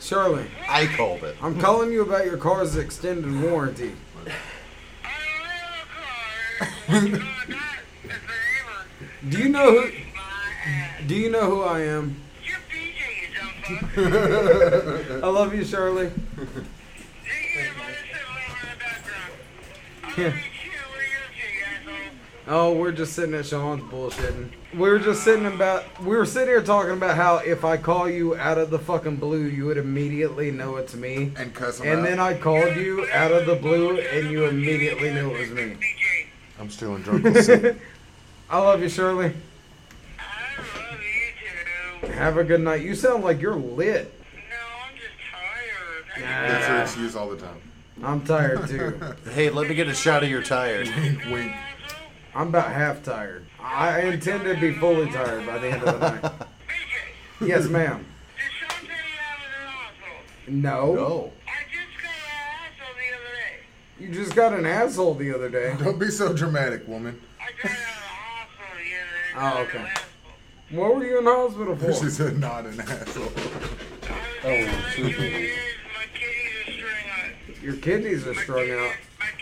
Shirley.
I called it.
I'm calling you about your car's extended warranty. do you know who? Do you know who I am? I love you, Shirley. Oh, we're just sitting at Sean's bullshitting. We were just sitting about. We were sitting here talking about how if I call you out of the fucking blue, you would immediately know it's me.
And cuss him
And
out.
then I called you out of the blue, and you immediately knew it was me.
I'm still in drunk.
I love you, Shirley. I love you too. Have a good night. You sound like you're lit.
That's her excuse all the time.
I'm tired too.
Hey, let me get a shot of your tired.
Wait.
I'm about half tired. I intend to be fully tired by the end of the night. yes, ma'am. No.
No.
You just got an asshole the other day.
Don't be so dramatic, woman.
Oh, okay. What were you in the hospital for?
She said, "Not an asshole."
Oh, Your kidneys are strung out.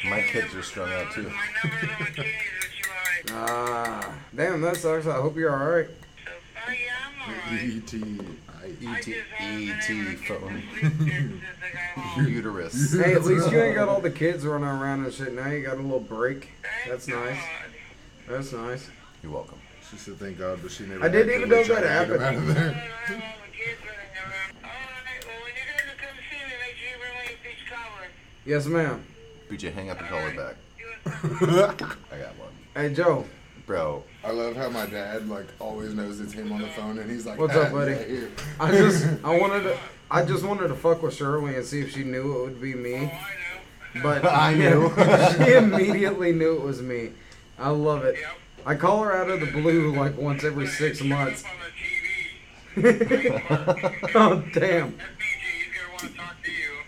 My kids are strung out too.
Ah, damn, that sucks. I hope you're all right. Oh,
E.T.
ET ET E phone. Uterus.
Hey, at least you ain't got all the kids running around and shit. Now you got a little break. That's nice. That's nice.
You're welcome.
She said, "Thank God," but she never.
I didn't
had to
even know
reach
that
out and get him
happened.
out of there.
Yes, ma'am.
BJ, hang up and call her back. I got one,
Hey, Joe.
bro.
I love how my dad like always knows it's him on the phone, and he's like,
What's up,
"Ah,
buddy?"
yeah, here."
I just I wanted to I just wanted to fuck with Shirley and see if she knew it would be me. But
I knew.
she immediately knew it was me. I love it. I call her out of the blue like once every six months. oh damn.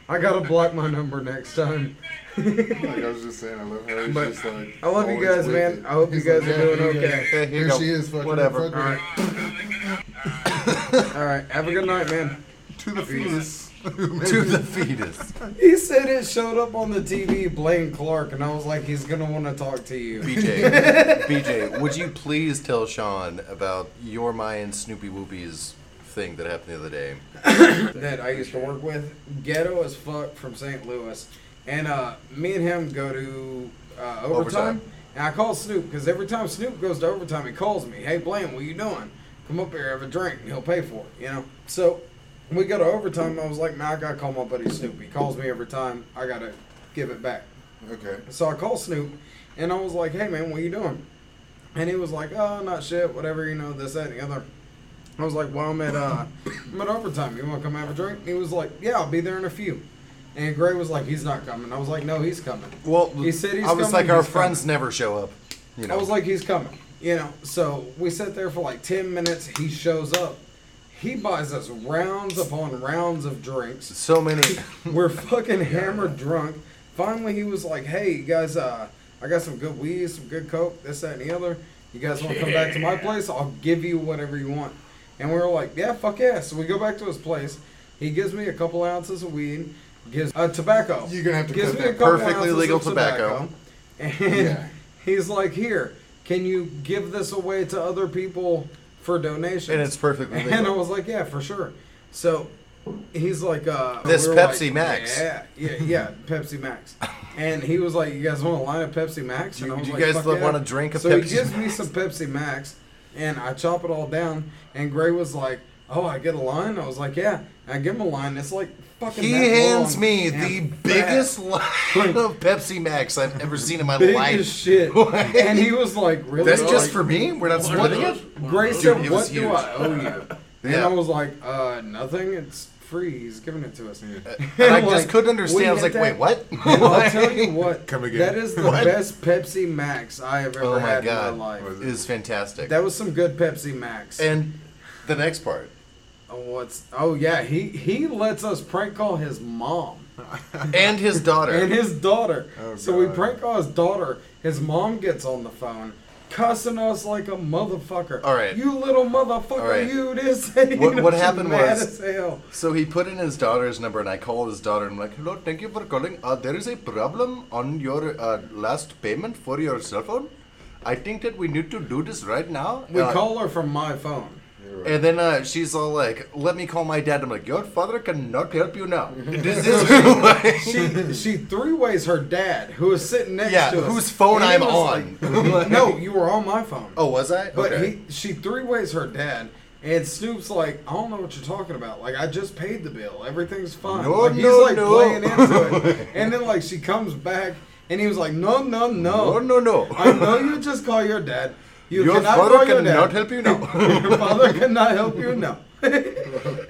I gotta block my number next time.
like I was just saying, I love her. He's
But
just like,
I love you
always
guys,
with
man.
it.
I hope you
He's
guys
like,
are
"Yeah,
doing
here you
okay."
go.
Hey, here
Here,
you go.
she is. Fucking
Whatever.
Fucking
All right. All right. Have a good night, man.
To the fetus.
To the fetus.
He said it showed up on the TV, Blaine Clark, and I was like, he's gonna want to talk to you.
BJ, BJ, would you please tell Sean about your my and Snoopy Whoopies thing that happened the other day?
that I used to work with, ghetto as fuck from St. Louis, and uh, me and him go to uh, overtime,
Overtime.
and I call Snoop because every time Snoop goes to overtime, he calls me, "Hey, Blaine, what you doing? Come up here, have a drink, and he'll pay for it." You know, so we go to overtime. I was like, "Man, I gotta call my buddy Snoop. He calls me every time. I gotta give it back."
Okay.
So I called Snoop, and I was like, "Hey, man, what you doing?" And he was like, "Oh, not shit. Whatever, you know, this, that, and the other." I was like, "Well, I'm at uh, I'm at overtime. You want to come have a drink?" And he was like, "Yeah, I'll be there in a few." And Gray was like, "He's not coming." I was like, "No, he's coming."
Well,
He said he's
I was
coming,
like, our
he's
friends never show up. You know,
I was like, "He's coming." You know, so we sat there for like ten minutes. He shows up. He buys us rounds upon rounds of drinks.
so many.
We're fucking hammered drunk. Finally, he was like, "Hey, you guys, uh, I got some good weed, some good coke, this, that, and the other. You guys want to come back to my place? I'll give you whatever you want." And we were like, "Yeah, fuck yeah!" So we go back to his place. He gives me a couple ounces of weed, gives uh, tobacco.
You're gonna have to
gives
cut
me
that
a couple
Perfectly
ounces
legal
of tobacco. And
Yeah.
he's like, "Here, can you give this away to other people for donations?"
And it's perfectly
And I
legal.
was like, "Yeah, for sure." So he's like, uh,
This
were
Pepsi
like,
Max.
Yeah, yeah, yeah, Pepsi Max. And he was like, "You guys want a line of Pepsi Max?" And
Do-
I was
do you
like,
guys
"Fuck
lo-
yeah."
want a drink of
so
Pepsi
he gives me some Pepsi Max, and I chop it all down. And Gray was like, Oh, I get a line. I was like, yeah. I give him a line. It's like fucking.
He
that
hands
long
me
and
the
fat.
biggest line of Pepsi Max I've ever seen in my
Big
life.
as shit. and he was like, really?
That's just
Like,
for me? We're not
what-
splitting it?
Grace
Dude,
said,
it
what
was
do
huge.
I owe you? And
Yeah.
I was like, uh, nothing. It's free. He's giving it to us. And
and I
I'm
just couldn't
"We
understand. I was like, wait,
get
what? Oh
Well, I'll tell you what.
Come again.
That is the
What?
best Pepsi Max I have ever
Oh my
had
god.
in my life.
It was fantastic.
That was some good Pepsi Max.
and the next part.
Oh, what's? Oh yeah, he he lets us prank call his mom
And his daughter.
and his daughter.
Oh,
so we
God.
prank call his daughter. His mom gets on the phone, cussing us like a motherfucker.
All right.
you little motherfucker,
All right.
you this. and
What-
he
what happened
mad
was-
as hell.
So he put in his daughter's number, and I called his daughter. And I'm like, "Hello, thank you for calling. Uh, there is a problem on your uh, last payment for your cell phone. I think that we need to do this right now."
We
Uh,
call her from my phone.
and then uh, she's all like, "Let me call my dad." I'm like, "Your father cannot help you now. This is
she she three ways her dad, who is sitting next
Yeah,
to us.
whose phone
And he
I'm
was
on.
like- no, you were on my phone.
oh, was I?
But
Okay.
he, she three ways her dad, and Snoop's like, I don't know what you're talking about. Like, I just paid the bill. Everything's fine.
No,
like, he's
no,
like
no.
playing into it. and then, like, she comes back, and he was like, No, no, no.
No, Oh, no, no.
I know you just call your dad. You
your
cannot
father
call your
cannot
dad.
help you now."
Your father cannot help you now.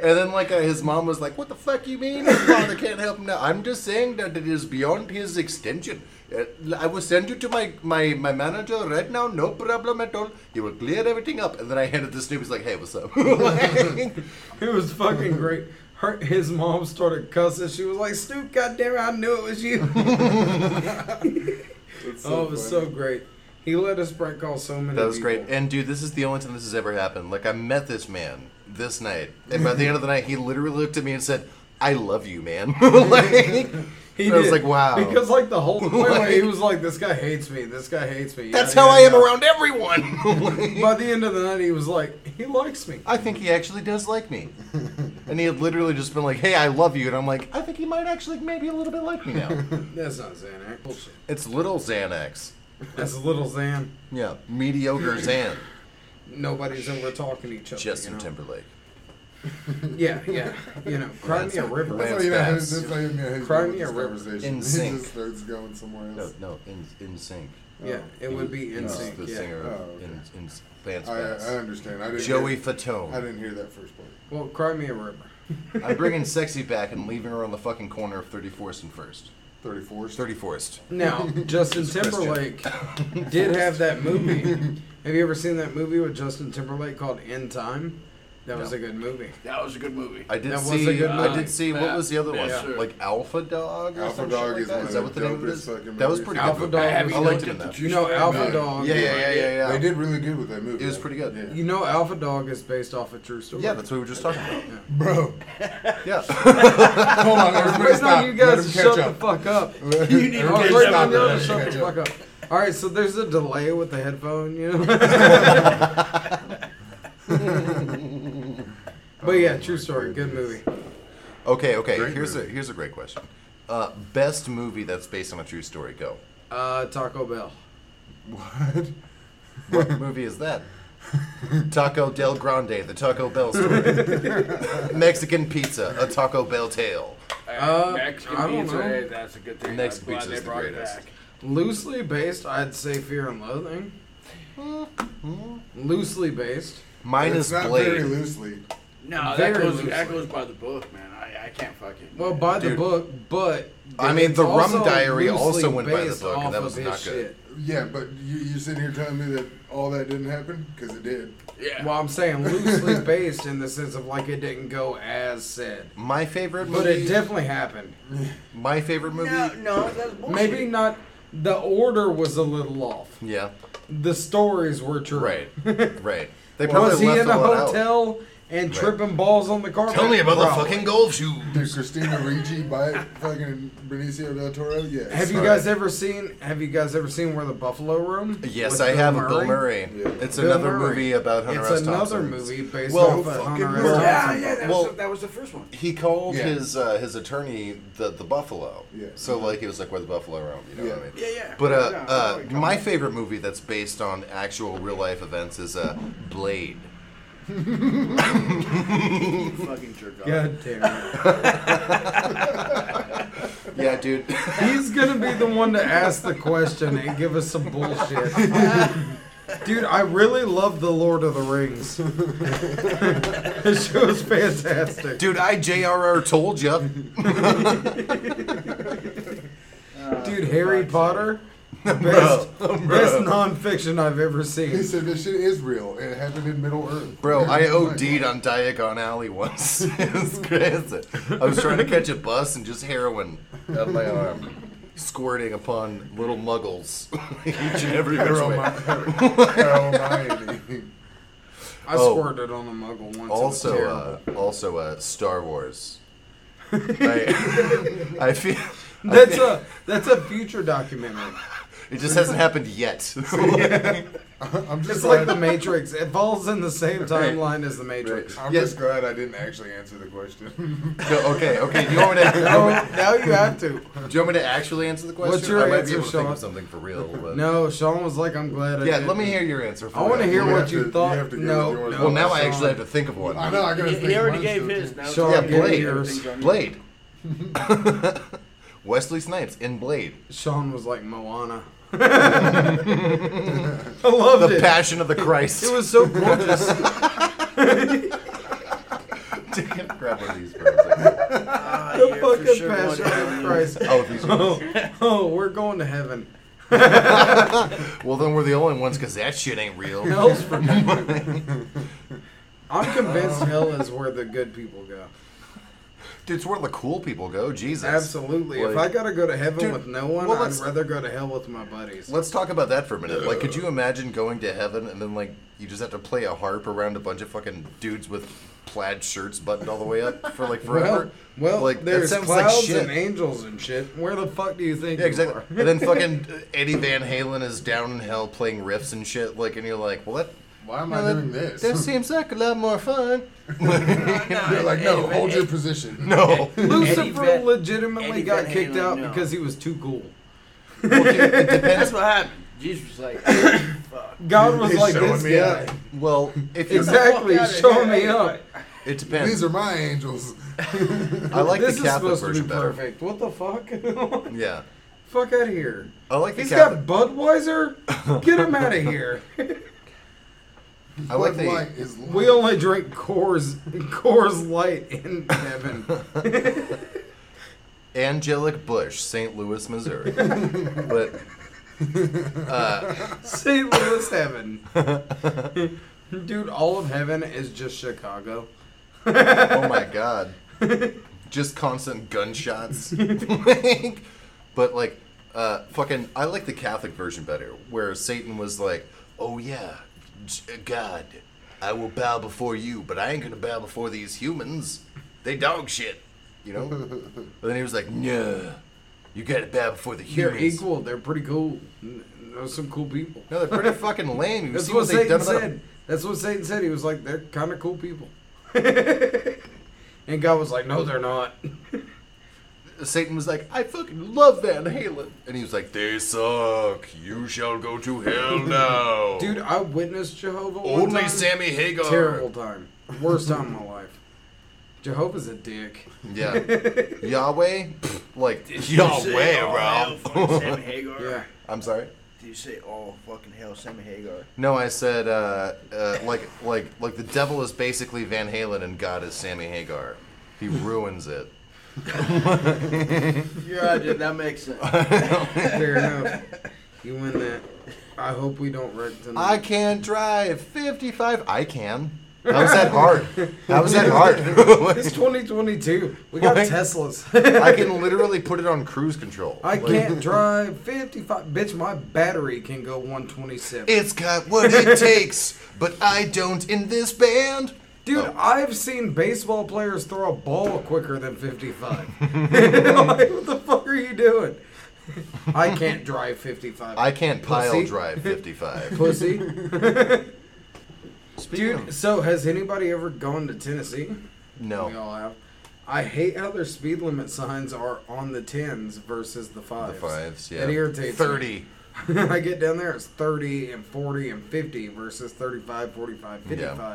And then, like, uh, his mom was like, "What the fuck you mean? His father can't help him now. I'm just saying that it is beyond his extension. Uh, I will send you to my my my manager right now. No problem at all. He will clear everything up." And then I handed this to him. He's like, "Hey, what's up?"
It was fucking great. Her, his mom started cussing. She was like, Snoop, goddamn it, I knew it was you. oh, it was so great. He let us prank call so many
that was
people.
great. And dude, this is the only time this has ever happened. Like, I met this man this night, and by the end of the night, he literally looked at me and said, "I love you, man." like,
He
and I was
did.
like, "Wow."
Because like the whole wait, wait, he was like, this guy hates me. This guy hates me.
That's
yada,
how I am
yada,
around everyone.
yada. By the end of the night, he was like, he likes me.
I think he actually does like me. and he had literally just been like, hey, I love you. And I'm like, I think he might actually maybe a little bit like me now.
That's not Xanax. Bullshit.
it's little Xanax.
That's little Xan.
Yeah, mediocre Xan.
Nobody's over talking to each other.
Justin
you know?
Timberlake.
Yeah, yeah. You know, cry me a river.
That's
Lance
how you know how
Bass.
that's how you know he's
Cry
going with
me a
this
river.
conversation.
In
He
sync.
just starts going somewhere
No,
else.
no, in, in sync.
Yeah, it would be in sync.
The
Yeah.
singer of
Oh, okay.
in, in Lance
I,
Bass.
I understand. I didn't
Joey
hear, I
Fatone.
didn't hear that first part.
Well, cry me a river.
I'm bringing Sexy back and leaving her on the fucking corner of 34st and 1st.
34.
34st.
Now, Justin Timberlake did have that movie. Have you ever seen that movie with Justin Timberlake called In Time? That was
No.
a good movie.
That was a good movie.
I did
That was
see.
a good
I
movie.
did see.
Yeah.
What was the other one?
Yeah, sure.
Like Alpha Dog. Or
Alpha
some
Dog
shit like
is
that?
one
that
of
what
the
the name of it
dopest
is?
fucking
That was
movies.
pretty
Alpha
good.
Dog.
I
was-
liked it
I
in that.
liked
You know, Alpha
Yeah.
Dog.
Yeah, yeah, yeah, yeah, yeah.
They did really good with that movie.
It was pretty good.
Yeah.
You know, Alpha Dog is based off a true story.
Yeah, that's what we were just talking about.
Bro,
Yeah.
hold on, everybody
Wait,
stop.
no, you
Let
guys to
him catch
shut
up.
the fuck up.
you need
I was waiting on y'all to shut the fuck up. All right, so there's a delay with the headphone, you know. but yeah, true story. Good movie.
Okay. Okay.
Great
here's
movie.
a here's a great question. Uh, best movie that's based on a true story. Go.
Uh, Taco Bell.
What?
What movie is that? Taco Del Grande, the Taco Bell story. Mexican pizza, a Taco Bell tale.
Uh,
Mexican
I don't
pizza,
know.
hey, that's a good thing.
Mexican
I'm glad
pizza
they
is the
brought
greatest.
It back.
Loosely based, I'd say Fear and Loathing. Loosely based.
Mine
It's
is
not very
Blade.
loosely.
No, that
Very
goes, that
loosely.
goes by the book, man. I, I can't fucking.
Well, by the
Dude.
book, but
I mean,
it's
the Rum
also
Diary
loosely
also went by the
based
book, and
off
that
of
was
his
not good.
shit.
Yeah, but you, you sitting here telling me that all that didn't happen? Because it did.
yeah.
Well, I'm saying loosely based in the sense of like it didn't go as said,
My favorite movie.
but it definitely happened.
my favorite movie.
no, no, that's bullshit.
Maybe not. The order was a little off.
Yeah.
The stories were true.
Right. Right. They probably
was he
left
in a
a lot out.
hotel and
Right.
tripping balls on the carpet?
Tell me about the
Probably.
fucking golf shoes.
Did Christina Ricci buy fucking Benicio del Toro? Yes.
Have you guys ever seen? Have you guys ever seen where the Buffalo Room?
Yes,
with
I
Bill
have
Murray?
Bill Murray.
Yeah.
It's
Bill
another
Murray.
movie about Hunter S.
It's another
Thompson.
movie based
Well,
off of
fucking
Hunter S.
well,
Thompson.
Yeah, yeah, that,
Well-
was the, that was the first one.
He called
Yeah.
his uh, his attorney the the Buffalo.
Yeah.
So like he was like where the Buffalo roam, you know
Yeah.
what I mean?
Yeah, yeah.
But uh,
No, I know
uh
what you're
my
talking
favorite movie that's based on actual real life events is uh Blade.
you fucking jerk off.
God
damn
Yeah, dude.
He's gonna be the one to ask the question and give us some bullshit. Dude, I really love the Lord of the Rings. this show is fantastic.
Dude, I J.R.R. told you.
Dude, Harry Potter, the
Bro,
best,
bro.
best nonfiction I've ever
He
seen.
said this shit is real. It happened in Middle Earth.
Bro, I OD'd on Diagon Alley once. it was crazy. I was trying to catch a bus and just heroin up my arm. Squirting upon little muggles each and every which way.
Hermione. I
Oh.
squirted on a muggle once.
also,
it was terrible.
uh, also uh, Star Wars. I, I feel
that's a that's a future documentary.
it just hasn't happened yet.
I'm just
it's like
glad-
the Matrix. It falls in the same
Right.
timeline as the Matrix.
I'm just glad I didn't actually answer the question.
No, okay, okay. You want me to?
No, now you have to.
Do you want me to actually answer the question?
What's your
I might be
answer,
able to think
Sean?
of something for real. But...
No, Sean was like, "I'm glad." I
Yeah,
did.
let me hear your answer.
I want to
that.
hear
You
what
have
you
to-
thought.
you have to give
no,
us yours.
no,
Well, now I
Sean.
actually have to think of one.
I know, I gotta
He-
think
he
mine's
already gave
still
his,
too.
now-
Sean,
yeah,
give me
Blade. Blade.
yours.
Wesley Snipes in Blade.
Sean was like Moana. I loved
the
it.
Passion of the Christ.
It was so gorgeous.
Grab one of these for a second.
the fucking passion of Christ.
Oh, these are
Oh, oh, we're going to heaven.
Well, then we're the only ones because that shit ain't real.
Hell's for I'm convinced hell is where the good people go.
Dude, it's where the cool people go. Jesus.
Absolutely. if I
Like-
gotta go to heaven
Dude,
with no one,
well,
I'd
let's-
rather go to hell with my buddies.
Let's talk about that for a minute. Like, could you imagine going to heaven and then like you just have to play a harp around a bunch of fucking dudes with plaid shirts buttoned all the way up for like
Well,
forever?
well,
like that
there's
sounds like
clouds
shit.
and angels and shit. Where the fuck do you think?
yeah,
you
exactly.
are?
and then fucking Eddie Van Halen is down in hell playing riffs and shit. Like, and you're like, well, that
Why am
Well,
I
that-
doing this?
that seems like a lot more fun.
They're like, no, hold your position.
No.
Lucifer
Eddie Van-
legitimately
Eddie
got
Van
kicked
Halen,
out
no.
because he was too cool.
That's what happened. Jesus was like, fuck.
God was
He's
like
showing
this
me
guy.
up.
Well, if you
Exactly,
Fuck outta
show me
here.
up.
it
These
depends.
are my angels.
I like
this
the Catholic
is supposed to
version
be
better.
perfect. What the fuck?
Yeah,
fuck out of here.
I like the
He's
Catholic.
got Budweiser. Get him out of here.
I like
Bud
the.
Light is
We only drink Coors Coors Light in heaven.
Angelic Bush, St. Louis, Missouri. but
St. Louis heaven. Dude, all of heaven is just Chicago.
oh my god, just constant gunshots. Like, but like, uh, fucking, I like the Catholic version better, where Satan was like, "Oh yeah, J- uh, God, I will bow before you, but I ain't gonna bow before these humans. They dog shit, you know." but then he was like, "Nah, you gotta bow before the
They're
humans."
equal. They're pretty cool. N- There's some cool people.
No, they're pretty fucking lame. You
That's
see
what
what they've
Satan
done about
said. That's what Satan said. He was like, they're kind of cool people. and God was like, no, they're not.
Satan was like, I fucking love Van Halen. And he was like, They suck. You shall go to hell now.
Dude, I witnessed Jehovah. one
only
time.
Sammy Hagar.
Terrible time. Worst time of my life. Jehovah's a dick.
Yeah. Yahweh? Pfft, Like,
You say,
Yahweh,
"Oh,
bro.
hell, fucking Sammy Hagar.
Yeah.
I'm sorry?
Did you say, oh, fucking hell, Sammy Hagar?
No, I said, uh, uh, like, like, like the devil is basically Van Halen and God is Sammy Hagar. He ruins it.
Yeah, dude, that makes sense.
Fair enough. You win that. I hope we don't wreck
I
tonight.
can't drive 55. I can. How was that hard? How was that hard?
it's 2022. We got
What?
Teslas.
I can literally put it on cruise control.
I
Like,
can't drive 55. Bitch, my battery can go 127.
It's got what it takes, but I don't in this band.
Dude,
Oh.
I've seen baseball players throw a ball quicker than 55. like, what the fuck are you doing? I can't drive 55.
I can't pile
Pussy.
drive 55.
Pussy.
Speaking
Dude,
of-
so has anybody ever gone to Tennessee? We
no.
all have. I hate how their speed limit signs are on the tens versus the
The
fives.
fives, yeah.
That irritates me.
30.
I get down there, it's 30 and 40 and 50 versus 35, 45,
Yeah.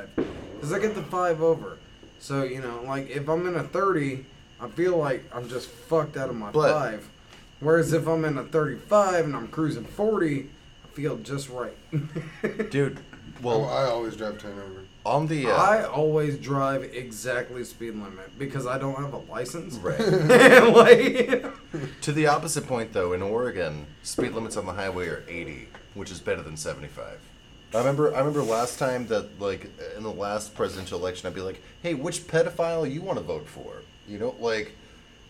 55. Because I get the five over. So, you know, like if I'm in a 30, I feel like I'm just fucked out of my
But-
five. Whereas if I'm in a 35 and I'm cruising 40, I feel just right.
dude.
Well,
Well,
I always drive ten over.
on the uh,
I always drive exactly speed limit because I don't have a license.
Right.
Like-
to the opposite point, though, in Oregon, speed limits on the highway are 80, which is better than 75. I remember, I remember last time that, like, in the last presidential election, I'd be like, "Hey, which pedophile you want to vote for?" You know, like,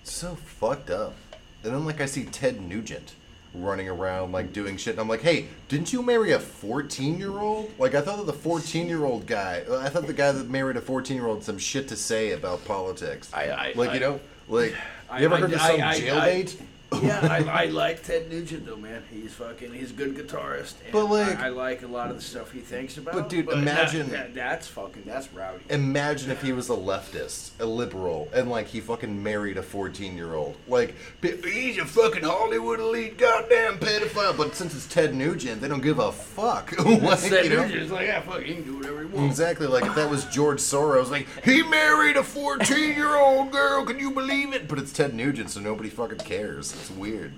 so fucked up. And then, like, I see Ted Nugent running around, like, doing shit, and I'm like, "Hey, didn't you marry a 14 year old?" Like, I thought that the 14 year old guy, I thought the guy that married a 14 year old had some shit to say about politics. I, I like, you
I-
know, like, you ever heard of some jailbait?
I- yeah, I, I like Ted Nugent though, man. He's fucking. He's a good guitarist. And
But, like-
I, I like a lot of the stuff he thinks about.
But, dude,
that-
imagine-
that- that's fucking. That's rowdy.
Imagine if he was a leftist, a liberal, and like he fucking married a 14 year old. Like, p- he's a fucking Hollywood elite goddamn pedophile. But since it's Ted Nugent, they don't give a fuck. Like,
Ted
you know?
Nugent's like, yeah, fuck, he can do whatever he wants.
Exactly. Like, if that was George Soros, like, he married a 14 year old girl, can you believe it? But it's Ted Nugent, so nobody fucking cares. It's weird.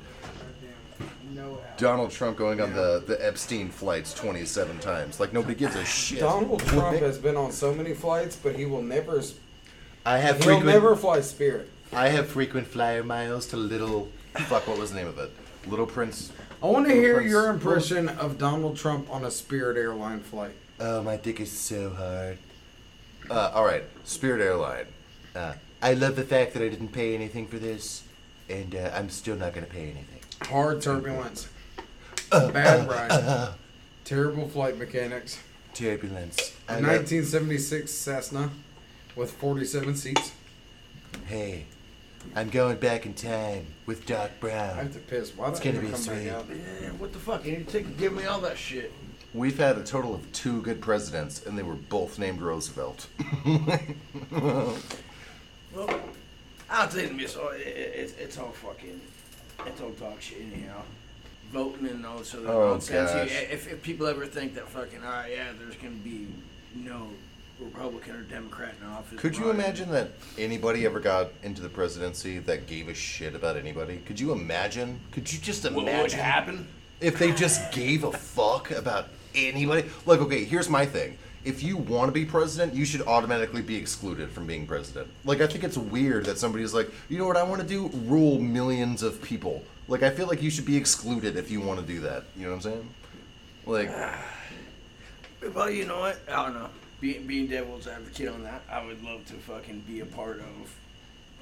Donald Trump going on the, the Epstein flights 27 times. Like, nobody gives a shit.
Donald Trump has been on so many flights, but he will never. s-
I have
he'll
frequent-
never fly Spirit.
I have frequent flyer miles to Little. Fuck, what was the name of it? Little Prince.
I want to
Little
hear
Prince-
your impression of Donald Trump on a Spirit airline flight.
Oh, my dick is so hard. Uh, all right, Spirit Airline. Uh, I love the fact that I didn't pay anything for this, and uh, I'm still not gonna pay anything.
Hard turbulence, bad ride, terrible flight mechanics.
Turbulence.
A
I love-
1976 Cessna with 47 seats.
hey, I'm going back in time with Doc Brown.
I have to piss. Why
it's
don't
gonna
you
be
come back
sweet.
out?
Yeah, what the fuck? You need to take and give me all that shit.
We've had a total of two good presidents, and they were both named Roosevelt.
Well, I'll tell you this, all- it- it- it's, it's all fucking, it's all dog shit anyhow. Voting and all this other
Oh,
nonsense.
gosh.
Yeah, If, if people ever think that fucking, all right, yeah, there's gonna be no Republican or Democrat in office.
Could you
right?
imagine that anybody ever got into the presidency that gave a shit about anybody? Could you imagine? Could you just
What
imagine
would happen?
if they just gave a fuck about anybody? Like, okay, here's my thing. If you want to be president, you should automatically be excluded from being president. Like, I think it's weird that somebody's like, you know what I want to do? Rule millions of people. Like, I feel like you should be excluded if you want to do that. You know what I'm saying? Like,
Well, you know what? I don't know. Being, being devil's advocate on that, I would love to fucking be a part of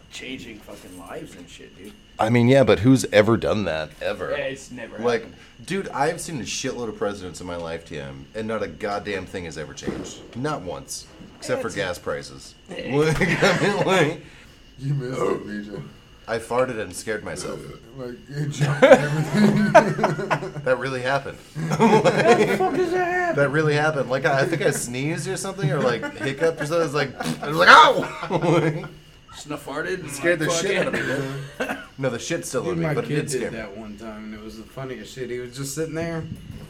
changing fucking lives and shit, dude.
I mean, yeah, but who's ever done that ever?
Yeah, it's never
Like, dude, I've seen a shitload of presidents in my lifetime, and not a goddamn thing has ever changed. Not once, except for gas prices. Like, I mean, like,
You missed it, BJ.
I farted and scared myself.
Like it jumped everything.
That really happened.
fuck does that happen?
That really happened. Like, I, I think I sneezed or something, or like hiccuped or something. It's like, I was like, ow!
Snuffarted. and,
Scared
like,
the shit out of me,
fucking-
dude. No, the shit's still
Dude,
in me,
my
but it
kid
did scare
did
me.
that one time, and it was the funniest shit. He was just sitting there,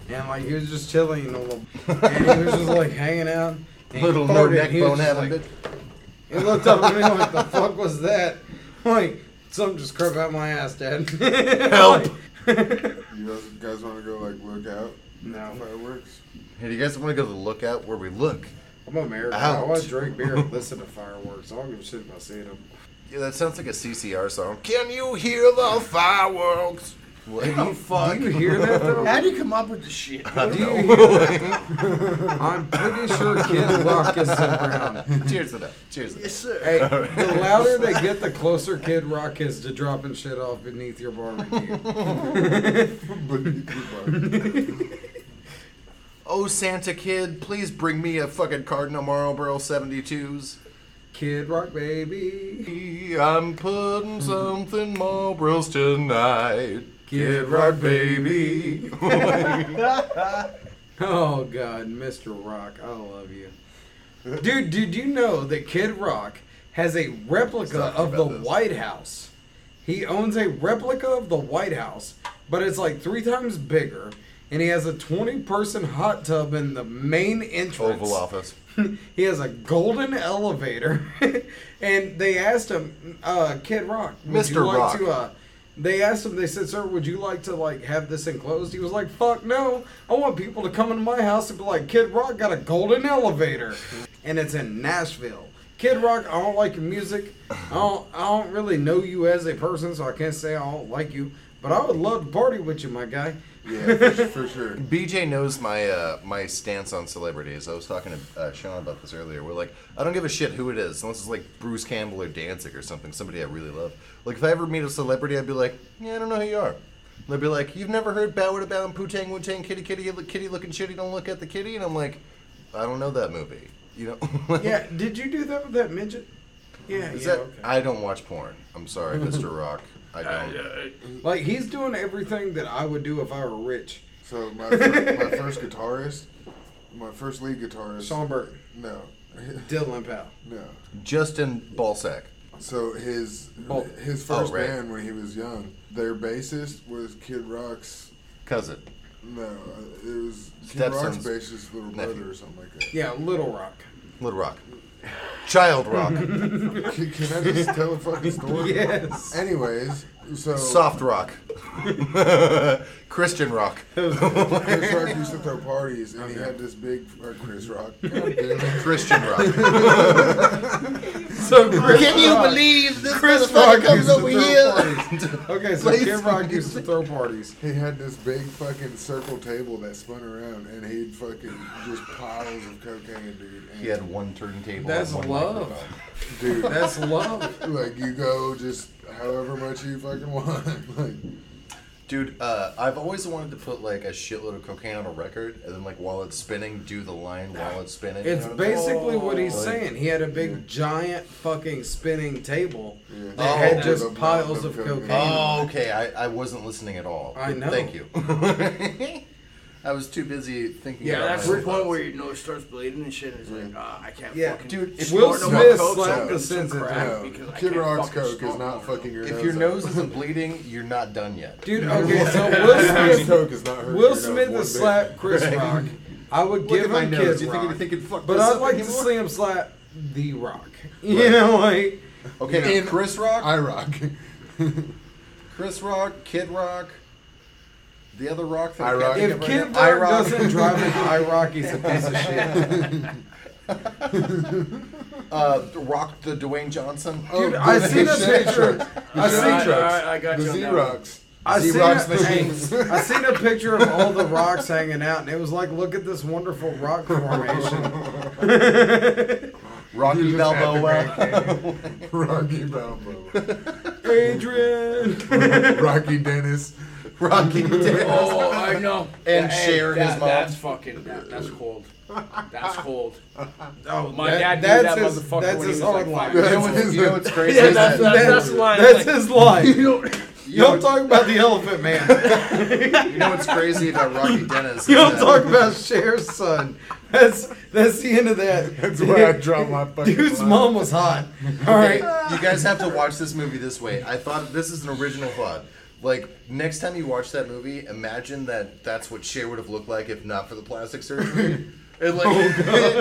and like he was just chilling, a little, and he was just like hanging out. and he
Little
farted,
no
and
neck
he was
bone
just,
having
like-
bitch.
He looked up at me like, "The fuck was that?" I'm Like something just crept out my ass, Dad. Help!
You guys, guys want to go like look out?
No.
Fireworks.
Hey, do you guys want to go to the lookout where we look?
I'm American. I
Out.
always drink beer and listen to fireworks. I don't give a shit if I see them.
Yeah, that sounds like a CCR song. Can you hear the fireworks? What
Oh, fuck.
Do you hear that though?
How do you come up with this shit?
I
Do you
don't
hear
know.
that? I'm pretty sure Kid Rock is around.
Cheers to that. Cheers to that.
Yes, sir.
Hey, the louder they get, the closer Kid Rock is to dropping shit off beneath your barbecue.
Oh, Santa kid, please bring me a fucking Cardinal Marlboro 72s.
Kid Rock, baby.
I'm putting something Marlboros tonight.
Kid Rock, baby. Oh God, Mr. Rock, I love you, dude. Did you know that Kid Rock has a replica
Stop
of
about
the
this.
White House? He owns a replica of the White House, but it's like three times bigger, and he has a 20 person hot tub in the main entrance.
Oval Office.
he has a golden elevator, and they asked him, uh, Kid Rock, would you
Mr.
like
Rock.
to? Uh, they asked him. They said, "Sir, would you like to like have this enclosed?" He was like, "Fuck no! I want people to come into my house and be like, Kid Rock got a golden elevator, and it's in Nashville." Kid Rock, I don't like your music. I don't, I don't really know you as a person, so I can't say I don't like you. But I would love to party with you, my guy.
Yeah, for, for sure.
BJ knows my uh, my stance on celebrities. I was talking to uh, Sean about this earlier. We're like, I don't give a shit who it is, unless it's like Bruce Campbell or Danzig or something, somebody I really love. Like if I ever meet a celebrity, I'd be like, yeah, I don't know who you are. And they'd be like, you've never heard Bowwood about and Poo-Tang, Wu-Tang, Kitty, Kitty, Kitty looking shitty, don't look at the kitty, and I'm like, I don't know that movie. You know?
yeah, did you do that with that midget? Yeah,
Is
yeah.
that- I don't watch porn. I'm sorry, Mr. Rock. I don't.
Like he's doing everything that I would do if I were rich.
So my fir- my first guitarist, my first lead guitarist,
Sean Burton.
No,
Dylan Powell.
No.
Justin Ballsack.
So his
Oh.
his first
Oh, right.
band when he was young, their bassist was Kid Rock's.
Cousin.
No, uh, it was Kid Rock's
Stepson's
bassist little
nephew.
brother or something like that.
Yeah, Little Rock.
Little Rock. Child Rock.
can, can I just tell a fucking story?
Yes.
Anyways, so
Soft rock. Christian rock.
Chris Rock used to throw parties, and he had this big or Chris Rock. God damn it.
Christian rock.
So Chris
Can you
Rock-
believe this
Chris
motherfucker
Rock
comes
used to
over
throw
here?
parties. okay, so
Please.
Kid Rock used to throw parties.
He had this big fucking circle table that spun around, and he'd fucking just piles of cocaine, dude. And
He had one turntable.
That's
and one
love.
microphone.
dude.
That's love.
like you go just however much you fucking want. like
Dude, uh, I've always wanted to put like a shitload of cocaine on a record, and then like while it's spinning, do the line while it's spinning. you
It's
know what I'm saying?
basically what he's
Like-
saying. He had a big, giant, fucking spinning table
Yeah.
that
Oh.
had just
Of-
piles
of
of cocaine.
cocaine.
Oh, okay. I, I wasn't listening at all.
I know.
Thank you. I was too busy thinking.
Yeah,
about
that's
my
the
own
point
thoughts.
where you know it starts bleeding and shit. And it's like, ah, I can't
Yeah,
fucking.
dude, if
Will
snort no more
Smith
coke, so I'm
slapped
gonna
the
do
sense
some
into
crack
him.
because I
Kid
can't
Rock's
fucking
coke is
snort
not
more.
fucking your.
If your
out.
nose isn't bleeding, you're not done yet.
Dude,
No,
okay,
Will-
so
Kid
Will
Rock's coke
Smith,
is not hurting
Will
your nose
Smith
one
has
bit.
slapped Chris
Right.
Rock. I would
Look
give
at
him
my nose.
Kid
You
Rock,
think you think it'd fuck
but
this
I'd
up
like to
anymore?
see him slap the Rock. You know, like
Okay,
In-
Chris Rock.
I rock.
Chris Rock, Kid Rock, the other Rock. That can't
I Rock.
think
if
of right
Kid
now. I
Rock doesn't drive an IROC, he's a piece of shit.
uh, Rock the Dwayne Johnson. Oh,
Dude, I seen a
Shaq
picture.
trucks.
I
The
seen
Shaq trucks.
Alright, I got
the
you on that
Z-Rocks.
I seen,
Xerox
a,
machines.
hey, I seen a picture of all the rocks hanging out, and it was like, look at this wonderful rock formation.
Rocky Balboa.
Rocky Balboa,
Adrian.
Rocky Dennis.
Rocky Dennis.
Oh, I know.
And
Hey,
share his
that-
mom.
That's fucking. That, that's cold. That's cold. Oh, my
that-
dad did
that's
that
his-
motherfucker
that's
when
his
he was like
hard
five.
line.
years
You know
old.
what's, you know what's crazy?
Yeah,
is
that's,
that-
that's, that's the line.
That's
Like,
his life.
you don't-
You don't talk about the elephant man.
you know what's crazy about Rocky Dennis?
You
is
don't
that-
talk about Cher's son. That's that's the end of that.
That's where I draw my fucking
Dude's
line.
mom was hot. All
Okay,
right.
you guys have to watch this movie this way. I thought this is an original thought. Like next time you watch that movie, imagine that that's what Cher would have looked like if not for the plastic surgery. It like
Oh,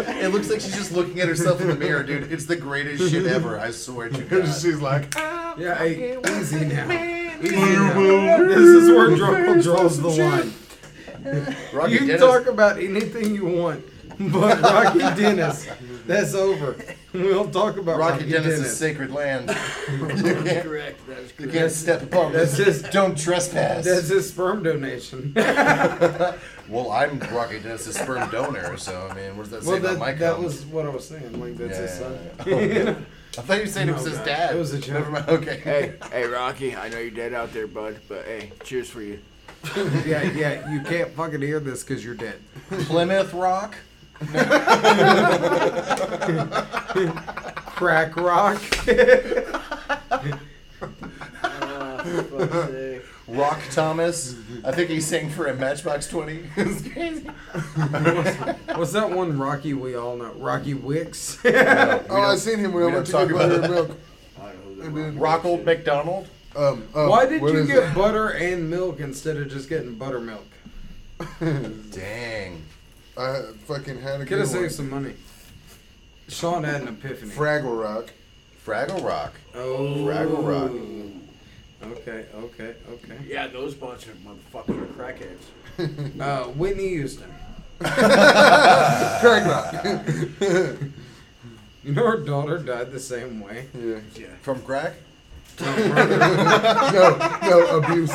it, looks like she's just looking at herself in the mirror, dude. It's the greatest shit ever. I swear to God.
She's like,
Yeah, hey, easy now. Easy now. This is where Drupal draws the line.
Rocky
You
Dennis.
talk about anything you want, but Rocky Dennis, that's over. We'll talk about
Rocky,
Rocky,
Dennis, is sacred land. you can't,
Correct. That's
you
correct.
can't step upon
That's
this.
just-
don't trespass.
That's his sperm donation.
well, I'm Rocky Dennis' sperm donor, so I mean, what does that say
well,
about my
that, that
cum?
was what I was saying. Like that's his son.
Yeah, yeah, yeah. I thought you said it was his dad.
It was a joke.
Never mind. Okay.
Hey, hey, Rocky. I know you're dead out there, bud. But hey, cheers for you.
yeah, yeah. You can't fucking hear this because you're dead.
Plymouth Rock.
Crack rock.
Ah, for fuck's sake.
Rock Thomas. I think he sang for a Matchbox 20.
What's that one Rocky we all know? Rocky Wicks.
oh, I seen him when
we
I went to
don't
get
talk about
butter and
that.
milk.
I don't know.
And then,
Rock Old McDonald.
um, um,
Why did
what
you
is
get
it?
butter and milk instead of just getting buttermilk?
Dang.
I fucking had a
Could
good
have saved
one.
some money. Sean had an epiphany.
Fraggle Rock.
Fraggle Rock.
Oh.
Fraggle Rock.
Okay, okay, okay.
Yeah, those bunch of motherfucking crackheads.
Uh, Whitney Houston.
Craig Rock.
You know her daughter died the same way.
yeah.
Yeah.
From crack?
no, no abuse.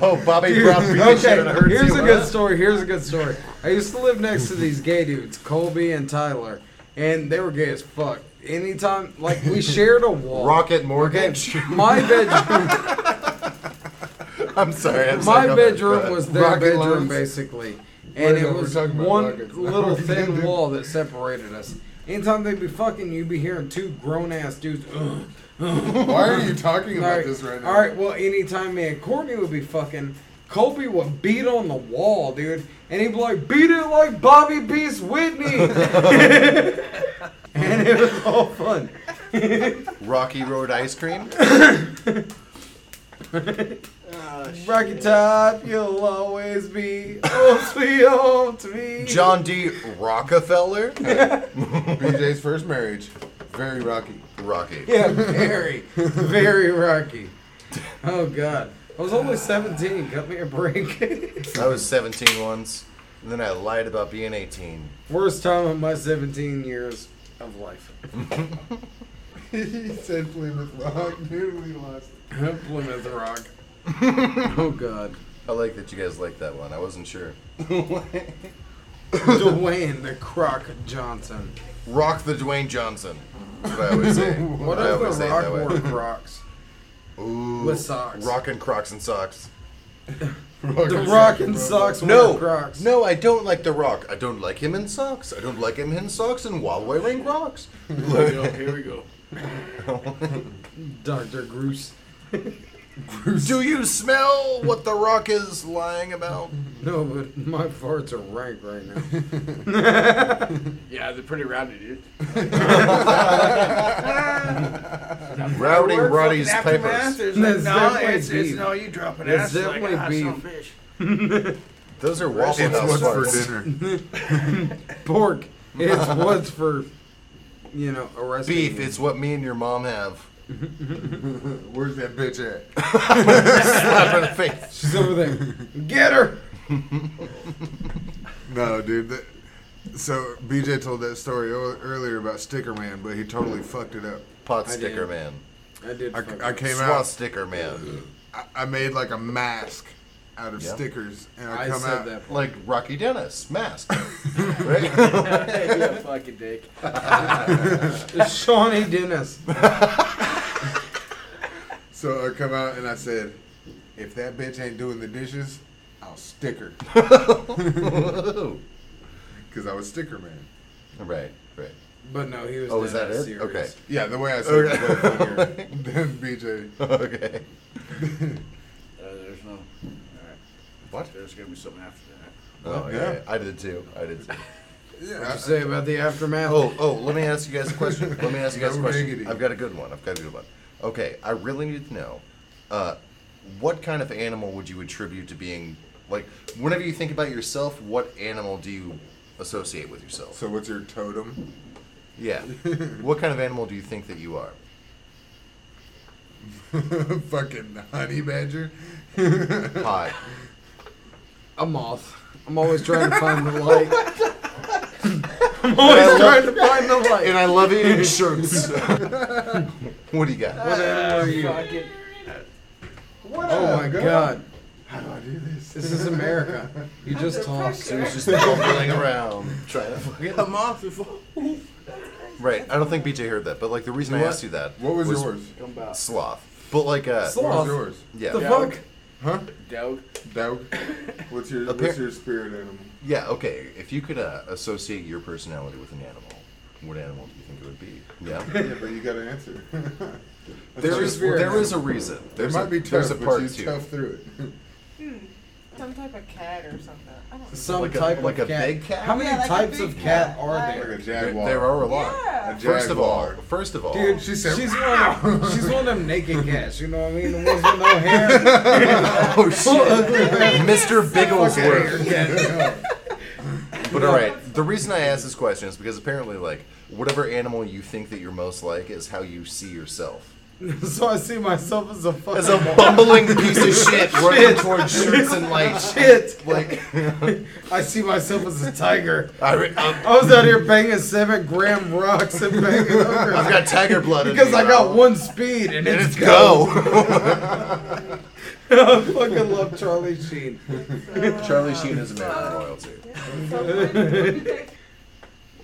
Oh, Bobby
Dude,
Brown beat the shit out of her.
okay, here's
too,
a
huh?
good story. Here's a good story. I used to live next to these gay dudes, Colby and Tyler, and they were gay as fuck. Anytime, like we shared a wall.
Rocket
mortgage. my bedroom.
I'm sorry. I'm
my
sorry, I'm-
bedroom was their
Rocket
bedroom
lines?
basically,
Wait,
and it
no, we're
was
talking about
one
rockets.
little thin wall that separated us. Anytime they'd be fucking, you'd be hearing two grown ass dudes. "Ugh, ugh."
Why are you talking about
All right,
this right now?
All right, well, anytime me and Courtney would be fucking, Colby would beat on the wall, dude, and he'd be like, "Beat it like Bobby beats Whitney," and it was all fun.
Rocky Road ice cream.
Rocky Top, you'll always be old sweet home to me.
John D. Rockefeller.
BJ's first marriage, very rocky.
Rocky.
Yeah, very, very rocky. Oh God, I was only seventeen. Cut me a break.
I was 17 once, and then I lied about being 18.
Worst time of my seventeen years of life.
he said Plymouth Rock, dude, we lost.
Plymouth Rock. Oh God,
I like that you guys like that one. I wasn't sure.
Dwayne the Croc Johnson.
Rock the Dwayne Johnson. That's what I always say.
What
I
if
always
the
say it
Rock
that way.
wore Crocs?
Ooh,
With socks.
Rockin' Crocs and socks.
The Rock and socks wore
No,
Crocs.
no, I don't like The Rock. I don't like him in socks. I don't like him in socks and while wearing Crocs.
Here we go. Here we go.
Doctor Groose.
Do you smell what The Rock is lying about?
No, but my farts are rank right now.
Yeah, they're pretty rowdy, dude.
Rowdy
We're
Roddy's
fucking
papers.
aftermath, it's
That's
Like, no,
definitely
it's, it's
beef.
no, you dropping
That's
ass. It's like,
definitely
ah,
beef.
some fish.
Those are Waffle
It's
House
what's for
farts.
dinner.
Pork. It's what's for, you know, arresting.
Beef
you.
is what me and your mom have.
Where's that bitch at?
Slap in the face.
She's over there. Get her.
No, dude. That, so BJ told that story o- earlier about Sticker Man, but he totally fucked it up.
Pot
I
sticker
did.
man.
I did.
I,
fuck
I
up.
came
Swat
out.
sticker man.
I, I made like a mask out of
Yeah.
stickers, and I,
I
come
said
out.
that.
Like Rocky Dennis, mask. right?
Hey, you fucking dick.
It's Shawnee Dennis.
So I come out and I said, "If that bitch ain't doing the dishes, I'll stick her," because I was Sticker Man.
right, right.
But no, he was.
Oh, is
dead
that it?
serious.
Okay.
Yeah, the way I said
Okay.
it. was funnier than BJ.
Okay.
Uh, there's no. All right.
What?
There's gonna be something after that.
Oh,
Yeah.
yeah. I did too. I did too.
Yeah,
What'd you say about the aftermath?
Oh, oh, let me ask you guys a question. Let me ask you guys a
No
question.
riggedy.
I've got a good one. I've got a good one. Okay, I really need to know uh, what kind of animal would you attribute to being, like, whenever you think about yourself, what animal do you associate with yourself?
So what's your totem?
Yeah. what kind of animal do you think that you are?
Fucking honey badger.
Hi.
a moth. I'm always trying to find the light.
I'm always
trying to find the light.
And I love eating shirts. what do you got?
What animal are you?
Fucking.
Oh my god.
How do I do this?
This is America. You just tossed.
She was just bumbling around trying to fucking.
I'm off the phone.
Right. I don't think BJ heard that, but like the reason I
What-
asked you that
What was, yours?
Come back.
sloth. But like uh
What
Sloth.
was yours?
yeah.
The
yeah.
fuck?
Huh?
Doubt.
Dog. What's your
Appar-
What's your spirit animal?
okay. If you could uh, associate your personality with an animal, what animal do you think it would be? Yeah.
Yeah, but you got to answer.
there is
Spirit
there is a reason.
There
There's
might
a,
be
there's
tough,
a
but
part
you
two.
tough through it.
Some type
of a cat or something. I don't know.
Some type of
like a
cat.
big cat.
How many
Yeah, like a
types
big
of cat
cat,
are
like-
there?
Like a
There, there are a lot.
Yeah. A
First of all,
jaguar.
first of all,
Dude,
she
she's, one of, she's one of them naked cats, you know what I mean? The ones with no hair. oh,
Mr. Bigglesworth.
Yeah.
But all right, the reason I asked this question is because apparently, like, whatever animal you think that you're most like is how you see yourself.
so I see myself as a fucking
As a bumbling piece of shit running
Shit.
towards shirts and like
shit.
Like
I see myself as a tiger.
I, re-
I was out here banging seven gram rocks and banging ogres.
I've got tiger blood in
because
me,
I got
bro.
one speed and
And it's
it's,
go.
I fucking love Charlie Sheen.
Charlie Sheen is American royalty.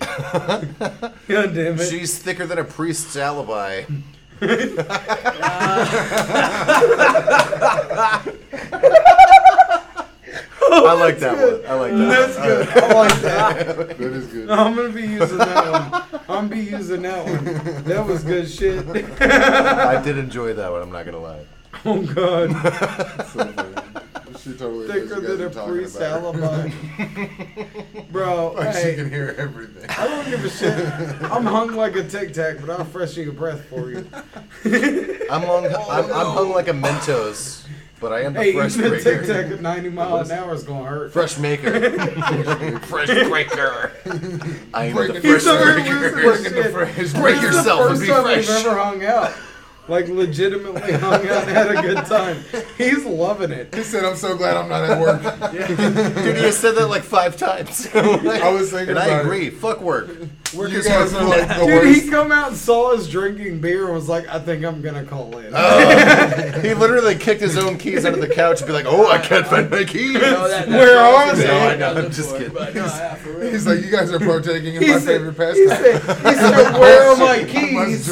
God damn it.
She's thicker than a priest's alibi. I like that one. I like that.
That's
one.
good. I like that.
that is good.
I'm gonna be using that one. I'm gonna be using that one. That was good shit.
I did enjoy that one. I'm not gonna lie.
Oh god.
She totally
Thicker
knows you guys
than
are
a
talking
priest
about her.
alibi. Bro,
Like
hey.
she can hear everything.
I don't give a shit. I'm hung like a tic tac, but I'll freshen your breath for you.
I'm long, I'm, I'm hung like a Mentos, but I am the
Hey,
fresh
even a tic tac
breaker.
at 90 miles an hour is gonna hurt.
Fresh maker. fresh breaker. I am the
He
fresh
took her
breaker.
loose as shit. This
Break
is
yourself and be
The first time
fresh.
we've ever hung out. Like legitimately hung out and had a good time. He's loving it.
He said, "I'm so glad I'm not at work."
Dude, you said that like five times.
I was thinking
and I
about it.
agree. Fuck work. Work
You
is
guys
hard.
are like the
Dude,
worst.
he come out and saw us drinking beer and was like, I think I'm gonna call in.
Oh, he literally kicked his own keys under the couch and be like, "Oh, I can't find my keys.
Oh,
Where are
No, I
they?
know. I'm just kidding.
He's like, "You guys are partaking in
He
my
said-
favorite
he
pastime."
said, he said, where are my keys?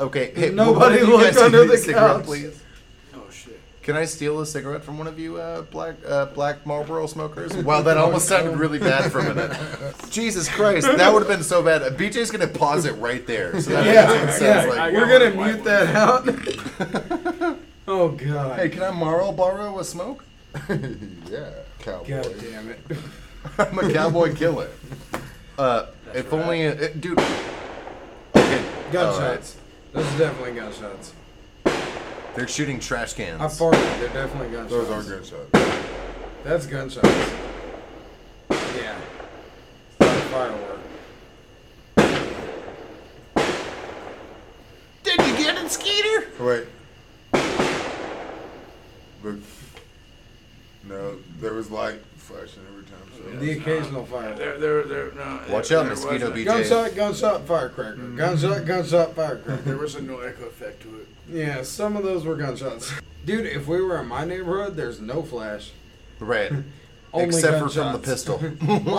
okay. Hey,
Nobody
will one of you
look
guys
under
give me a
the
cigarette,
couch.
please? Can I steal a cigarette from one of you uh, black uh, black Marlboro smokers? Wow, that almost sounded really bad for a minute. Jesus Christ, that would have been so bad. Uh, BJ's gonna pause it right there. So that
Yeah,
sounds
yeah.
like
We're gonna mute that out. oh god.
Hey, can I Marlboro borrow a smoke?
yeah, cowboy.
God damn it.
I'm a cowboy killer. Uh, if only, uh, dude. Okay,
Gunshots. Those are definitely gunshots.
alright. They're shooting trash cans.
I farted. They're definitely gunshots.
Those are gunshots.
That's gunshots. Yeah. It's not a firework.
Did you get it, Skeeter?
Wait. But no, there was light flashing every time. So
The occasional firework.
There, there, there, no.
Watch
there,
out,
there
mosquito
wasn't.
BJ.
Gunshot, gunshot, firecracker.
Mm-hmm.
Gunshot, gunshot, firecracker.
There was a no echo effect to it.
Yeah, some of those were gunshots. Dude, if we were in my neighborhood, there's no flash.
Right.
Only
Except
gunshots.
for from the pistol.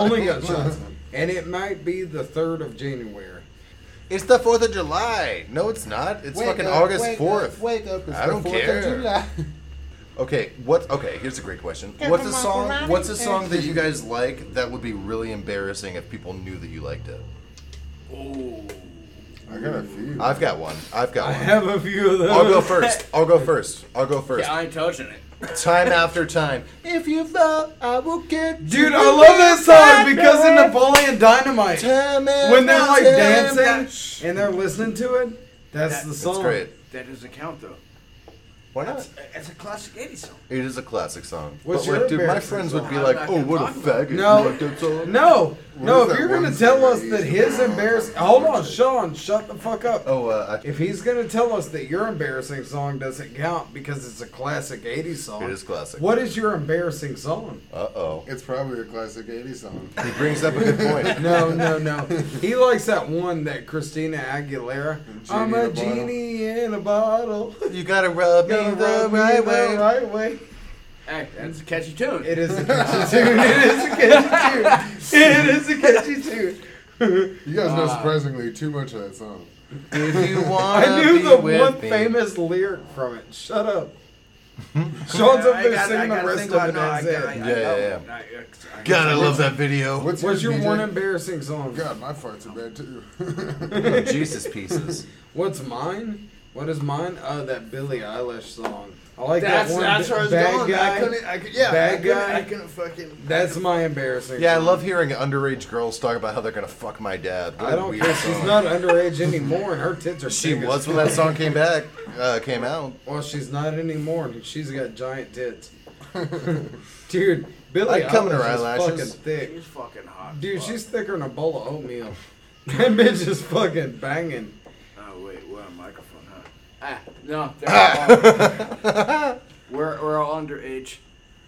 Only gunshots. And it might be the 3rd of January.
It's the 4th of July. No, it's not. It's fucking August 4th.
wake up!
I don't care. Okay, what? Okay, here's a great question.
Get
What's a
them off
song?
the line.
What's a song that you guys like that would be really embarrassing if people knew that you liked it?
Oh.
I got a few.
I've got one. I've got
I
one.
have a few of those.
I'll go first. I'll go first. I'll go first.
I ain't touching it.
Time after time.
If you fall, I will get
Dude, I love that song because of Napoleon Dynamite.
Time
When they're like
after time.
dancing and they're listening to it, that's
That-
the
that's
song.
It's great.
That doesn't count though.
Why not?
That's, that's a classic 80s song.
It is a classic song.
What's
but like,
your
dude, my
embarrassing
friends would
song?
be
I'm
like,
not
"Oh,
gonna
what a
talk about
faggot!"
No.
You like that song?
No, no.
is
If
that
you're gonna
one
tell
song
us
that
that
you
his
used to-
embarrassing, hold on, Sean, shut the fuck up.
Oh, uh, I,
If he's gonna tell us that your embarrassing song doesn't count because it's a classic '80s song,
it is classic.
What is your embarrassing song?
Uh oh.
It's probably a classic 80s song.
He brings up a good point.
No, no, no. He likes that one that Christina Aguilera. I'm
Genie
a genie in
in a bottle."
a bottle.
You gotta rub me
Gotta
the
rub me
right way.
right way.
Hey, that's a catchy tune.
It is a catchy tune. It is a catchy tune. It is a catchy tune.
You guys know surprisingly too much of that song.
If you wanna
I knew
be
the
with
one
me.
famous lyric from it. Shut up. Sean's up
I
there
gotta- I
singing the
gotta
rest
think
of
about-
it
no, I
as
gotta- I-
it.
I-
Yeah, yeah,
oh,
yeah.
I- I- I-
God, I love that video.
What's,
What's your
DJ?
one embarrassing song?
God, my farts are bad too.
Jesus pieces.
What's mine? What is mine? Oh, that Billie Eilish song. I like
that's,
that one.
That's
b-
where I was
bad
going.
Guy.
I couldn't. I could, yeah. I
Bad
couldn't,
guy.
I couldn't fucking.
That's my embarrassing.
Yeah, I
song.
love hearing underage girls talk about how they're gonna fuck my dad. What
I
a
don't
weird
care. She's
song.
not underage anymore, and her tits are.
She
big as
was when that
fuck.
song came back, uh, came out.
Well, she's not anymore. and She's got giant tits. Dude, Billy
I'd come in her
is
eyelashes.
fucking thick.
She's fucking hot.
Dude,
fuck.
she's thicker than a bowl of oatmeal. That bitch is fucking banging.
Oh wait, what a microphone, huh? Ah, no.
Ah.
they're all- we're we're all underage.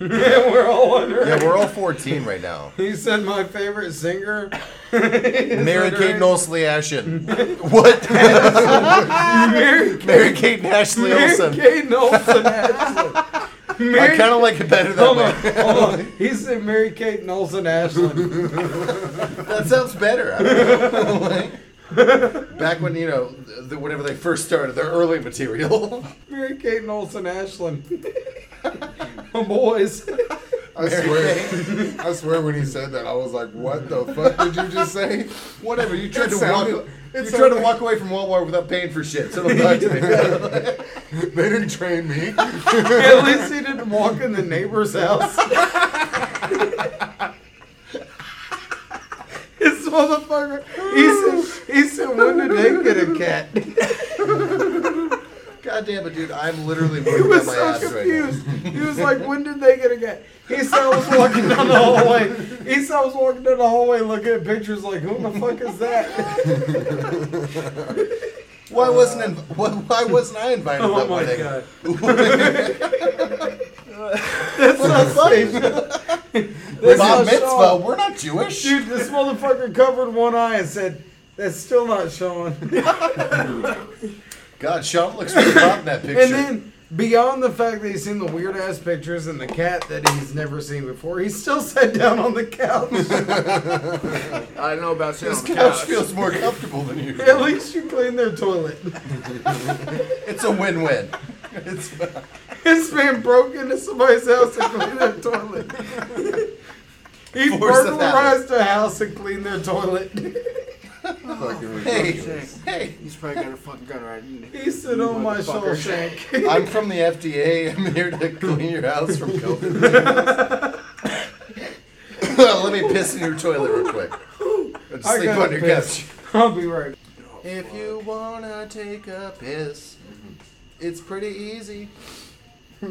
yeah, we're all under.
Yeah, we're all 14 right now.
He said my favorite singer.
Mary
Mary
Kate Knowsley Ashen. what?
Mary Kate.
Mary Kate Ashley
Mary
Olsen.
Kate Olsen. Ashley.
I kind of like it better that
Hold
way.
on, hold on. He said Mary Kate and Olsen Ashland.
That sounds better. I don't know. Like, back when you know, the, whenever they first started, their early material.
Mary Kate and Olsen Ashland. My boys.
I swear, I swear, when he said that, I was like, "What the fuck did you just say?"
Whatever you tried
It
to
sounded-
walk,
it
you tried
sounded-
to walk away from Walmart without paying for shit. So don't talk to me.
They didn't train me.
At least he didn't walk in the neighbor's house. this motherfucker. He said, he said, when did they get a cat?
God damn it, dude! I'm literally
He
working
was
on my
so
ass
confused. He was like, when did they get a cat? He said I was walking down the hallway. He said I was walking down the hallway looking at pictures like, who the fuck is that?
Why wasn't inv- why, why wasn't I invited to
Oh
that
my
wedding?
god. That's not funny. That's
Bar
not
mitzvah,
Sean.
we're not Jewish.
Dude, this motherfucker covered one eye and said, "That's still not Sean."
God, Sean looks really hot in that picture.
And then beyond the fact that he's seen the weird ass pictures and the cat that he's never seen before, he still sat down on the couch.
I don't know about sitting
this
on the
couch feels more comfortable than you.
At least you cleaned their toilet.
It's a win-win. It's
This man broke into somebody's house and cleaned their toilet. He
Force of habit.
burglarized a house and cleaned their toilet.
Fucking
hey, hey.
He's probably got a fucking gun right in
He said, "Oh my soul,
Motherfucker.
Shank."
I'm from the FDA. I'm here to clean your house from COVID. Let me piss in your toilet real quick. And
I
sleep
gotta
on your
piss.
couch.
I'll be right.
If you wanna take a piss, it's pretty easy.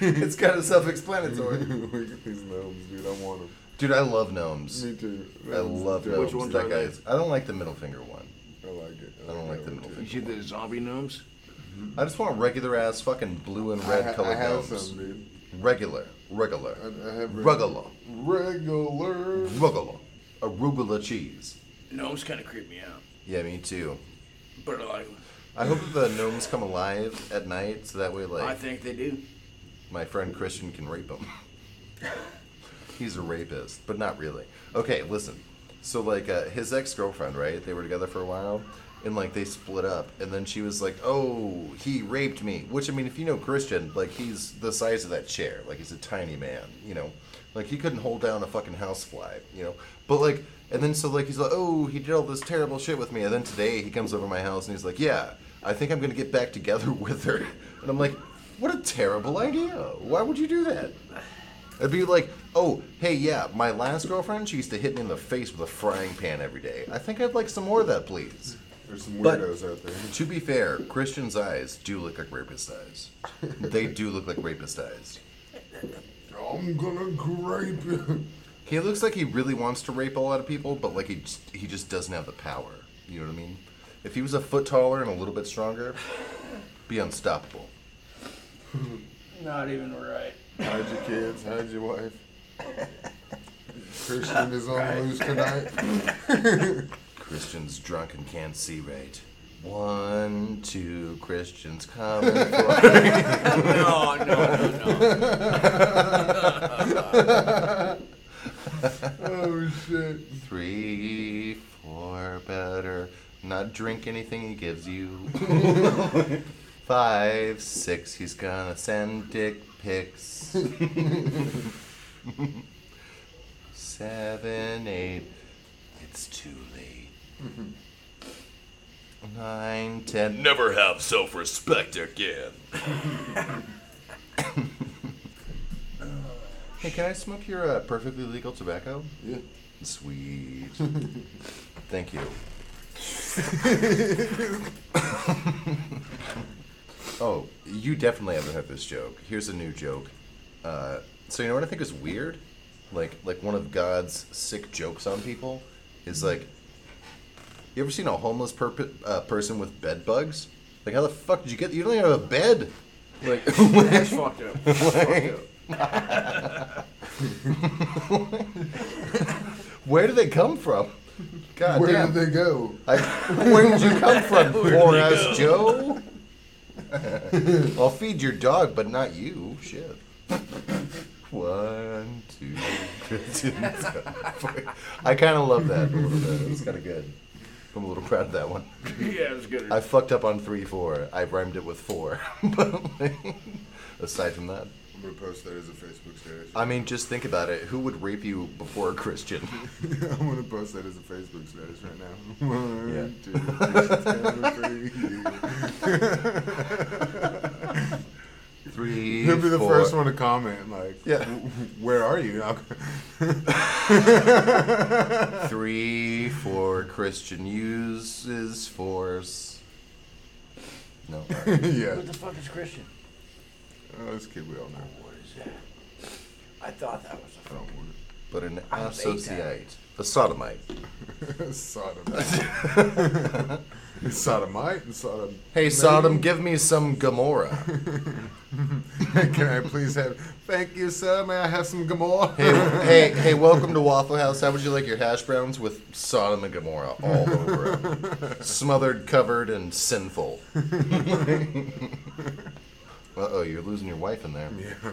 it's kind of self-explanatory.
Look at these gnomes, dude. I want them.
Dude, I love gnomes.
Me too.
I love
Which
gnomes.
ones
that
are
guy
they?
is- I don't like the middle finger one.
I like it.
I don't like the middle
You
finger.
see the zombie gnomes?
I just want regular ass fucking blue and red
I, ha-
colored
I have
gnomes.
some, dude.
Regular, regular,
I, I have reg-
regular,
regular.
regular, arugula cheese.
Gnomes kind of creep me out,
Yeah, me too.
but I like 'em.
I hope that the gnomes come alive at night, so that way,
I
like,
think they do.
my friend Christian can rape him. He's a rapist, but not really. Okay, listen. So like uh, his ex girlfriend, right? They were together for a while, and like they split up, and then she was like, "Oh, he raped me." Which I mean, if you know Christian, like he's the size of that chair. Like he's a tiny man, you know. Like he couldn't hold down a fucking housefly, you know. But like, and then so like he's like, "Oh, he did all this terrible shit with me," and then today he comes over my house and he's like, "Yeah, I think I'm gonna get back together with her," and I'm like, "What a terrible idea! Why would you do that?" It'd be like, oh, hey, yeah, my last girlfriend, she used to hit me in the face with a frying pan every day. I think I'd like some more of that, please.
There's some
But-
weirdos out there.
To be fair, Christian's eyes do look like rapist eyes. They do look like rapist eyes.
I'm gonna grape you.
He looks like he really wants to rape a lot of people, but like he just, he just doesn't have the power. You know what I mean? If he was a foot taller and a little bit stronger, be unstoppable.
Not even right.
Hide your kids. Hide your wife. Christian is on loose tonight.
Christian's drunk and can't see right. One, two, Christian's coming for
No, no, no,
oh shit.
Three, four, better. Not drink anything he gives you. Five, six, he's gonna send dick pics. Seven, eight, it's too late. nine, ten.
Never have self respect again.
Hey, can I smoke your uh, perfectly legal tobacco? Yeah. Sweet. Thank you. oh, you definitely haven't heard this joke. Here's a new joke. Uh, so you know what I think is weird? Like, like one of God's sick jokes on people is like, you ever seen a homeless perp uh, person with bed bugs? Like, how the fuck did you get? You don't even have a bed. Like,
That's fucked up. That's
Where do they come from? God
Where
damn.
did they go?
I, where did you come from,
Where did
poor
they
ass Joe?
go?
I'll feed your dog, but not you. Shit. One, two, three. I kind of love that a little bit. It was kind of good. I'm a little proud of that one.
Yeah, it was good.
I fucked up on three, four. I rhymed it with four. but like, aside from that,
I'm gonna post that as a Facebook status.
I mean, just think about it. Who would rape you before a Christian?
I'm gonna post that as a Facebook status right now.
Yeah.
One, two, three, three.
Three,
He'll be the
four.
first one to comment. Like,
Yeah.
"W- Where are you? I'll-
Three for Christian uses force. No.
yeah.
What the fuck is Christian?
Oh, this kid we all know.
What is that? I thought that was a fucking.
But an
I was eight then.
associate. A sodomite.
Sodomite. Sodomite and Sodom.
Hey, Sodom, give me some Gomorrah.
Can I please have. Thank you, sir. May I have some Gamora?
hey, hey, hey, welcome to Waffle House. How would you like your hash browns with Sodom and Gomorrah all over 'em? Smothered, covered, and sinful. Uh oh, you're losing your wife in there.
Yeah.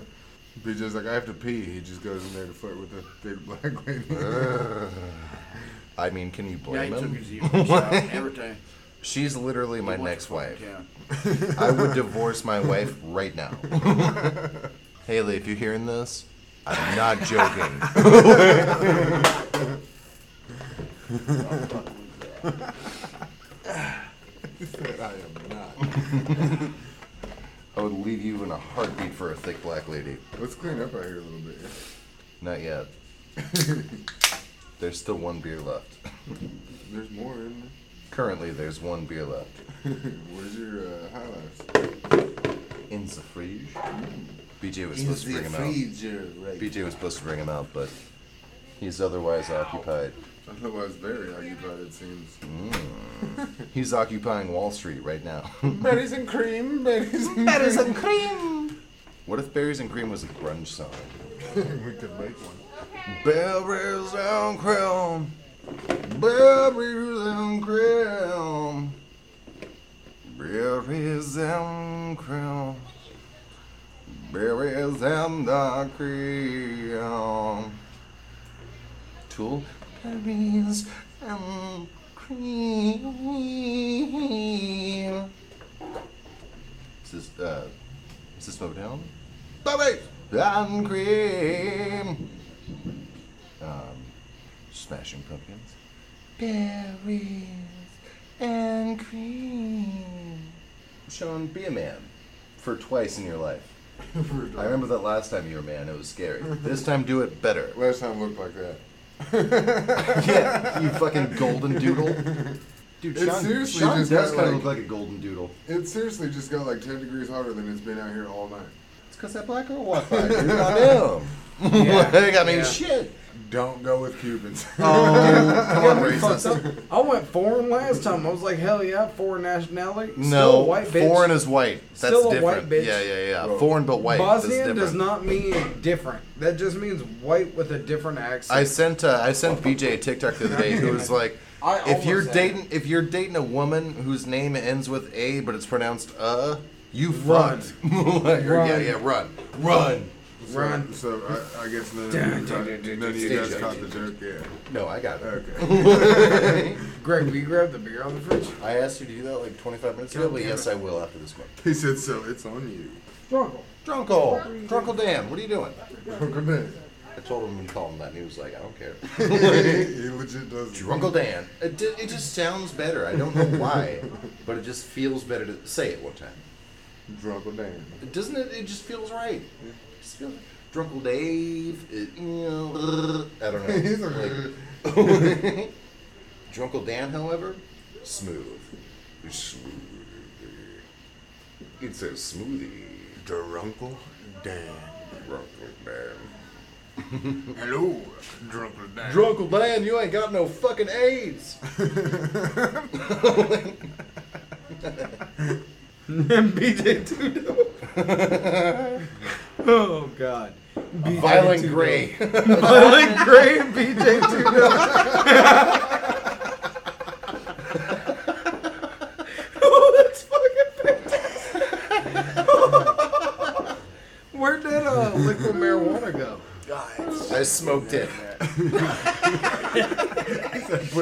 BJ's like, I have to pee. He just goes in there to flirt with the big black lady.
Uh, I mean, can you blame
Yeah, he
him?
took his earrings out and everything.
She's literally my
He went
next
to fucking
wife. I would divorce my wife right now. Haley, if you're hearing this, I'm not joking.
He said, I am not.
I would leave you in a heartbeat for a thick black lady.
Let's clean up out here a little bit.
Not yet. There's still one beer left.
There's more in there.
Currently, there's one beer left.
Where's your uh, highlights?
In the fridge. BJ was
In
supposed to
the
bring him out.
refrigerator.
BJ was supposed to bring him out, but he's otherwise occupied.
Otherwise, very occupied, it seems.
Mm. he's occupying Wall Street right now.
Berries and cream, berries and
Berries and
cream.
what if Berries and Cream was a grunge song?
we could make one.
Berries and cream. Berries and cream. Berries and cream. Berries and the cream. Tool?
Berries and cream.
Is this, uh, is this Motown?
Berries
and cream. Um, Smashing Pumpkins.
Berries and cream.
Sean, be a man for twice in your life. I remember that last time you were a man, it was scary. This time, do it better.
Last time looked like that.
yeah, you fucking golden doodle. Dude,
It
Sean,
seriously
Sean
just
does
got,
kind of
like-
look like a golden doodle.
It seriously just got like 10 degrees hotter than it's been out here all night.
It's because that black girl walked by. Dude, I am. like, I mean,
Yeah.
shit.
Don't go with Cubans.
Oh, we fucked up. I went foreign last time. I was like, hell yeah, foreign nationality. Still
No,
a white bitch.
foreign is white. That's
Still a
different.
white bitch.
Yeah, yeah, yeah. Foreign but white. That's
Bosnian does
different.
not mean different. That just means white with a different accent.
I sent uh, I sent BJ a TikTok the other day who was like,
I
if you're
almost said it.
dating if you're dating a woman whose name ends with a but it's pronounced uh, you
Run.
fucked. Like, or, Yeah,
Run.
yeah, run, run,
So- So, I, I guess none of
Dun, dun,
you, got-
dun,
none of you
dun,
guys
dun,
caught the
dun,
joke yet.
No, I got it.
Okay.
Greg, will you grab the beer out of the fridge?
I asked you to do that like 25 minutes ago,
God
but
damn
yes,
it.
I will after this one.
he said, so it's on you.
Drunkle.
Drunkle, Drunkle Dan, what are you doing?
Uncle Dan.
I told him and called him that, and he was like, "I don't care."
He legit doesn't.
Drunkle Dan. It, ju- it just sounds better. I don't know why, but it just feels better to say it one time.
Drunkle Dan.
Doesn't it? It just feels right. It just feels Drunkle Dave. It, you know, I don't know.
He's
Like- Drunkle Dan, however, smooth. Smooth. It's a smoothie.
Drunkle Dan.
Drunkle Dan.
Hello, Drunkle Dan.
Drunkle Dan, you ain't got no fucking AIDS.
BJ Tudo. oh God. BJ
Violent
Tudo.
Grey.
Violent Grey and BJ Tudo. oh, that's fucking fantastic. Where did uh, liquid marijuana go?
I smoked it.
Put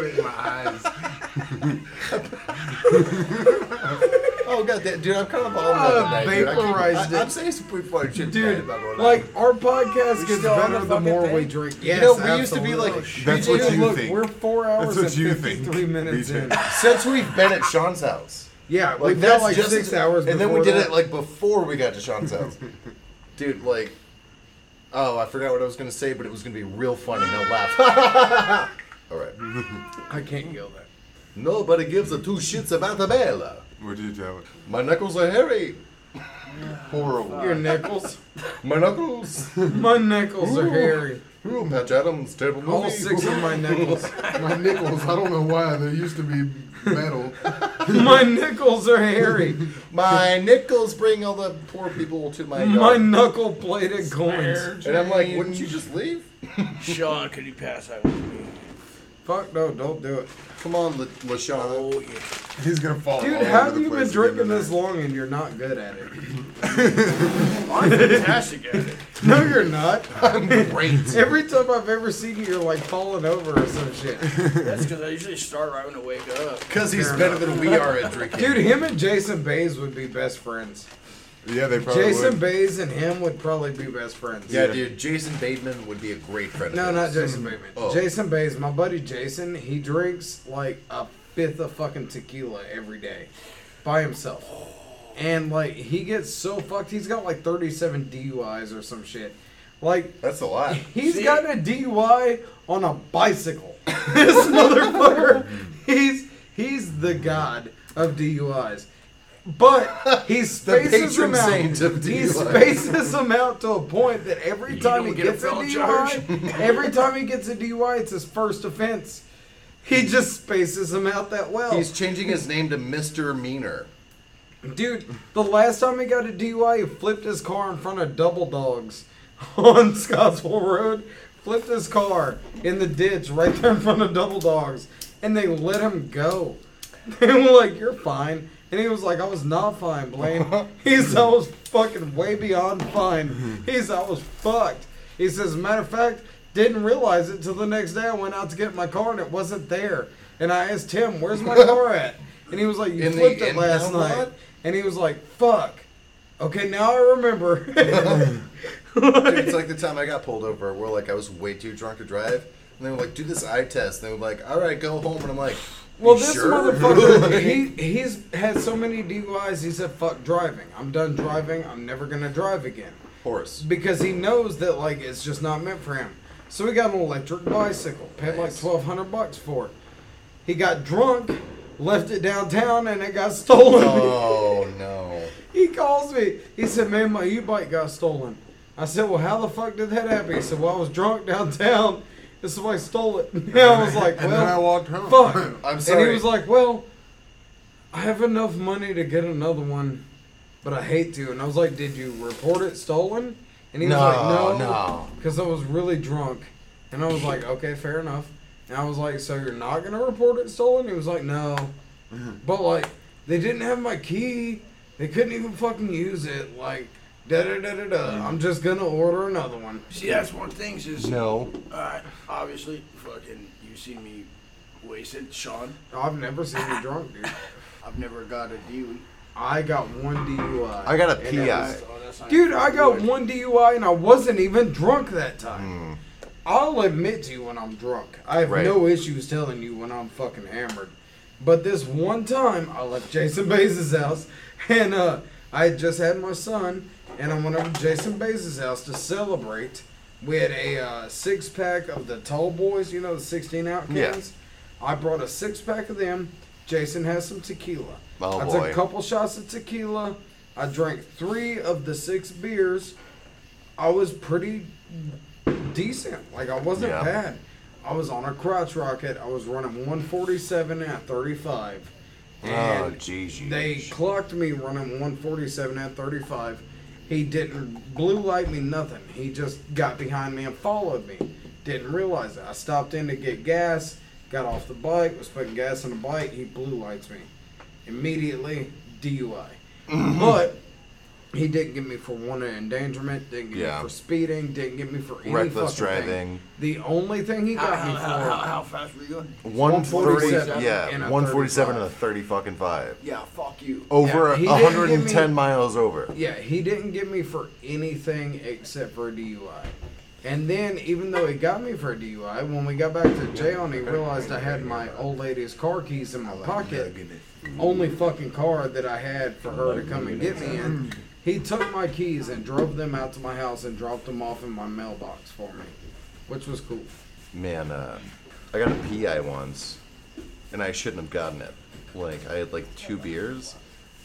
it in my eyes.
oh god, that, dude, I'm kind of all
Ah,
over the night, dude. I keep-
vaporized
I,
it.
I'm saying some pretty funny shit, tonight
Dude,
about going out.
like our podcast
We
gets
still on
better
the
the
fucking
more we
thing?
drink.
You
Yes,
know, we used to be
absolutely.
like, That's what you
look,
think.
We're four
That's
hours
what
and
you think,
fifty-three minutes in.
since we've been at Sean's house.
Yeah, we felt like six hours
And then we
before
did
that.
it like before we got to Sean's house. Dude, like, oh, I forgot what I was gonna say, but it was gonna be real funny. No laugh. All right.
I can't yell that.
Nobody gives a two shits about the Bella.
What did you tell it?
My knuckles are hairy.
Horrible.
Your knuckles.
My knuckles.
My knuckles are
Ooh.
hairy.
Ooh, Patch Adams, terrible movie.
All six of my knuckles.
my nickels. I don't know why. They used to be metal.
my nickels are hairy.
My nickels bring all the poor people to my yard.
My knuckle plated coins.
And I'm like, wouldn't you just leave?
Sean, could you pass out with me?
Fuck no, don't do it.
Come on, La- LaShawn.
Oh, yeah.
He's gonna fall.
Dude,
all
how
over
have
the
you been
place
drinking
again
this long and you're not good at it?
I'm fantastic at it.
No, you're not.
I'm great.
Every time I've ever seen you, you're like falling over or some shit.
That's because I usually start right when I wake up.
Because he's
Fair
better than
enough.
we are at drinking.
Dude, him and Jason Bays would be best friends.
tonight. Yeah, they probably
Jason
would.
Bays and him would probably be best friends.
Yeah, dude, Jason Bateman would be a great friend. of
No, not
ours.
Jason Bateman.
Oh.
Jason Bays, my buddy Jason, he drinks like a fifth of fucking tequila every day by himself. And like he gets so fucked, he's got like 37 DUIs or some shit. Like
That's a lot.
he's got a DUI on a bicycle. this motherfucker, he's he's the god of DUIs. But he spaces
patron
them out.
saint of
He
DUIs.
spaces them out to a point that every time he
don't get a
gets a
felon
DUI,
charge.
every time he gets a DUI, it's his first offense. He just spaces them out that well.
He's changing his name to Mr. Meaner.
Dude, the last time he got a DUI, he flipped his car in front of double dogs on Scottsville Road. Flipped his car in the ditch right there in front of double dogs, and they let him go. They were like, "You're fine," and he was like, "I was not fine, Blaine." He's, "I was fucking way beyond fine." He's, "I was fucked." He says, "Matter of fact, didn't realize it till the next day. I went out to get my car and it wasn't there. And I asked Tim, "Where's my car at?" And he was like, "You
In the
flipped it
impound
last night."
lot?
And he was like, "Fuck." Okay, now I remember.
Dude, it's like the time I got pulled over where like I was way too drunk to drive, and they were like, "Do this eye test." And they were like, "All right, go home." And I'm like,
well,
"You
this
sure?"
motherfucker, he he's had so many DUIs. He said, "Fuck driving. I'm done driving. I'm never gonna drive again."
horse.
because he knows that like it's just not meant for him. So he got an electric bicycle, paid like twelve hundred bucks for it. He got drunk, left it downtown, and it got stolen.
Oh no!
He calls me. He said, "Man, my U-bike got stolen." I said, "Well, how the fuck did that happen?" He said, "Well, I was drunk downtown, and somebody stole it." And I was like,
And
"Well,
then I walked home.
fuck."
I'm
And
sorry.
he was like, "Well, I have enough money to get another one, but I hate to." And I was like, "Did you report it stolen?" And he was
No,
like, "No,
no.
because I was really drunk." And I was like, "Okay, fair enough." And I was like, "So you're not gonna report it stolen?" He was like, "No."
Mm-hmm.
But like, they didn't have my key. They couldn't even fucking use it. Like, da da da da
Mm-hmm.
da. I'm just gonna order another one.
See, that's one thing. Is
No.
Uh, obviously, fucking, you see me wasted, Sean.
I've never seen you drunk, dude.
I've never got a DUI. I got one DUI.
I got a
and that
PI.
oh, that's not
Dude, I got
good.
one DUI and I wasn't even drunk that
Mm.
time. I'll admit to you when I'm drunk. I have
Right.
no issues telling you when I'm fucking hammered. But this one time, I left Jason Bays' house and uh, I had just had my son and I went over to Jason Bays' house to celebrate. We had a uh, six pack of the Tall Boys, you know, the 16 out
Yeah.
cans. I brought a six pack of them. Jason has some tequila.
Oh,
I took
boy.
a couple shots of tequila. I drank three of the six beers. I was pretty decent. Like I wasn't
Yeah.
bad. I was on a crotch rocket. I was running 147 at 35.
Oh,
And
jeez.
they clocked me running 147 at 35. He didn't blue light me nothing. He just got behind me and followed me. Didn't realize that. I stopped in to get gas, got off the bike, was putting gas in the bike. He blue lights me. Immediately, DUI.
Mm-hmm.
but he didn't get me for wanton endangerment, didn't get
Yeah.
me for speeding, didn't get me for any
Reckless
fucking thing.
driving.
The only thing he got
How-
me for.
how- how- how fast were you going?
147.
147 and
Yeah,
a
147 and a 30 fucking five.
Yeah, fuck you.
Over
Yeah, he
a
didn't give
110
me-
miles over.
Yeah, he didn't get me for anything except for a DUI. And then, even though he got me for a DUI, when we got back to jail and he realized I had my old lady's car keys in my pocket, only fucking car that I had for her to come and get me in, he took my keys and drove them out to my house and dropped them off in my mailbox for me, which was cool.
Man, uh, I got a PI once, and I shouldn't have gotten it. Like, I had like two beers,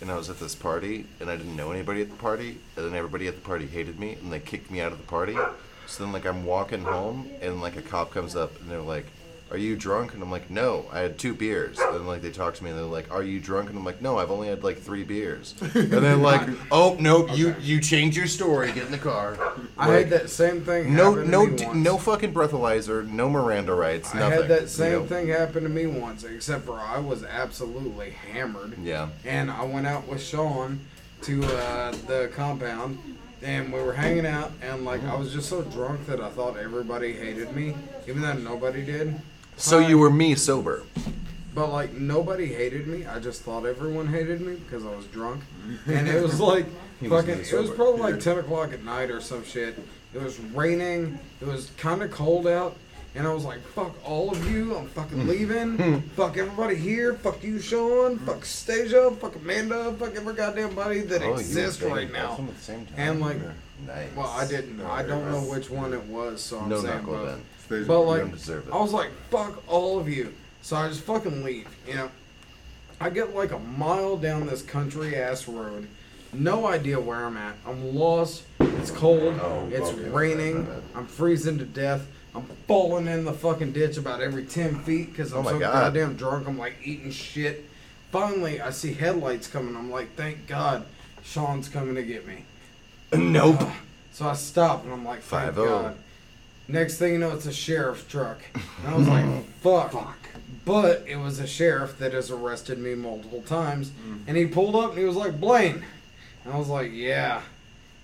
and I was at this party, and I didn't know anybody at the party, and then everybody at the party hated me, and they kicked me out of the party. So then, like, I'm walking home, and like a cop comes up, and they're like, "Are you drunk?" And I'm like, "No, I had two beers." And like they talk to me, and they're like, "Are you drunk?" And I'm like, "No, I've only had like three beers." And they're like, "Oh nope, you you change your story. Get in the car."
I had
Like,
that same thing.
no,
happen to
no,
me
d-
once.
no fucking breathalyzer, no Miranda rights,
I
nothing.
had that
you
same
know?
thing happen to me once, except for I was absolutely hammered.
Yeah.
And I went out with Sean to uh, the compound, and we were hanging out, and like I was just so drunk that I thought everybody hated me, even though nobody did.
So you were me sober.
But like nobody hated me. I just thought everyone hated me because I was drunk, and it was like
He was
fucking.
really
it was
sober.
probably like ten o'clock at night or some shit. It was raining. It was kind of cold out, and I was like, "Fuck all of you! I'm fucking leaving. fuck everybody here. Fuck you, Sean. Fuck Stasia. Fuck Amanda. Fuck every goddamn body that
Oh, you
exists
were dating
right now."
both of them at the same time?
And like,
Nice.
well, I didn't. I don't know which one it was, so I'm
No
saying
knuckle
both.
then. Stasia,
But
you
like,
don't deserve it.
I was like, "Fuck all of you!" So I just fucking leave. You know. I get like a mile down this country ass road. No idea where I'm at. I'm lost. It's cold.
Oh,
it's raining. I'm freezing to death. I'm falling in the fucking ditch about every 10 feet because
Oh
I'm
my
so
God.
goddamn drunk. I'm like eating shit. Finally, I see headlights coming. I'm like, thank God Sean's coming to get me.
Nope. oh.
So I stop and I'm like, thank
5-0.
God. Next thing you know, it's a sheriff's truck. And I was like, fuck. But it was a sheriff that has arrested me multiple times. And he pulled up and he was like, Blaine. And I was like, yeah.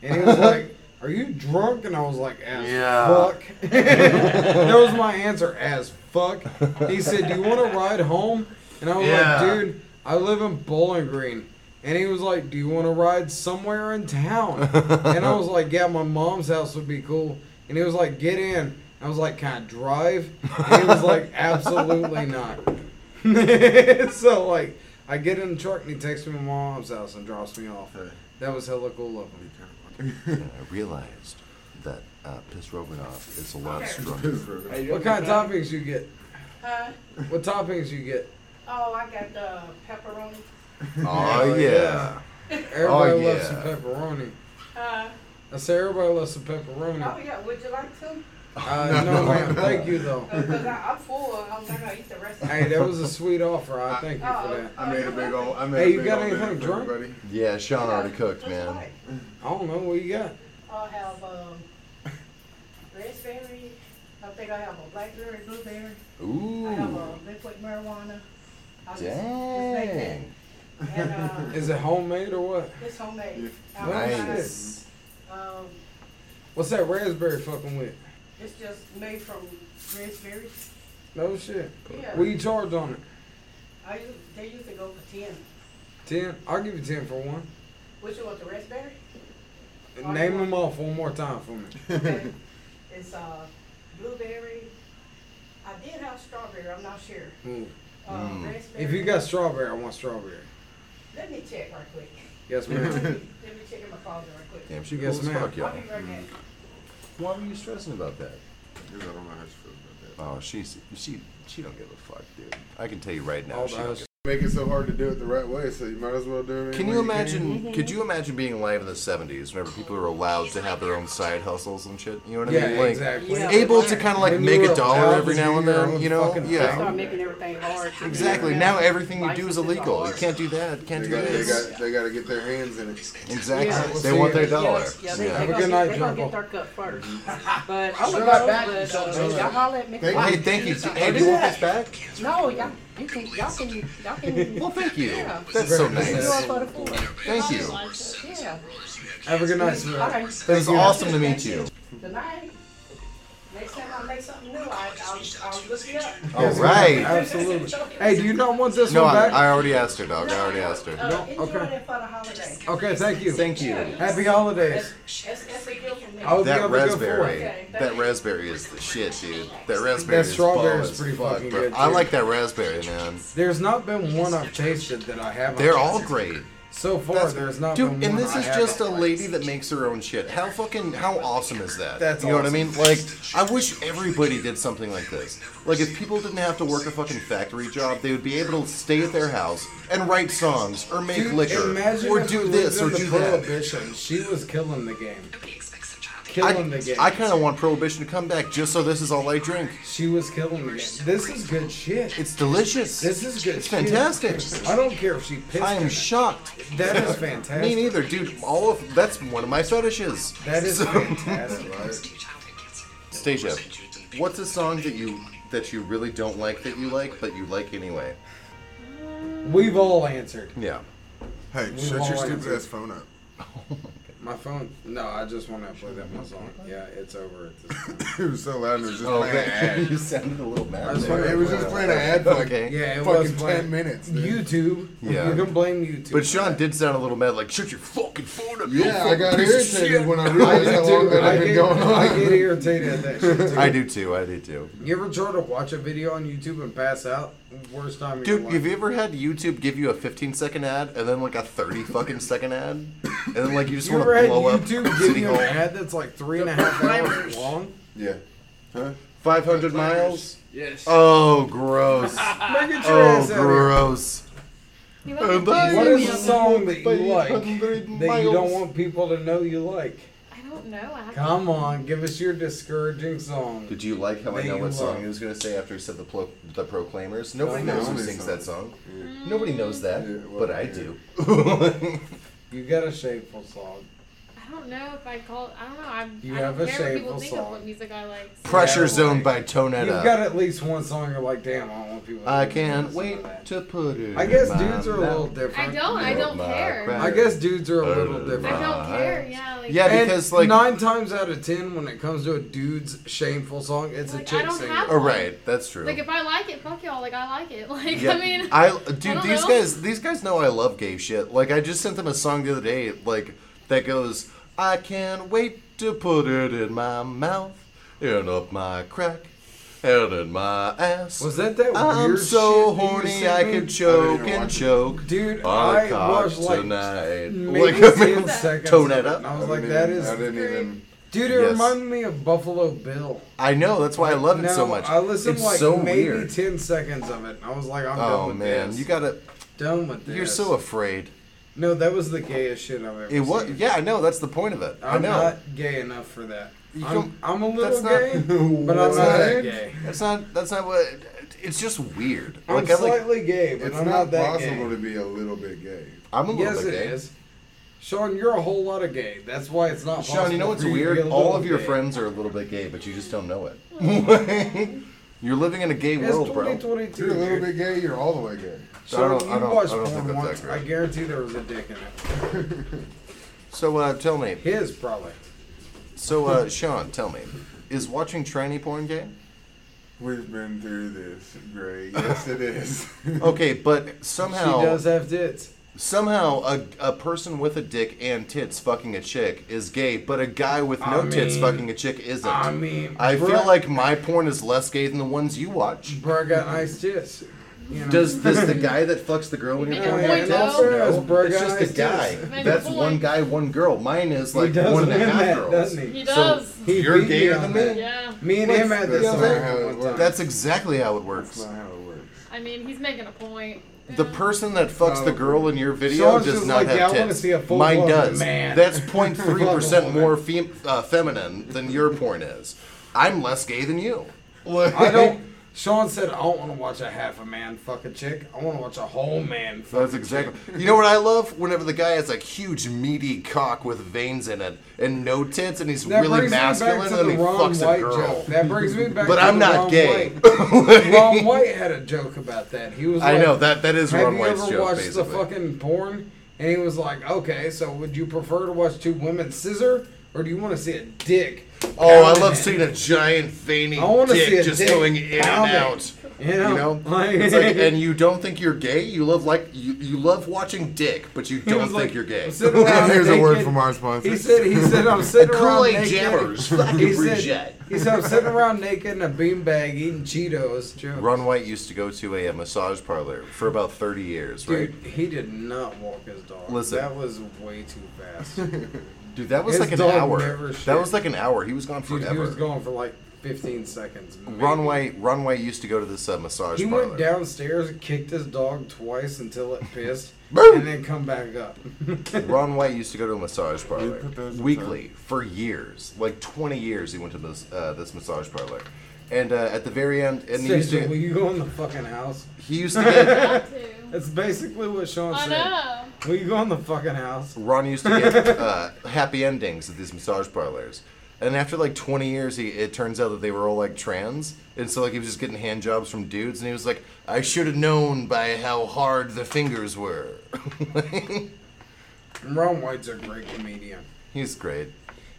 And he was like, are you drunk? And I was like, as
Yeah.
fuck. that was my answer, as fuck. He said, do you want to ride home? And I was
Yeah.
like, dude, I live in Bowling Green. And he was like, do you want to ride somewhere in town? and I was like, yeah, my mom's house would be cool. And he was like, get in. I was like, can I drive? And he was like, absolutely not. so like, I get in the truck and he takes me to my mom's house and drops me off. That was hella cool of him.
And I realized that uh, Piss Romanov is a lot stronger.
What kind of toppings you get?
Huh?
What toppings you get?
Oh, I got the pepperoni.
Oh, yeah.
Everybody
Oh,
loves some
yeah.
pepperoni.
Uh,
I say everybody loves some
oh
pepperoni.
yeah, would you like some?
Uh, no, ma'am. Thank you though.
Because I'm full. and I'm not gonna eat the rest. of
hey,
it. Oh,
that was a sweet offer. I thank you for that.
I made a
big old. I made
Hey,
a
you
big
got
old
anything
dinner for
drunk?
everybody.
Yeah, Sean already cooked, man.
I don't know what you got.
I'll have um, raspberry. I think I have a blackberry, blueberry. I have
Ooh.
a liquid marijuana. I just- just make that.
Dang.
And uh,
Is it homemade or what?
it's homemade. I don't
Nice.
buy, Um,
What's that raspberry fucking with?
it's just made from raspberries.
No shit.
Yeah.
What you charge on it?
I used, they used to go for ten.
Ten. I'll give you ten for one.
Which one, the rest better?
Name 'em Name them off one more time for me.
It's uh, blueberry. I did have strawberry. I'm not sure.
Mm.
Uh, raspberry.
If you got strawberry, I want strawberry.
Let me check right quick.
Yes, ma'am.
Let me check in my calendar right quick.
Damn, she
Yes,
goes
ma'am.
fuck y'all.
I'll be right back.
Why were you stressing about that?
Because I don't know how she feels about that.
Oh, she's she she don't give a fuck, dude. I can tell you right now,
All
she
the
don't
ice-
give
Make it so hard to do it the right way, so you might as well do it.
Can
any
you
way
imagine?
can.
Could you imagine being alive in the '70s, whenever people are allowed to have their own side hustles and shit? You know what I
Yeah,
mean? Like,
exactly. Yeah.
Able to kind of like
When
make
you
a
were
dollar
allowed
every
to
now
do
and
your
then.
own
You know?
fucking
Yeah.
thing.
Start making everything hard. to do.
Exactly.
Yeah.
Now everything you do is
Licenses are
illegal. You
hard.
can't do that. Can't
They
do
got, they
this.
got, they got to get their hands in it.
Exactly.
Yeah.
They want their
Yeah,
dollar.
Yeah, they,
Yeah.
they gonna, get- they gonna get their cup first. But
I'll be
but,
right back.
uh,
Thank you.
y'all holler at me.
Well, hey, thank you. Hey,
do
do you want
that.
this back?
No, y'all, you can, y'all can, y'all can.
Well, thank you.
Yeah.
That's so
You
nice.
are for the food.
Thank you.
Yeah.
Have a good night, sir.
All right.
It was awesome to meet you.
Tonight, next time I make something new, I, I'll, I'll look you up.
All
Yes, ma'am.
right.
Absolutely. Hey, do you not want this
No,
one
I,
back?
I already asked her, dog. I already asked her.
Uh, enjoy
okay.
it for the holiday.
okay, thank you.
Thank you.
Happy holidays.
That's, that's a gift from me.
I hope you
That
have a good
raspberry,
fourth.
that raspberry is the shit, dude. That raspberry is
strawberry
bomb
is
as
pretty
fuck,
fucking
bro.
good,
I
too.
like that raspberry, man.
There's not been one I've tasted that I haven't.
They're all great.
So far, there's not
Dude,
been
and
one
this
I
is
haven't.
just a lady that makes her own shit. How fucking how awesome is that?
That's
you know what I
awesome.
mean? Like I wish everybody did something like this. Like if people didn't have to work a fucking factory job, they would be able to stay at their house and write songs or make
Dude,
liquor
imagine
or
if
do
we
this or
lived in
do
the
that.
Prohibition. She was killing the game. Killing the
I,
game.
I kind of want prohibition to come back just so this is all I drink.
She was killing the game. This is good shit.
It's delicious.
This is good.
It's
shit.
fantastic.
I don't care if she pissed.
I am
in it.
shocked.
That is fantastic.
Me neither, dude. All of that's one of my fetishes.
That is
So-
fantastic.
Stage F, what's a song that you that you really don't like that you like but you like anyway?
We've all answered.
Yeah.
Hey,
We've
shut
all
your stupid
answered.
ass phone up.
My phone. No, I just want to play that one song. Yeah, it's over at this point.
it was so loud. It was just
Oh,
playing an
okay.
ad.
you sounded a little
I
mad.
was
there.
playing- it was just playing an ad for like
Okay.
Yeah, it
fucking
was playing-
ten minutes. dude.
YouTube.
Yeah.
You can blame YouTube.
But Sean did sound a little mad, like shut your fucking phone up. you
Yeah, I
fucking
got
piece of
irritated
shit."
when I realized how long that
I
had been
get,
going on.
I get irritated at that shit too.
I do too. I do too.
You ever try to watch a video on YouTube and pass out? Worst time of your
Dude,
life.
have you ever had YouTube give you a 15 second ad and then like a 30 fucking second ad, and then like you just
You
want
ever
to
had
blow up
YouTube give
City
you an
Hall?
ad that's like three and a half hours long?
Yeah. Huh?
500 miles?
Yes.
Oh, gross.
Make it your
oh,
ass out of here.
gross.
Oh, What is a song that you like that you don't
miles.
want people to know you like?
I don't know. I
Come on, give us your discouraging song.
Did you like how I
There
know
you
what song
are.
he was going to say after he said the, pro- the Proclaimers? Nobody
Oh,
knows
no.
who sings that song.
Mm.
Nobody knows that, but I do.
You got a shameful song.
I don't know if I call. I don't know. I'm.
You
I don't
have a
care what people
shameful
think of
song.
what music I like.
Pressure
Yeah,
Zone
like-
by Tone It
You've
Up.
got at least one song you're like, damn, I don't want people. to
I
know
can't
this.
wait to put it.
I guess
in my
dudes are a little
mouth.
different.
I don't. I don't
My
care.
crap.
I guess dudes are a
Oh,
little different.
Uh,
I don't care. Yeah. Like,
Yeah,
And
because, like-
nine times out of ten, when it comes to a dude's shameful song, it's a
Like, I
chick
don't
singing.
have
Oh, right, that's true.
Like if I like it, fuck y'all. Like I like it. Like
Yeah,
I mean,
dude,
I don't
these
know.
guys, these guys know I love gay shit. Like, I just sent them a song the other day, like that goes, "I can't wait to put it in my mouth and up my crack." And in my ass.
Was that that
I'm
weird
so
shit that you
horny I
sent me? I
could
didn't
choke
even
and
watch it.
choke.
Dude,
on
I
cock
watched, like,
tonight.
maybe
Like, I
ten
mean,
seconds
tone
of
that
it,
up.
and I was like,
didn't
that
even-
is.
I didn't even.
Dude, it
Yes.
reminded me of Buffalo Bill.
I know that's why I love it so
No,
much.
I listened
it's
like
so
maybe
weird.
ten seconds of it. And I was like, I'm done
oh
with
man,
this.
you gotta.
done with this.
You're so afraid.
no, that was the gayest shit I've ever
It was.
seen.
Yeah, I know. That's the point of it. I
I'm
know.
not gay enough for that.
You don't-
I'm, I'm a
that's
little
not-
gay, but I'm not
That's not
that
it.
gay.
That's not. That's not what. It's just weird.
I'm
Like, I like-
slightly gay, but
It's
I'm
not,
not that gay.
possible to be a little bit gay.
I'm a little
yes,
bit
it
gay.
is. Sean, you're a whole lot of gay. That's why it's not possible.
Sean, you know what's
for to be
weird?
a
All
little
of your
gay.
friends are a little bit gay, but you just don't know it. You're living in a gay
It's
world, bro.
2022.
You're a little
dude.
bit gay. You're all the way gay.
I
Sean,
don't- I
you
don't-
watched
I don't think
porn
that's
once.
accurate.
I guarantee there was a dick in it.
So uh, tell me.
His probably.
So uh, Sean, tell me, is watching tranny porn gay?
We've been through this, Gray. Yes, it is.
Okay, but somehow
She does have tits.
Somehow, a, a person with a dick and tits fucking a chick is gay, but a guy with no
I
tits
mean-
fucking a chick isn't.
I mean,
I
bruh.
feel like my porn is less gay than the ones you watch.
Bro, I got nice tits. You know?
Does does the guy that fucks the girl in your
Yeah,
porn
yeah,
have tits?
that's right.
No,
Bro,
it's just
got
a
nice
guy.
tits. Make a
That's
point.
one guy, one girl. Mine is
He
like
does
one and a
win
half
that,
girls.
doesn't he? He
So
does. He
you're
beat me
gayer
on
than
that.
me.
Yeah.
Me and him had this
That's not
argument
how it
one
works.
time.
That's exactly how it works.
I mean, he's making a point.
The person that fucks the girl in your video
Oh. Sean's
does
just
not
like,
have
"Yeah, I
tits.
wanna see a full
Mine
blown
does.
man."
That's 0.3 percent
Full
more fem- uh, feminine than your porn is. I'm less gay than you.
I don't. Sean said, I don't want to watch a half a man fuck a chick. I want to watch a whole man fuck
That's
a
exactly.
chick."
You know what I love? Whenever the guy has a huge meaty cock with veins in it and no tits, and he's really
brings me back
masculine,
to
and
the
he
Ron
fucks
White
a girl.
joke. That brings me back.
But
to
I'm
the
not
Ron
gay.
White. Ron White had a joke about that. He was.
I
like,
know, that- that is
Have
Ron
you
White's
ever
joke,
watched the
basically."
fucking porn? And he was like, "Okay, so would you prefer to watch two women scissor, or do you want to see a dick?"
Oh, I
pounding
love
it?"
seeing a giant veiny
I wanna
dick
see a
just
dick
going in and
pounding.
out.
You know?
It's like, and you don't think you're gay. You love like you, you love watching dick, but you don't
was
think
like,
you're gay.
"I'm sitting around
Here's a word
naked."
from our sponsor.
He said, "He said I'm sitting around
Kool-Aid
naked."
jammers,
he
fucking
said,
Bridget.
"He said I'm sitting around naked in a beanbag eating Cheetos." Joe.
Ron White used to go to a, uh, massage parlor for about thirty years, right?
Dude, he did not walk his dog.
Listen.
that was way too fast.
Dude, that was
His
like an
dog
hour.
never
That
shit.
was like an hour. He was gone
Dude,
forever.
he was gone for like 15 seconds. maybe.
Ron White, Ron White used to go to this uh, massage
He
parlor.
went downstairs, kicked his dog twice until it pissed, and then come back up.
Ron White used to go to a massage parlor weekly for years, like 20 years. He went to this uh, this massage parlor, and uh, at the very end, and he used
Station, will
to
you go in the fucking house?
he used to get
That's basically what Sean
I
said.
know.
Will you go in the fucking house?
Ron used to get uh, happy endings at these massage parlors, and after like 20 years, he it turns out that they were all like trans, and so like he was just getting hand jobs from dudes, and he was like, I should have known by how hard the fingers were.
Ron White's a great comedian.
He's great.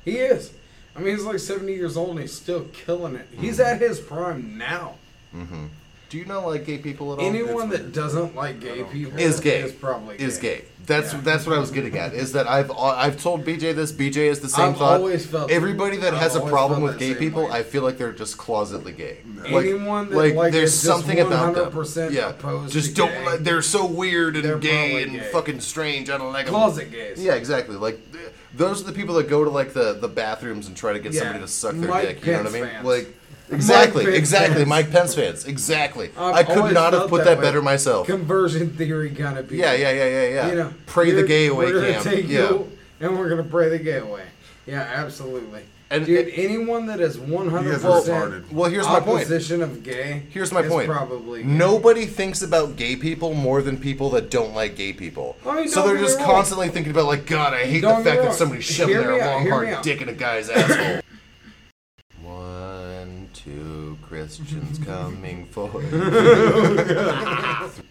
He is. I mean, he's like 70 years old and he's still killing it. He's at his prime now.
Mm-hmm. Do you not like gay people at all?
Anyone
It's
that doesn't like gay people
is gay
is probably
is gay. That's that's what I was getting at. Is that I've al- I've told BJ this. BJ is the same
I've
thought.
always felt-
everybody that
I've
has a
always
problem
felt
with
that
gay
same
people. I feel like they're just closetly gay.
Anyone that,
like,
like,
there's
is just
something about them.
100%
yeah,
opposed
just
to
don't.
gay.
Like, they're so weird and
They're
gay
probably
and
gay.
fucking strange. I don't like 'em.
Closet gays.
Yeah, exactly. Like th- those are the people that go to like the the bathrooms and try to get
Yeah.
somebody to suck their
Mike
dick. You know what I
Pence
mean?
fans.
Like. Exactly,
Pence
exactly.
fans.
Mike Pence fans. Exactly.
I've
I could
always
not have
felt
put
that
that
way.
better myself.
Conversion theory kind of people.
Yeah, yeah, yeah, yeah, yeah.
You know,
Pray the
you're-
gay away
we're gonna
camp.
Take
Yeah.
You and we're gonna pray the gay away. Yeah, absolutely.
And-
Dude, anyone that is one hundred
Well,
percent
well, here's my point.
opposition of gay.
Here's my
is
point.
Probably gay.
nobody thinks about gay people more than people that don't like gay people.
I mean,
so
don't
they're
get me
just
wrong.
constantly thinking about like, God, I hate
Don't
the
get
fact
me
that
wrong.
somebody's shoving
Hear me
their
out,
long
hear me
hard
out.
dick in a guy's asshole. One, two, Christians coming forward.